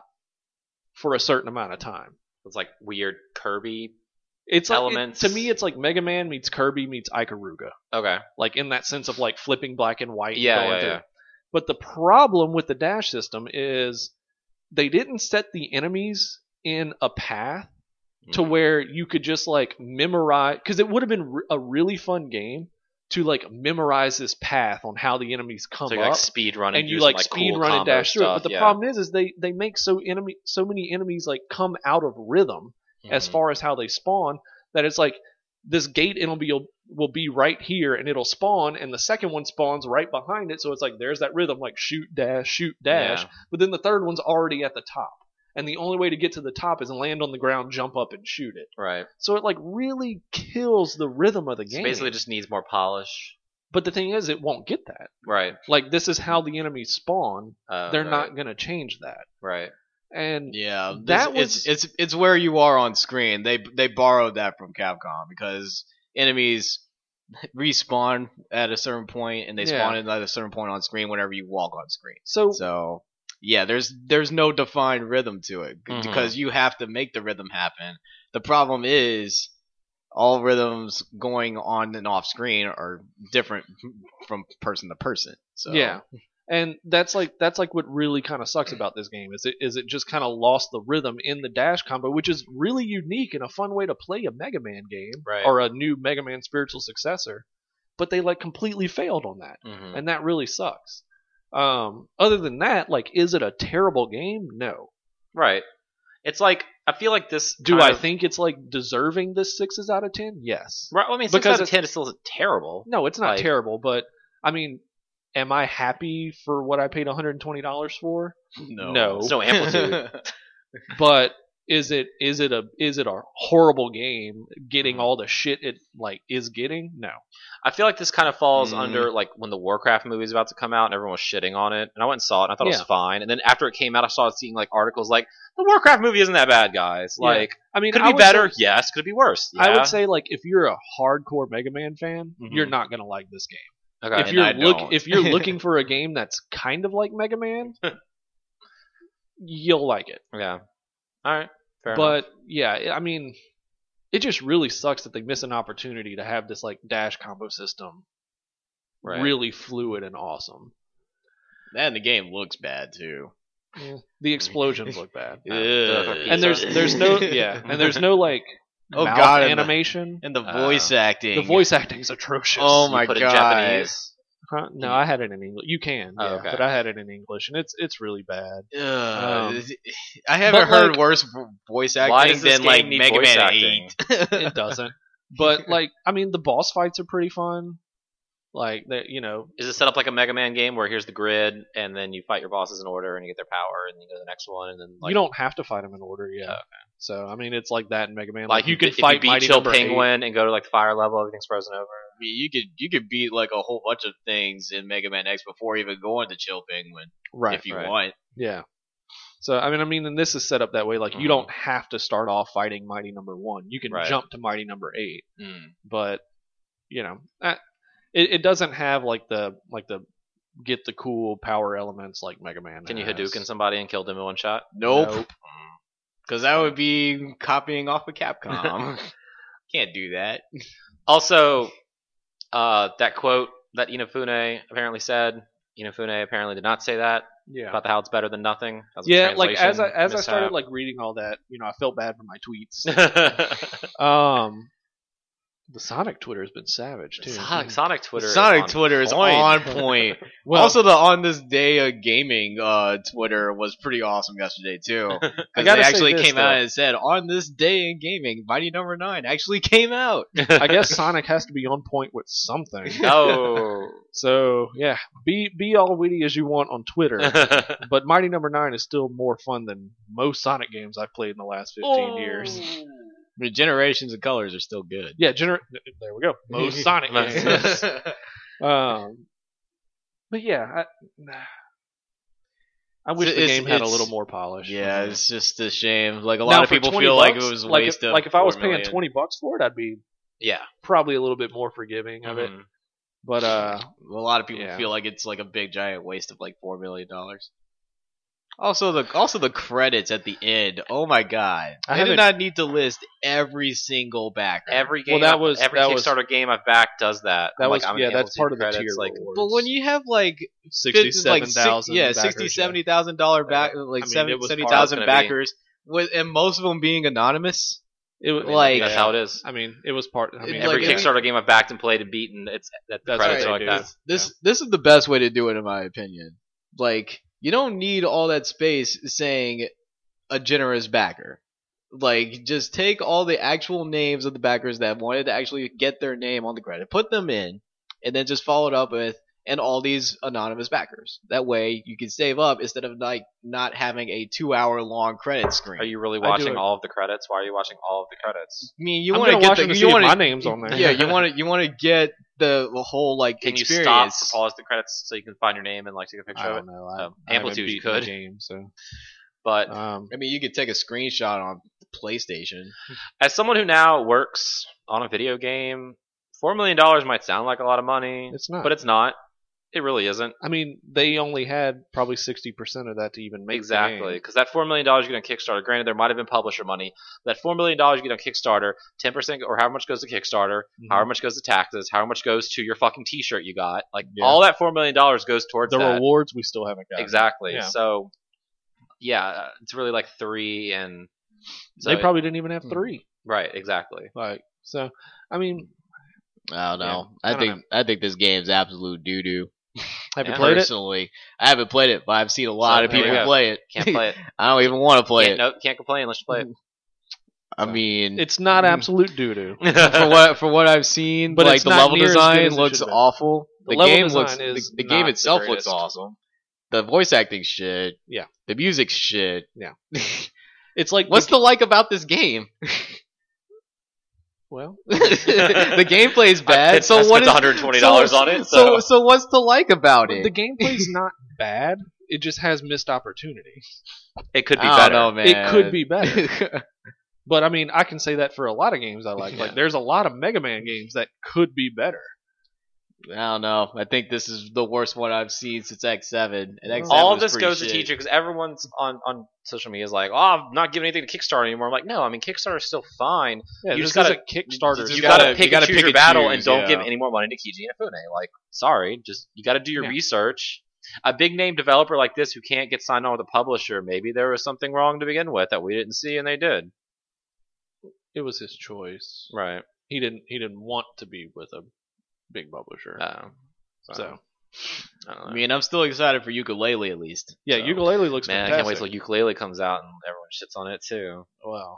Speaker 1: for a certain amount of time.
Speaker 2: it's like weird Kirby.
Speaker 1: It's
Speaker 2: Elements.
Speaker 1: like it- to me, it's like Mega Man meets Kirby meets Ikaruga,
Speaker 2: Okay.
Speaker 1: like in that sense of like flipping black and white. and
Speaker 2: Yeah,
Speaker 1: going
Speaker 2: yeah,
Speaker 1: through.
Speaker 2: yeah.
Speaker 1: But the problem with the dash system is they didn't set the enemies in a path to
Speaker 2: Mhm.
Speaker 1: where you could just like memorize because it would have been re- a really fun game to like memorize this path on how the enemies come
Speaker 2: So you
Speaker 1: up
Speaker 2: like speed running
Speaker 1: and you like, speed run and dash through it. But the problem is, is they they make so enemy so many enemies like come out of rhythm
Speaker 2: Mm-hmm.
Speaker 1: as far as how they spawn that it's like this gate it'll be will be right here and it'll spawn and the second one spawns right behind it so it's like there's that rhythm like shoot dash shoot dash but then the third one's already at the top and the only way to get to the top is land on the ground jump up and shoot it
Speaker 2: right.
Speaker 1: so it like really kills the rhythm of the
Speaker 2: So
Speaker 1: game
Speaker 2: basically, just needs more polish.
Speaker 1: but the thing is it won't get that
Speaker 2: Right.
Speaker 1: like this is how the enemies spawn
Speaker 2: Uh,
Speaker 1: they're
Speaker 2: right,
Speaker 1: not going to change that
Speaker 2: right.
Speaker 1: and
Speaker 3: Yeah,
Speaker 1: That
Speaker 3: that was
Speaker 1: was-
Speaker 3: it's, it's it's where you are on screen. They they borrowed that from Capcom because enemies respawn at a certain point and they
Speaker 1: Yeah.
Speaker 3: spawn at a certain point on screen whenever you walk on screen.
Speaker 1: so,
Speaker 3: So yeah, there's there's no defined rhythm to it
Speaker 1: Mm-hmm.
Speaker 2: Mhm.
Speaker 3: because you have to make the rhythm happen. The problem is all rhythms going on and off screen are different from person to person. So
Speaker 1: Yeah. And that's like that's like what really kind of sucks about this game is it is it just kind of lost the rhythm in the dash combo, which is really unique and a fun way to play a Mega Man game
Speaker 2: Right.
Speaker 1: or a new Mega Man spiritual successor. But they like completely failed on that,
Speaker 2: Mhm.
Speaker 1: and that really sucks. Um, other than that, like, is it a terrible game? No.
Speaker 2: Right. It's like I feel like this.
Speaker 1: Do
Speaker 2: kind
Speaker 1: I
Speaker 2: of-
Speaker 1: think it's like deserving this sixes out of ten? Yes.
Speaker 2: Right. well, I mean, six
Speaker 1: Because
Speaker 2: out of
Speaker 1: it's-
Speaker 2: ten is still terrible.
Speaker 1: No, it's not
Speaker 2: Like-
Speaker 1: terrible, but I mean, am I happy for what I paid one hundred and twenty dollars for?
Speaker 3: no,
Speaker 1: No.
Speaker 2: It's no amplitude.
Speaker 1: But is it is it a is it a horrible game
Speaker 2: Mm-hmm.
Speaker 1: getting all the shit it like is getting? No.
Speaker 2: I feel like this kind of falls
Speaker 1: Mm-hmm.
Speaker 3: Mm.
Speaker 2: under like when the Warcraft movie was about to come out and everyone was shitting on it, and I went and saw it and I thought it was
Speaker 1: Yeah.
Speaker 2: fine. And then after it came out, I started seeing like articles like the Warcraft movie isn't that bad, guys.
Speaker 1: Yeah.
Speaker 2: Like
Speaker 1: I mean,
Speaker 2: could
Speaker 1: I
Speaker 2: it be
Speaker 1: would
Speaker 2: better?
Speaker 1: say-
Speaker 2: yes. Could it be worse?
Speaker 1: I
Speaker 2: Yeah.
Speaker 1: would say like if you're a hardcore Mega Man fan,
Speaker 2: Mhm.
Speaker 1: you're not gonna like this game.
Speaker 2: Okay.
Speaker 1: if
Speaker 3: and
Speaker 1: you're
Speaker 3: I
Speaker 1: look
Speaker 3: don't.
Speaker 1: if you're looking for a game that's kind of like Mega Man, you'll like it.
Speaker 2: yeah. All right. Fair
Speaker 1: but
Speaker 2: enough.
Speaker 1: yeah, I- I mean, it just really sucks that they miss an opportunity to have this like dash combo system
Speaker 2: Right.
Speaker 1: really fluid and awesome.
Speaker 3: and the game looks bad too.
Speaker 2: Mm-hmm.
Speaker 1: The explosions look bad,
Speaker 2: Ugh.
Speaker 1: and there's there's no yeah, and there's no like
Speaker 3: Oh,
Speaker 1: mouth
Speaker 3: God, and the-
Speaker 1: animation.
Speaker 3: and the
Speaker 2: Uh,
Speaker 3: voice acting.
Speaker 1: the voice acting's atrocious.
Speaker 3: Oh
Speaker 2: You
Speaker 3: my
Speaker 2: put it
Speaker 3: God.
Speaker 2: Japanese.
Speaker 1: Huh? No, I had it in English. You can,
Speaker 2: Oh,
Speaker 1: yeah,
Speaker 2: okay.
Speaker 1: but I had it in English, and it's it's really bad.
Speaker 3: Ugh.
Speaker 1: Um,
Speaker 3: I haven't
Speaker 1: but,
Speaker 3: heard
Speaker 1: like-
Speaker 3: worse vo- voice acting
Speaker 2: Why does this
Speaker 3: than
Speaker 2: game
Speaker 3: like
Speaker 2: need
Speaker 3: Mega
Speaker 2: voice
Speaker 3: Man
Speaker 2: acting?
Speaker 3: 8.
Speaker 1: It doesn't, but like I mean, the boss fights are pretty fun. Like that, you know,
Speaker 2: Is it set up like a Mega Man game where here's the grid and then you fight your bosses in order and you get their power and you go to the next one and then like
Speaker 1: you don't have to fight them in order, yeah. So I mean, it's like that in Mega Man.
Speaker 2: like
Speaker 1: you can
Speaker 2: if
Speaker 1: fight
Speaker 2: you beat
Speaker 1: Mighty
Speaker 2: Chill
Speaker 1: Number Eight.
Speaker 2: Penguin and go to like the fire level, everything's frozen over.
Speaker 3: you could you could beat like a whole bunch of things in Mega Man X before even going to Chill Penguin
Speaker 1: right?
Speaker 3: if you
Speaker 2: right.
Speaker 3: want.
Speaker 1: yeah. So I mean, I mean, and this is set up that way. Like
Speaker 2: Mhm.
Speaker 1: you don't have to start off fighting Mighty Number One. You can
Speaker 2: Right.
Speaker 1: jump to Mighty Number Eight,
Speaker 3: Mm.
Speaker 1: but you know, that- it, it doesn't have like the like the get the cool power elements like Mega Man.
Speaker 2: Can you
Speaker 1: has.
Speaker 2: Hadouken somebody and kill them in one shot?
Speaker 3: Nope, because that would be copying off of Capcom. Can't do that.
Speaker 2: Also, uh, that quote that Inafune apparently said. Inafune apparently did not say that
Speaker 1: Yeah.
Speaker 2: about the how it's better than nothing. That was a
Speaker 1: Yeah, like as I
Speaker 2: translation
Speaker 1: as I
Speaker 2: mishap.
Speaker 1: started like reading all that, you know, I felt bad for my tweets. um, the Sonic Twitter has been savage too.
Speaker 2: Sonic, Sonic Twitter. is
Speaker 3: Sonic
Speaker 2: on
Speaker 3: Twitter is
Speaker 2: point.
Speaker 3: on point.
Speaker 1: Well,
Speaker 3: also, the on this day of gaming uh, Twitter was pretty awesome yesterday too.
Speaker 1: I
Speaker 3: Because they
Speaker 1: gotta say
Speaker 3: actually
Speaker 1: this,
Speaker 3: came out
Speaker 1: though.
Speaker 3: and said on this day in gaming, Mighty Number Nine actually came out.
Speaker 1: I guess Sonic has to be on point with something.
Speaker 2: no.
Speaker 1: So yeah, be be all witty as you want on Twitter, but Mighty Number Nine is still more fun than most Sonic games I've played in the last
Speaker 2: Oh.
Speaker 1: fifteen years.
Speaker 3: The generations of colors are still good.
Speaker 1: Yeah, gener- there we go. Most Sonic
Speaker 2: Most-
Speaker 1: games. um, but yeah, I, I wish the
Speaker 3: It's-
Speaker 1: game had a
Speaker 3: it's-
Speaker 1: little more polish. Mm-hmm.
Speaker 3: yeah, it's just a shame. Like a
Speaker 1: Now,
Speaker 3: lot of
Speaker 1: for
Speaker 3: people
Speaker 1: 20
Speaker 3: feel like it
Speaker 1: bucks,
Speaker 3: was a
Speaker 1: like
Speaker 3: waste
Speaker 1: if,
Speaker 3: of.
Speaker 1: like if I was
Speaker 3: 4
Speaker 1: paying
Speaker 3: million.
Speaker 1: twenty bucks for it, I'd be
Speaker 2: yeah.
Speaker 1: probably a little bit more forgiving of it.
Speaker 3: Mm-hmm.
Speaker 2: Mhm.
Speaker 1: But uh,
Speaker 3: a lot of people
Speaker 1: Yeah.
Speaker 3: feel like it's like a big giant waste of like four million dollars. Also the also the credits at the end. Oh my god!
Speaker 1: I
Speaker 3: I did
Speaker 1: haven't-
Speaker 3: not need to list every single backer.
Speaker 2: Every game,
Speaker 1: Well, that
Speaker 2: I've-
Speaker 1: was-
Speaker 2: every
Speaker 1: that was-
Speaker 2: Kickstarter game I've backed does that.
Speaker 1: that
Speaker 2: I'm like,
Speaker 1: was
Speaker 2: I'm
Speaker 1: yeah,
Speaker 2: able to
Speaker 1: that's
Speaker 2: see
Speaker 1: part of the
Speaker 2: credits,
Speaker 1: tier
Speaker 2: like,
Speaker 1: rewards.
Speaker 3: but when you have like fifty-
Speaker 1: sixty-seven
Speaker 3: like,
Speaker 1: thousand,
Speaker 3: six, yeah, sixty seventy thousand dollar back, like
Speaker 1: I mean,
Speaker 3: seven
Speaker 1: it was
Speaker 3: seventy
Speaker 1: hard.
Speaker 2: That's
Speaker 3: thousand
Speaker 2: gonna be-
Speaker 3: backers, with and most of them being anonymous.
Speaker 1: it, was-
Speaker 3: like-
Speaker 2: that's
Speaker 1: yeah.
Speaker 2: how it is.
Speaker 1: I mean, it was part. I mean,
Speaker 3: It's
Speaker 2: Every
Speaker 3: like-
Speaker 2: Kickstarter game I've backed and played and beaten, it's that the
Speaker 1: That's
Speaker 2: credits
Speaker 3: right,
Speaker 2: are like
Speaker 1: dude.
Speaker 2: that.
Speaker 3: This this is the best way to do it, in my opinion. Like you don't need all that space saying a generous backer. Like just take all the actual names of the backers that wanted to actually get their name on the credit, put them in, and then just follow it up with and all these anonymous backers. That way you can save up instead of like not having a two hour long credit screen.
Speaker 2: Are you really
Speaker 1: I do
Speaker 2: watching
Speaker 1: it.
Speaker 2: all of the credits? Why are you watching all of the credits?
Speaker 3: I mean, you
Speaker 1: I'm
Speaker 3: want
Speaker 1: gonna
Speaker 3: get
Speaker 1: watch
Speaker 3: the,
Speaker 1: them to
Speaker 3: you
Speaker 1: see if
Speaker 3: wanna-
Speaker 1: my name's on there.
Speaker 3: Yeah, you want to you want to get the, the whole like
Speaker 2: Can you
Speaker 3: experience.
Speaker 2: stop to pause the credits so you can find your name and like take a picture
Speaker 1: I
Speaker 2: of it?
Speaker 1: don't know. I,
Speaker 2: Um,
Speaker 1: I haven't
Speaker 2: Amplitude you
Speaker 1: beaten the
Speaker 2: could.
Speaker 1: game, so
Speaker 2: But
Speaker 1: um,
Speaker 3: I mean, you could take a screenshot on PlayStation.
Speaker 2: as someone who now works on a video game, four million dollars might sound like a lot of money,
Speaker 1: it's not.
Speaker 2: but it's not. It really isn't
Speaker 1: I mean, they only had probably sixty percent of that to even make the
Speaker 2: exactly
Speaker 1: game.
Speaker 2: because that four million dollars you get on Kickstarter. Granted, there might have been publisher money. That four million dollars you get on Kickstarter, ten percent or however much goes to Kickstarter,
Speaker 1: Mhm.
Speaker 2: however much goes to taxes, however much goes to your fucking T-shirt you got. Like
Speaker 1: Yeah.
Speaker 2: all that four million dollars goes towards
Speaker 1: The
Speaker 2: that.
Speaker 1: rewards we still haven't got.
Speaker 2: Exactly.
Speaker 1: Yeah.
Speaker 2: So, yeah, uh, it's really like three and so-
Speaker 1: they probably didn't even have
Speaker 3: Hmm.
Speaker 1: three.
Speaker 2: right. Exactly.
Speaker 1: Like so, I mean,
Speaker 3: I don't know.
Speaker 1: I
Speaker 3: I,
Speaker 1: don't
Speaker 3: think I think this game's absolute doo doo.
Speaker 1: have you
Speaker 2: Yeah.
Speaker 1: played it?
Speaker 3: Personally, I haven't played it, but I've seen a lot
Speaker 2: So,
Speaker 3: of
Speaker 2: there you
Speaker 3: people
Speaker 2: go.
Speaker 3: play it.
Speaker 2: Can't play it.
Speaker 3: I don't even want to play
Speaker 2: can't,
Speaker 3: it.
Speaker 2: No, can't complain unless you play it.
Speaker 3: I mean,
Speaker 1: It's not
Speaker 3: Mm.
Speaker 2: Mm-hmm.
Speaker 1: absolute doo doo.
Speaker 3: for what for what I've seen,
Speaker 1: But
Speaker 3: like
Speaker 1: it's
Speaker 3: the
Speaker 1: not
Speaker 3: level
Speaker 1: near as good
Speaker 3: design
Speaker 1: as it
Speaker 3: looks
Speaker 1: should be.
Speaker 3: awful.
Speaker 1: The
Speaker 3: The,
Speaker 1: level
Speaker 3: game
Speaker 1: design
Speaker 3: looks
Speaker 1: is
Speaker 3: the, the
Speaker 1: not
Speaker 3: game
Speaker 1: the
Speaker 3: itself looks
Speaker 1: greatest.
Speaker 3: awesome. The voice acting shit.
Speaker 1: Yeah.
Speaker 3: The music shit.
Speaker 1: Yeah. It's like
Speaker 3: What's the like about this game?
Speaker 1: well,
Speaker 3: the gameplay is bad.
Speaker 2: I, I
Speaker 3: so what
Speaker 2: spent
Speaker 3: is
Speaker 2: one hundred twenty dollars
Speaker 3: so-
Speaker 2: on it. So,
Speaker 3: so so what's to like about
Speaker 1: but
Speaker 3: it?
Speaker 1: the gameplay's not bad. It just has missed opportunity.
Speaker 2: it could be
Speaker 3: I don't
Speaker 2: better.
Speaker 3: know, man.
Speaker 1: It could be better.
Speaker 3: better.
Speaker 1: But I mean, I can say that for a lot of games I like. Like,
Speaker 3: Yeah.
Speaker 1: there's a lot of Mega Man games that could be better.
Speaker 3: I don't know. I think this is the worst one I've seen since X7. And X7
Speaker 2: All
Speaker 3: was
Speaker 2: this
Speaker 3: pretty
Speaker 2: goes
Speaker 3: shit.
Speaker 2: to teacher because everyone's on on social media is like, oh, I'm not giving anything to Kickstarter anymore. I'm like, no, I mean Kickstarter is still fine.
Speaker 1: Yeah,
Speaker 2: You
Speaker 1: this
Speaker 2: just gotta-
Speaker 1: isn't Kickstarter.
Speaker 3: Just
Speaker 2: you
Speaker 1: stuff.
Speaker 2: gotta,
Speaker 3: gotta-
Speaker 2: pick
Speaker 3: you gotta
Speaker 2: and choose
Speaker 3: pick
Speaker 2: your
Speaker 3: and
Speaker 2: battle
Speaker 3: choose,
Speaker 2: and don't
Speaker 3: yeah.
Speaker 2: give any more money to Kiji Inafune. Like, sorry, just you gotta do your
Speaker 1: Yeah.
Speaker 2: research. A big name developer like this who can't get signed on with a publisher, maybe there was something wrong to begin with that we didn't see and they did.
Speaker 1: it was his choice.
Speaker 2: Right.
Speaker 1: He didn't. He didn't want to be with a big publisher.
Speaker 2: Uh,
Speaker 1: so
Speaker 2: I don't know.
Speaker 3: I mean, I'm still excited for ukulele at least.
Speaker 1: yeah,
Speaker 2: so-
Speaker 1: ukulele looks
Speaker 2: Man, I can't wait
Speaker 1: fantastic.
Speaker 2: till ukulele comes out and everyone shits on it too.
Speaker 1: wow.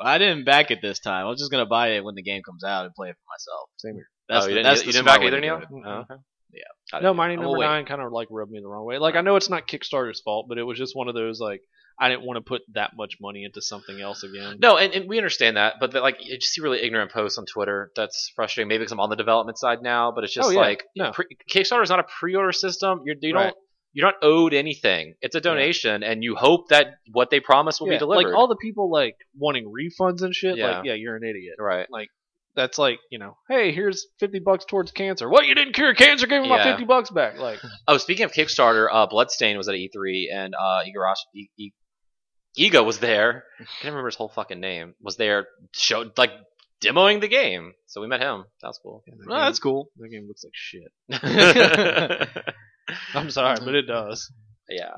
Speaker 3: I didn't back it this time. I was just gonna buy it when the game comes out and play it for myself.
Speaker 1: Same here.
Speaker 2: oh,
Speaker 3: That's the,
Speaker 2: you didn't,
Speaker 3: that's
Speaker 2: you
Speaker 3: the
Speaker 2: didn't
Speaker 3: smart
Speaker 2: back
Speaker 3: way
Speaker 2: either,
Speaker 3: to do
Speaker 2: Neil?
Speaker 3: it.
Speaker 1: Mm-mm.
Speaker 2: Oh, okay. Got it.
Speaker 1: No, mining
Speaker 3: I'm
Speaker 1: number
Speaker 3: awake.
Speaker 1: nine kind of like rubbed me the wrong way. Like I know it's not Kickstarter's fault, but it was just one of those like I didn't want to put that much money into something else again.
Speaker 2: No, and, and we understand that, but that, like you just see really ignorant posts on Twitter. That's frustrating. Maybe because I'm on the development side now, but it's just
Speaker 1: Oh, yeah.
Speaker 2: like
Speaker 1: No.
Speaker 2: pre- Kickstarter is not a pre-order system. You're, you
Speaker 1: Right.
Speaker 2: don't you're not owed anything. It's a donation, and you hope that what they promise will
Speaker 1: Yeah,
Speaker 2: be delivered.
Speaker 1: Like all the people like wanting refunds and shit.
Speaker 2: Yeah.
Speaker 1: Like yeah, you're an idiot.
Speaker 2: right.
Speaker 1: That's like you know, hey, here's fifty bucks towards cancer. What you didn't cure cancer? Give me my
Speaker 2: Yeah.
Speaker 1: fifty bucks back. Like
Speaker 2: Oh, speaking of Kickstarter, uh, Bloodstain was at E3, and uh, Igarashi, I- I- Iga was there. I can't remember his whole fucking name. Was there showed like demoing the game, so we met him. That was cool.
Speaker 1: that,
Speaker 3: Oh, that's cool.
Speaker 1: game, that game looks like shit.
Speaker 2: yeah,
Speaker 1: I'm sorry, but it does.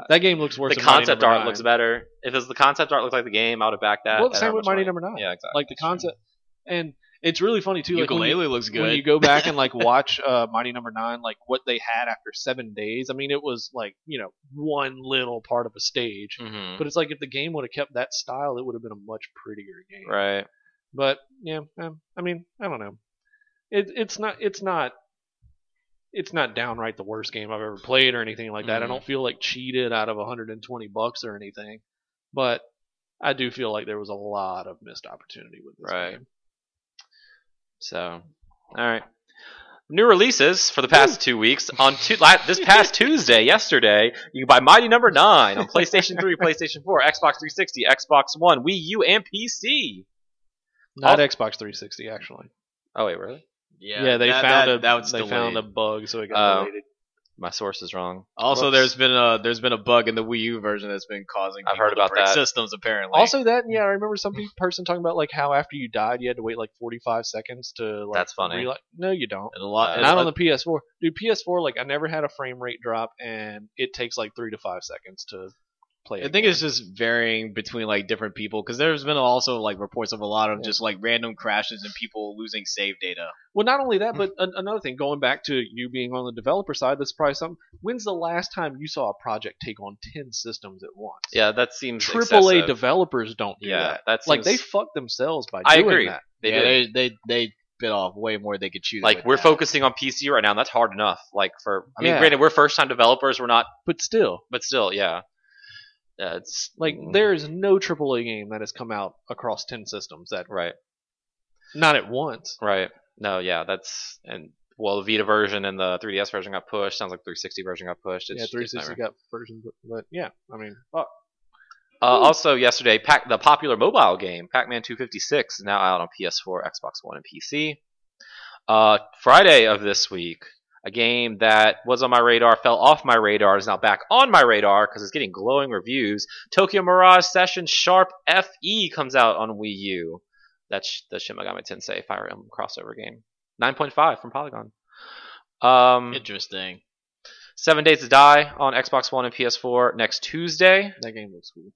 Speaker 1: That game looks worse.
Speaker 2: the
Speaker 1: than Mighty
Speaker 2: concept
Speaker 1: Number
Speaker 2: art
Speaker 1: Nine.
Speaker 2: looks better. If it was the concept art looked like the game, I would have backed that.
Speaker 1: Well, the
Speaker 2: at
Speaker 1: same
Speaker 2: how
Speaker 1: with
Speaker 2: much
Speaker 1: Mighty Number
Speaker 2: money.
Speaker 1: Nine.
Speaker 2: Yeah, exactly.
Speaker 1: Like the concept, and it's really funny too. Like when you-
Speaker 3: ukulele looks good.
Speaker 1: when you go back and like watch uh Mighty Number Nine, like what they had after seven days. I mean, it was like you know one little part of a stage,
Speaker 2: Mhm.
Speaker 1: but it's like if the game would have kept that style, it would have been a much prettier game.
Speaker 2: Right.
Speaker 1: But yeah, um, I mean, I don't know. It, it's not. It's not. It's not downright the worst game I've ever played or anything like that. I
Speaker 3: Mm-hmm.
Speaker 2: Mhm.
Speaker 1: don't feel like cheated out of 120 bucks or anything, but I do feel like there was a lot of missed opportunity with this
Speaker 2: Right.
Speaker 1: game.
Speaker 2: So, all right. New releases for the past two weeks. On tu- la- this past Tuesday, yesterday, you can buy Mighty Number Nine on PlayStation 3, PlayStation 4, Xbox 360, Xbox One, Wii U, and PC.
Speaker 1: Not
Speaker 2: I'll-
Speaker 1: Xbox 360 actually.
Speaker 2: Oh wait, really?
Speaker 1: Yeah, they
Speaker 3: that-
Speaker 1: found
Speaker 3: that-
Speaker 1: a
Speaker 3: that was
Speaker 1: they
Speaker 3: delayed. Um,
Speaker 1: found a bug, so it got
Speaker 2: Oh.
Speaker 1: deleted.
Speaker 2: My source is wrong.
Speaker 3: Also,
Speaker 2: Whoops.
Speaker 3: there's been a there's been a bug in the Wii U version that's been causing.
Speaker 2: I've
Speaker 3: people
Speaker 2: heard
Speaker 3: to
Speaker 2: about
Speaker 3: break
Speaker 2: that.
Speaker 3: Systems apparently.
Speaker 1: Also, that yeah, I remember some pe- person talking about like how after you died, you had to wait like 45 seconds to like.
Speaker 2: That's funny.
Speaker 1: reali- no, you don't.
Speaker 3: and a lot.
Speaker 2: Uh,
Speaker 3: and
Speaker 1: Not
Speaker 3: a-
Speaker 1: on the PS4, dude. PS4, like I never had a frame rate drop, and it takes like three to five seconds to play.
Speaker 3: I think it's
Speaker 2: uh,
Speaker 3: just varying between like different people because there's been also like reports of a lot of
Speaker 1: Yeah.
Speaker 3: just like random crashes and people losing save data.
Speaker 1: well, not only
Speaker 2: Hmm.
Speaker 1: that, but an- another thing. Going back to you being on the developer side, that's probably something. When's the last time you saw a project take on 10 systems at once?
Speaker 2: Yeah, that seems
Speaker 1: Triple A
Speaker 2: excessive.
Speaker 1: developers don't do
Speaker 2: Yeah,
Speaker 1: that.
Speaker 2: that's
Speaker 1: Like they fuck themselves by
Speaker 2: I
Speaker 1: doing
Speaker 2: agree.
Speaker 1: that.
Speaker 2: They
Speaker 3: yeah,
Speaker 2: did.
Speaker 3: they they they bit off way more than they could chew.
Speaker 2: like
Speaker 3: with
Speaker 2: we're
Speaker 3: that.
Speaker 2: focusing on PC right now, and that's hard enough. Like for I mean,
Speaker 1: Yeah.
Speaker 2: granted, we're first time developers, we're not,
Speaker 1: But still,
Speaker 2: but still, yeah. Yeah, it's
Speaker 1: Like
Speaker 2: mm,
Speaker 1: there is no AAA game that has come out across ten systems that
Speaker 2: right,
Speaker 1: not at once.
Speaker 2: right. No, yeah, that's and well, the Vita version and the 3DS version got pushed. Sounds like 360 version got pushed. It's
Speaker 1: yeah,
Speaker 2: just a
Speaker 1: 360
Speaker 2: nightmare.
Speaker 1: got versions, but- but yeah, I mean, fuck.
Speaker 2: Uh, also, yesterday, Pac- the popular mobile game Pac-Man 256 is now out on PS4, Xbox One, and PC. Uh, Friday of this week, a game that was on my radar, fell off my radar, is now back on my radar because it's getting glowing reviews. Tokyo Mirage Session Sharp FE comes out on Wii U. That's the Shin Megami Tensei Fire Emblem crossover game. 9.5 from Polygon. Um,
Speaker 3: Interesting.
Speaker 2: Seven Days to Die on Xbox One and PS4 next Tuesday.
Speaker 3: That game looks cool.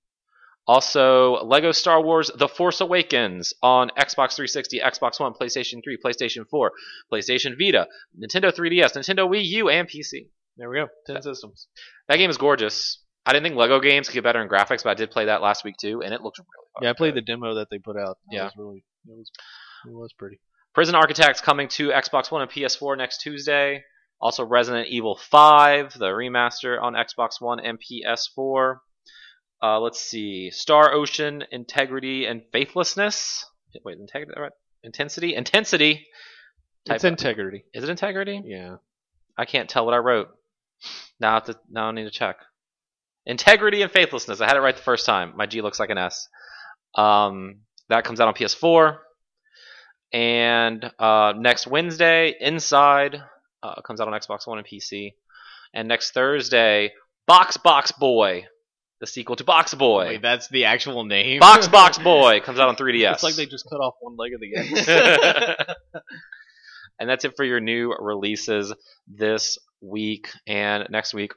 Speaker 2: Also, Lego Star Wars The Force Awakens on Xbox 360, Xbox One, PlayStation 3, PlayStation 4, PlayStation Vita, Nintendo 3DS, Nintendo Wii U, and PC.
Speaker 1: There we go. Ten systems.
Speaker 2: That game is gorgeous. I didn't think Lego games could get better in graphics, but I did play that last week too, and it looked really
Speaker 1: Yeah, I played the demo that they put out. That
Speaker 2: Yeah.
Speaker 1: was really it was it was pretty.
Speaker 2: Prison Architects coming to Xbox One and PS4 next Tuesday. Also, Resident Evil 5, the remaster on Xbox One and PS4. Uh, let's see. Star Ocean, Integrity, and Faithlessness. Wait, integrity, right? Intensity? Intensity! Type
Speaker 1: it's
Speaker 2: up.
Speaker 1: integrity.
Speaker 2: Is it Integrity?
Speaker 1: Yeah.
Speaker 2: I can't tell what I wrote. Now I, have to, now I need to check. Integrity and Faithlessness. I had it right the first time. My G looks like an S. Um, that comes out on PS4. And uh, next Wednesday, Inside uh, comes out on Xbox One and PC. And next Thursday, Box Box Boy, the sequel to Box Boy.
Speaker 3: Wait, that's the actual name.
Speaker 2: Box Box Boy comes out on 3DS.
Speaker 1: It's like they just cut off one leg of the game.
Speaker 2: and that's it for your new releases this week and next week.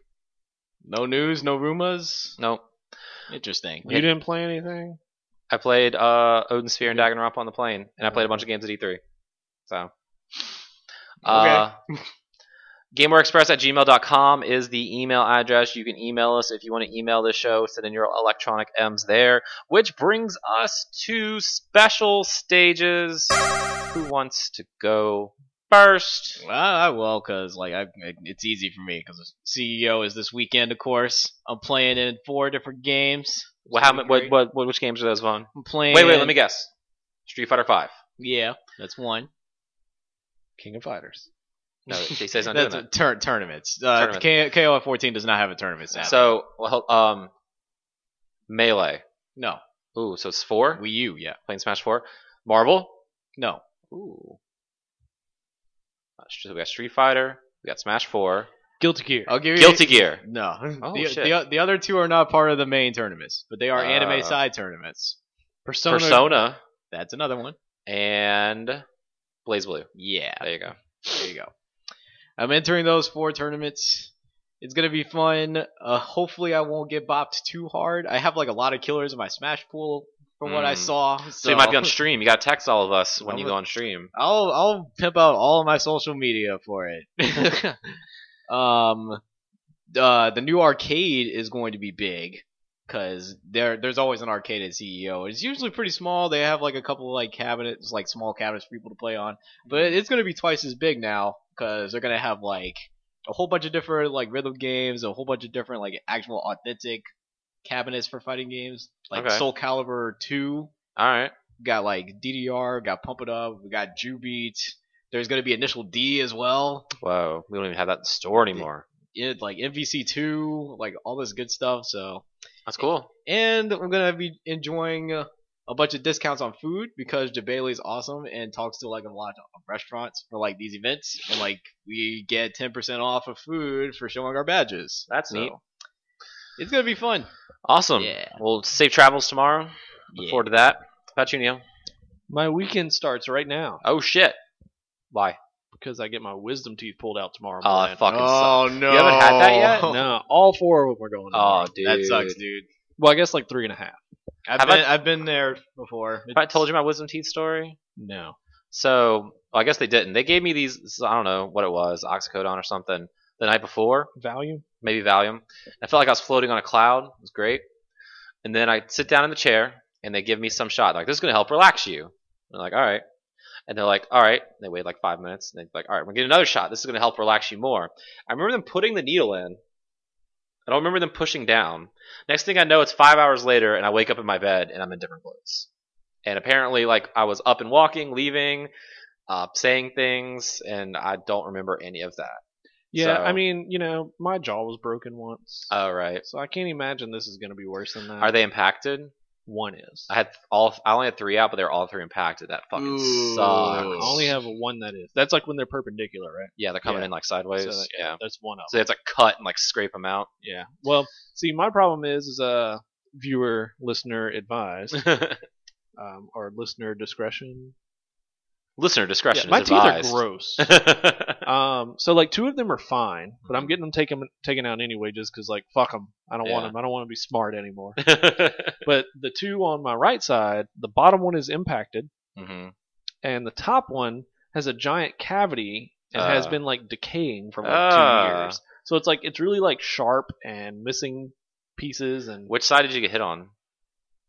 Speaker 3: No news, no rumors.
Speaker 2: No,
Speaker 3: Interesting.
Speaker 1: you didn't play anything?
Speaker 2: I played uh, Odin Sphere and Danganronpa on the plane, and I played a bunch of games at E3. So, uh, GameWare Express at gmail.com is the email address. You can email us if you want to email this show. Send in your electronic M's there, which brings us to special stages. Who wants to go first?
Speaker 3: Well, I will, cause like I, it's easy for me, cause CEO is this weekend, of course. I'm playing in four different games.
Speaker 2: Well, how, ma- what, what, what, which games are those, Vaughn?
Speaker 3: I'm playing.
Speaker 2: Wait, wait, let me guess. Street Fighter Five.
Speaker 3: Yeah, that's one.
Speaker 1: King of Fighters.
Speaker 2: No, he says not doing
Speaker 3: That's
Speaker 2: that.
Speaker 3: tur- tournaments. Uh,
Speaker 2: Tournament.
Speaker 3: K- KOF 14 does not have a tournament. Sadly.
Speaker 2: So, well, um, Melee.
Speaker 3: no,
Speaker 2: Ooh, so it's four.
Speaker 3: Wii U, yeah,
Speaker 2: playing Smash Four. Marvel.
Speaker 3: no.
Speaker 2: Ooh. Uh, So we got Street Fighter. We got Smash Four.
Speaker 1: Guilty Gear.
Speaker 3: I'll give you
Speaker 2: Guilty Gear.
Speaker 3: No,
Speaker 2: Oh,
Speaker 3: the,
Speaker 2: shit.
Speaker 3: The, the other two are not part of the main tournaments, but they are
Speaker 2: Uh,
Speaker 3: anime side tournaments.
Speaker 1: Persona.
Speaker 2: Persona
Speaker 3: That's another one.
Speaker 2: and Blaze Blue.
Speaker 3: Yeah,
Speaker 2: There you go.
Speaker 3: there you go. I'm entering those four tournaments. It's gonna be fun. Uh, hopefully, I won't get bopped too hard. I have like a lot of killers in my Smash pool, from what I
Speaker 2: Mm.
Speaker 3: saw. So,
Speaker 2: So you might be on stream. You got to text all of us when
Speaker 3: I'm
Speaker 2: you
Speaker 3: a-
Speaker 2: go on stream.
Speaker 3: I'll I'll pimp out all of my social media for it. um, uh, the new arcade is going to be big because there there's always an arcade at CEO. It's usually pretty small. They have like a couple like cabinets, like small cabinets for people to play on. But it's going to be twice as big now because they're going to have like a whole bunch of different like rhythm games, a whole bunch of different like actual authentic cabinets for fighting games, like
Speaker 2: Okay.
Speaker 3: Soul Calibur Two
Speaker 2: All right.
Speaker 3: got like DDR, got Pump It Up, we got Jubeat. There's gonna be Initial D as well.
Speaker 2: Whoa. We don't even have that in the store anymore.
Speaker 3: It, like MVC two, like all this good stuff. So,
Speaker 2: That's cool.
Speaker 3: and I'm gonna be enjoying uh, a bunch of discounts on food because Jabali's awesome and talks to like a lot of restaurants for like these events, and like we get 10% off of food for showing our badges.
Speaker 2: That's
Speaker 3: So,
Speaker 2: neat.
Speaker 3: It's gonna be fun.
Speaker 2: Awesome.
Speaker 3: Yeah.
Speaker 2: Well, safe travels tomorrow. Look
Speaker 3: Yeah.
Speaker 2: forward to that. How about you, Neil?
Speaker 1: My weekend starts right now
Speaker 2: Oh shit. Why?
Speaker 1: because I get my wisdom teeth pulled out tomorrow
Speaker 2: Oh,
Speaker 1: morning.
Speaker 2: it fucking sucks.
Speaker 3: oh no,
Speaker 2: You haven't had that yet?
Speaker 1: No, all four of them are going.
Speaker 2: Oh,
Speaker 1: tomorrow.
Speaker 2: dude.
Speaker 3: That sucks, dude.
Speaker 1: Well, I guess like three and a half.
Speaker 3: I've
Speaker 2: Have
Speaker 3: been,
Speaker 2: I-
Speaker 3: I've been there before.
Speaker 2: Have I told you my wisdom teeth story?
Speaker 1: No.
Speaker 2: So well, I guess they didn't. They gave me these. I don't know what it was, oxycodone or something, the night before,
Speaker 1: Value?
Speaker 2: maybe Valium. I felt like I was floating on a cloud. It was great. And then I sit down in the chair, and they give me some shot. They're like this is gonna help relax you. And I'm like, all right. And they're like, all right. And they wait like five minutes, and they're like, all right, we're gonna get another shot. This is gonna help relax you more. I remember them putting the needle in. I don't remember them pushing down. Next thing I know, it's five hours later, and I wake up in my bed and I'm in different clothes. And apparently, like I was up and walking, leaving, uh, saying things, and I don't remember any of that.
Speaker 1: Yeah,
Speaker 2: So-
Speaker 1: I mean, you know, my jaw was broken once. Oh.
Speaker 2: All right.
Speaker 1: so I can't imagine this is going to be worse than that.
Speaker 2: Are they impacted?
Speaker 1: one is.
Speaker 2: I had all. I only had three out, but they were all three impacted. That fucking
Speaker 3: Ooh.
Speaker 1: I
Speaker 2: sucks.
Speaker 1: only have one that is. That's like when they're perpendicular, right?
Speaker 2: yeah, they're coming
Speaker 1: yeah.
Speaker 2: in like sideways.
Speaker 1: So that-
Speaker 2: yeah.
Speaker 1: That's one of
Speaker 2: So they have to cut and like scrape them out.
Speaker 1: Yeah. Well, see, my problem is, is uh, viewer listener advised, um, or listener discretion.
Speaker 2: Listener
Speaker 1: Yeah,
Speaker 2: discretion
Speaker 1: my
Speaker 2: is
Speaker 1: teeth are
Speaker 2: advised.
Speaker 1: gross.
Speaker 2: gross.
Speaker 1: um, so like two of them are fine, but
Speaker 2: Mhm.
Speaker 1: I'm getting them taken taken out anyway, just because like fuck them. I don't 'em. want
Speaker 2: Yeah.
Speaker 1: them. I don't want to be smart anymore. but the two on my right side, the bottom one is impacted,
Speaker 2: hmm
Speaker 1: and the top one has a giant cavity and
Speaker 2: Uh.
Speaker 1: has been like decaying for like two
Speaker 2: Ah.
Speaker 1: years. So it's like it's really like sharp and missing pieces and
Speaker 2: Which side did you get hit on?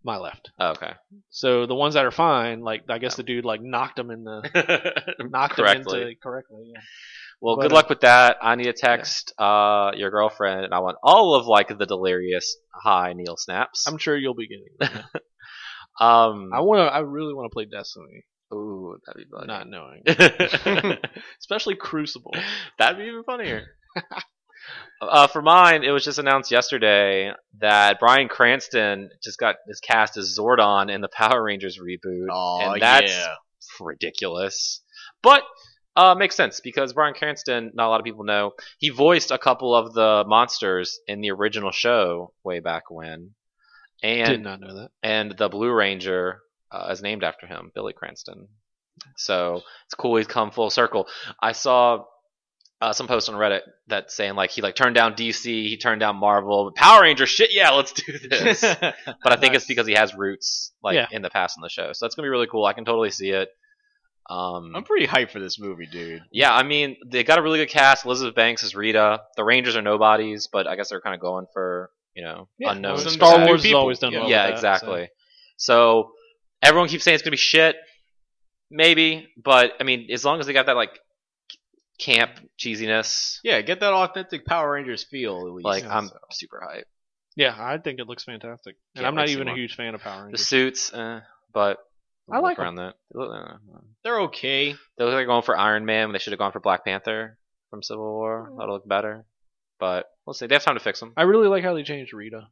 Speaker 1: my left.
Speaker 2: Oh, okay.
Speaker 1: So the ones that are fine, like I guess the dude like knocked them in the knocked them
Speaker 2: Correctly.
Speaker 1: into correctly. Yeah.
Speaker 2: well,
Speaker 1: But,
Speaker 2: good
Speaker 1: uh,
Speaker 2: luck with that. I need to text uh, your girlfriend, and I want all of like the delirious high Neil snaps.
Speaker 1: I'm sure you'll be getting. Them.
Speaker 2: um,
Speaker 1: I want to. I really want to play Destiny,
Speaker 2: Ooh, that'd be funny.
Speaker 1: not knowing,
Speaker 2: that'd
Speaker 1: especially Crucible.
Speaker 2: be even funnier. uh, for mine, it was just announced yesterday that Brian Cranston just got is cast as Zordon in the Power Rangers reboot,
Speaker 3: Aw,
Speaker 2: and that's
Speaker 3: yeah.
Speaker 2: ridiculous. But uh, makes sense because Brian Cranston, not a lot of people know, he voiced a couple of the monsters in the original show way back when,
Speaker 1: Did
Speaker 2: and
Speaker 1: not know that.
Speaker 2: and the Blue Ranger uh, is named after him, Billy Cranston. So it's cool he's come full circle. I saw uh, some post on Reddit that saying like he like turned down DC, he turned down Marvel, Power Ranger shit. Yeah, let's do this. but I think it's
Speaker 1: Nice.
Speaker 2: because he has roots like
Speaker 1: Yeah.
Speaker 2: in the past in the show. So that's gonna be really cool. I can totally see it. Um,
Speaker 3: I'm pretty hyped for this movie, dude.
Speaker 2: yeah, I mean, they got a really good cast. Elizabeth Banks is Rita. The Rangers are nobodies, but I guess they're kind of going for, you know,
Speaker 1: Yeah,
Speaker 2: unknown.
Speaker 3: some
Speaker 1: Star
Speaker 3: new
Speaker 1: Wars has
Speaker 3: people.
Speaker 1: always done
Speaker 3: Yeah.
Speaker 1: well.
Speaker 2: yeah,
Speaker 1: with that, so-
Speaker 2: exactly. So. everyone keeps saying it's going to be shit. Maybe, but I mean, as long as they got that, like, camp cheesiness,
Speaker 3: Yeah, get that authentic Power Rangers feel at least.
Speaker 2: like, I'm
Speaker 3: So-
Speaker 2: super hyped.
Speaker 1: Yeah, I think it looks fantastic, and
Speaker 2: Can't
Speaker 1: I'm not
Speaker 2: wait to
Speaker 1: even
Speaker 2: see
Speaker 1: a
Speaker 2: more.
Speaker 1: huge fan of Power
Speaker 2: The
Speaker 1: Rangers.
Speaker 2: suits, eh, but.
Speaker 1: I like 'em.
Speaker 2: around that. They
Speaker 3: they're okay.
Speaker 2: look like they're going for Iron Man. when They should have gone for Black Panther from Civil War.
Speaker 1: Hmm.
Speaker 2: That'll look better. But we'll see. They have time to fix them.
Speaker 1: I really like how they changed Rita. I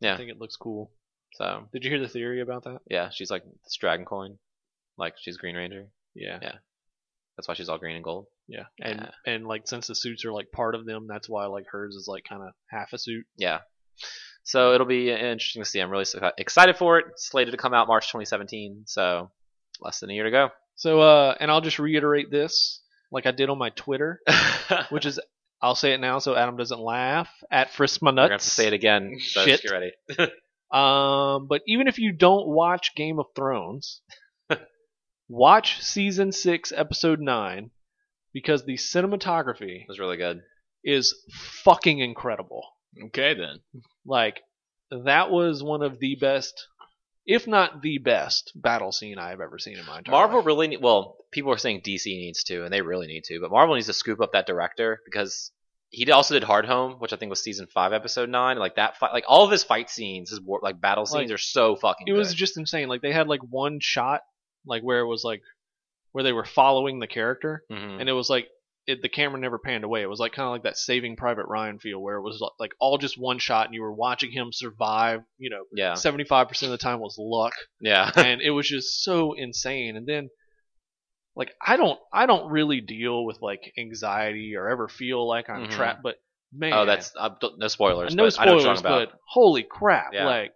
Speaker 2: Yeah.
Speaker 1: think it looks cool.
Speaker 2: So
Speaker 1: Did you hear the theory about that?
Speaker 2: Yeah, she's like this dragon coin. Like she's Green Ranger.
Speaker 1: Yeah,
Speaker 2: Yeah. That's why she's all green and gold.
Speaker 1: yeah, and
Speaker 2: Yeah.
Speaker 1: and like since the suits are like part of them, that's why like hers is like kind of half a suit.
Speaker 2: Yeah. So it'll be interesting to see. I'm really so- excited for it. It's slated to come out March 2017. So less than a year to go.
Speaker 1: So, uh, and I'll just reiterate this, like I did on my Twitter,
Speaker 2: We're
Speaker 1: which is I'll say it now so Adam doesn't laugh at Frisk My
Speaker 2: gonna have
Speaker 1: Nuts.
Speaker 2: to say it again. So
Speaker 1: Shit.
Speaker 2: just get ready.
Speaker 1: Um, but even if you don't watch Game of Thrones, watch season six, episode nine, because the cinematography
Speaker 2: It was really good.
Speaker 1: is fucking incredible.
Speaker 3: Okay then.
Speaker 1: Like that was one of the best, if not the best, battle scene I have ever seen in my entire
Speaker 2: Marvel
Speaker 1: life.
Speaker 2: really need, well, people are saying DC needs to, and they really need to, but Marvel needs to scoop up that director because he also did Hard Home, which I think was season five, episode nine. Like that fight, like all of his fight scenes, his war, like battle scenes
Speaker 1: Like,
Speaker 2: are so fucking.
Speaker 1: It was
Speaker 2: good.
Speaker 1: just insane. Like they had like one shot, like where it was like where they were following the character,
Speaker 2: Mhm.
Speaker 1: and it was like it, the camera never panned away. It was like kind of like that Saving Private Ryan feel, where it was like, like all just one shot, and you were watching him survive. You know,
Speaker 2: yeah,
Speaker 1: seventy five percent of the time was luck,
Speaker 2: yeah.
Speaker 1: and it was just so insane. And then, like, I don't, I don't really deal with like anxiety or ever feel like I'm
Speaker 2: Mhm.
Speaker 1: trapped, but man,
Speaker 2: Oh, that's uh, don't- no spoilers.
Speaker 1: no
Speaker 2: but I know what you're
Speaker 1: spoilers,
Speaker 2: talking
Speaker 1: but holy crap,
Speaker 2: Yeah.
Speaker 1: like.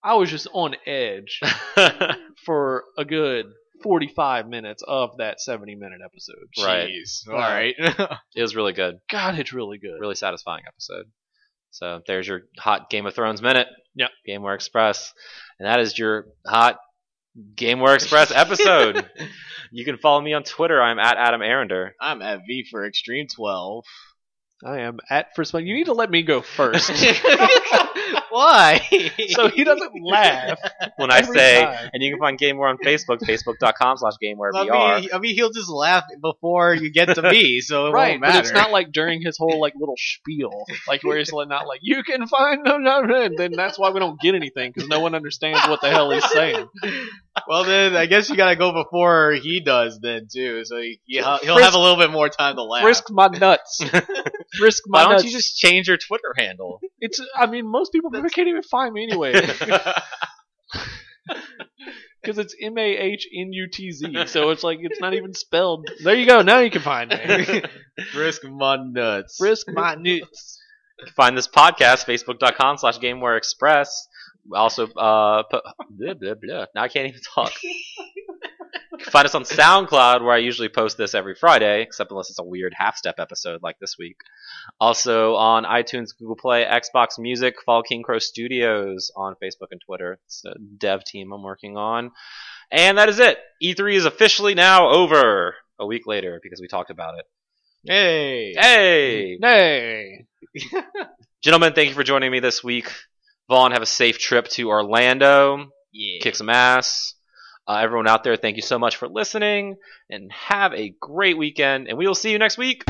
Speaker 1: I was just on edge
Speaker 2: about.
Speaker 1: for a good 45 minutes of that 70 minute episode.
Speaker 2: Right.
Speaker 3: Jeez. All
Speaker 1: Right.
Speaker 3: right.
Speaker 2: it was really good,
Speaker 1: God, it's really good.
Speaker 2: really satisfying episode. So there's your hot Game of Thrones minute.
Speaker 1: Yep.
Speaker 2: GameWare Express, and that is your hot GameWare Express episode. you can follow me on Twitter. I'm at Adam Arender.
Speaker 3: I'm at V for Extreme 12.
Speaker 1: I am at first. You need to let me go first,
Speaker 3: Why?
Speaker 1: so he doesn't laugh.
Speaker 2: When I
Speaker 1: Every
Speaker 2: say,
Speaker 1: time.
Speaker 2: and you can find GameWare on Facebook, facebook.com slash
Speaker 3: I
Speaker 2: GameWareBR.
Speaker 3: mean, I mean, he'll just laugh before you get to me, so it
Speaker 1: right,
Speaker 3: won't
Speaker 1: but
Speaker 3: matter.
Speaker 1: it's not like during his whole like little spiel, like where he's like, not like you can find no no no. Then that's why we don't get anything because no one understands what the hell he's saying.
Speaker 3: well, then I guess you gotta go before he does, then too. So he, he'll, he'll
Speaker 1: Frisk-
Speaker 3: have a little bit more time to laugh.
Speaker 1: Risk my nuts. Risk my
Speaker 2: Why don't
Speaker 1: nuts.
Speaker 2: you just change your Twitter handle?
Speaker 1: It's. I mean, most people can't even find me anyway. because it's M A H N U T Z. So it's like it's not even spelled. There you go. Now you can find me.
Speaker 3: Frisk my nuts.
Speaker 1: Frisk my nuts.
Speaker 2: Find this podcast, facebook.com slash GameWare Express. Also, uh, po- blah, blah, blah. now I can't even talk. You can Find us on SoundCloud, where I usually post this every Friday, except unless it's a weird half step episode like this week. Also on iTunes, Google Play, Xbox Music, Fall King Crow Studios on Facebook and Twitter. It's a dev team I'm working on. And that is it. E3 is officially now over a week later because we talked about it.
Speaker 1: Hey.
Speaker 2: Hey!
Speaker 1: Hey.
Speaker 2: Gentlemen, thank you for joining me this week. Vaughn, have a safe trip to Orlando.
Speaker 3: Yeah.
Speaker 2: Kick some ass. Uh, everyone out there, thank you so much for listening and have a great weekend. And we will see you next week.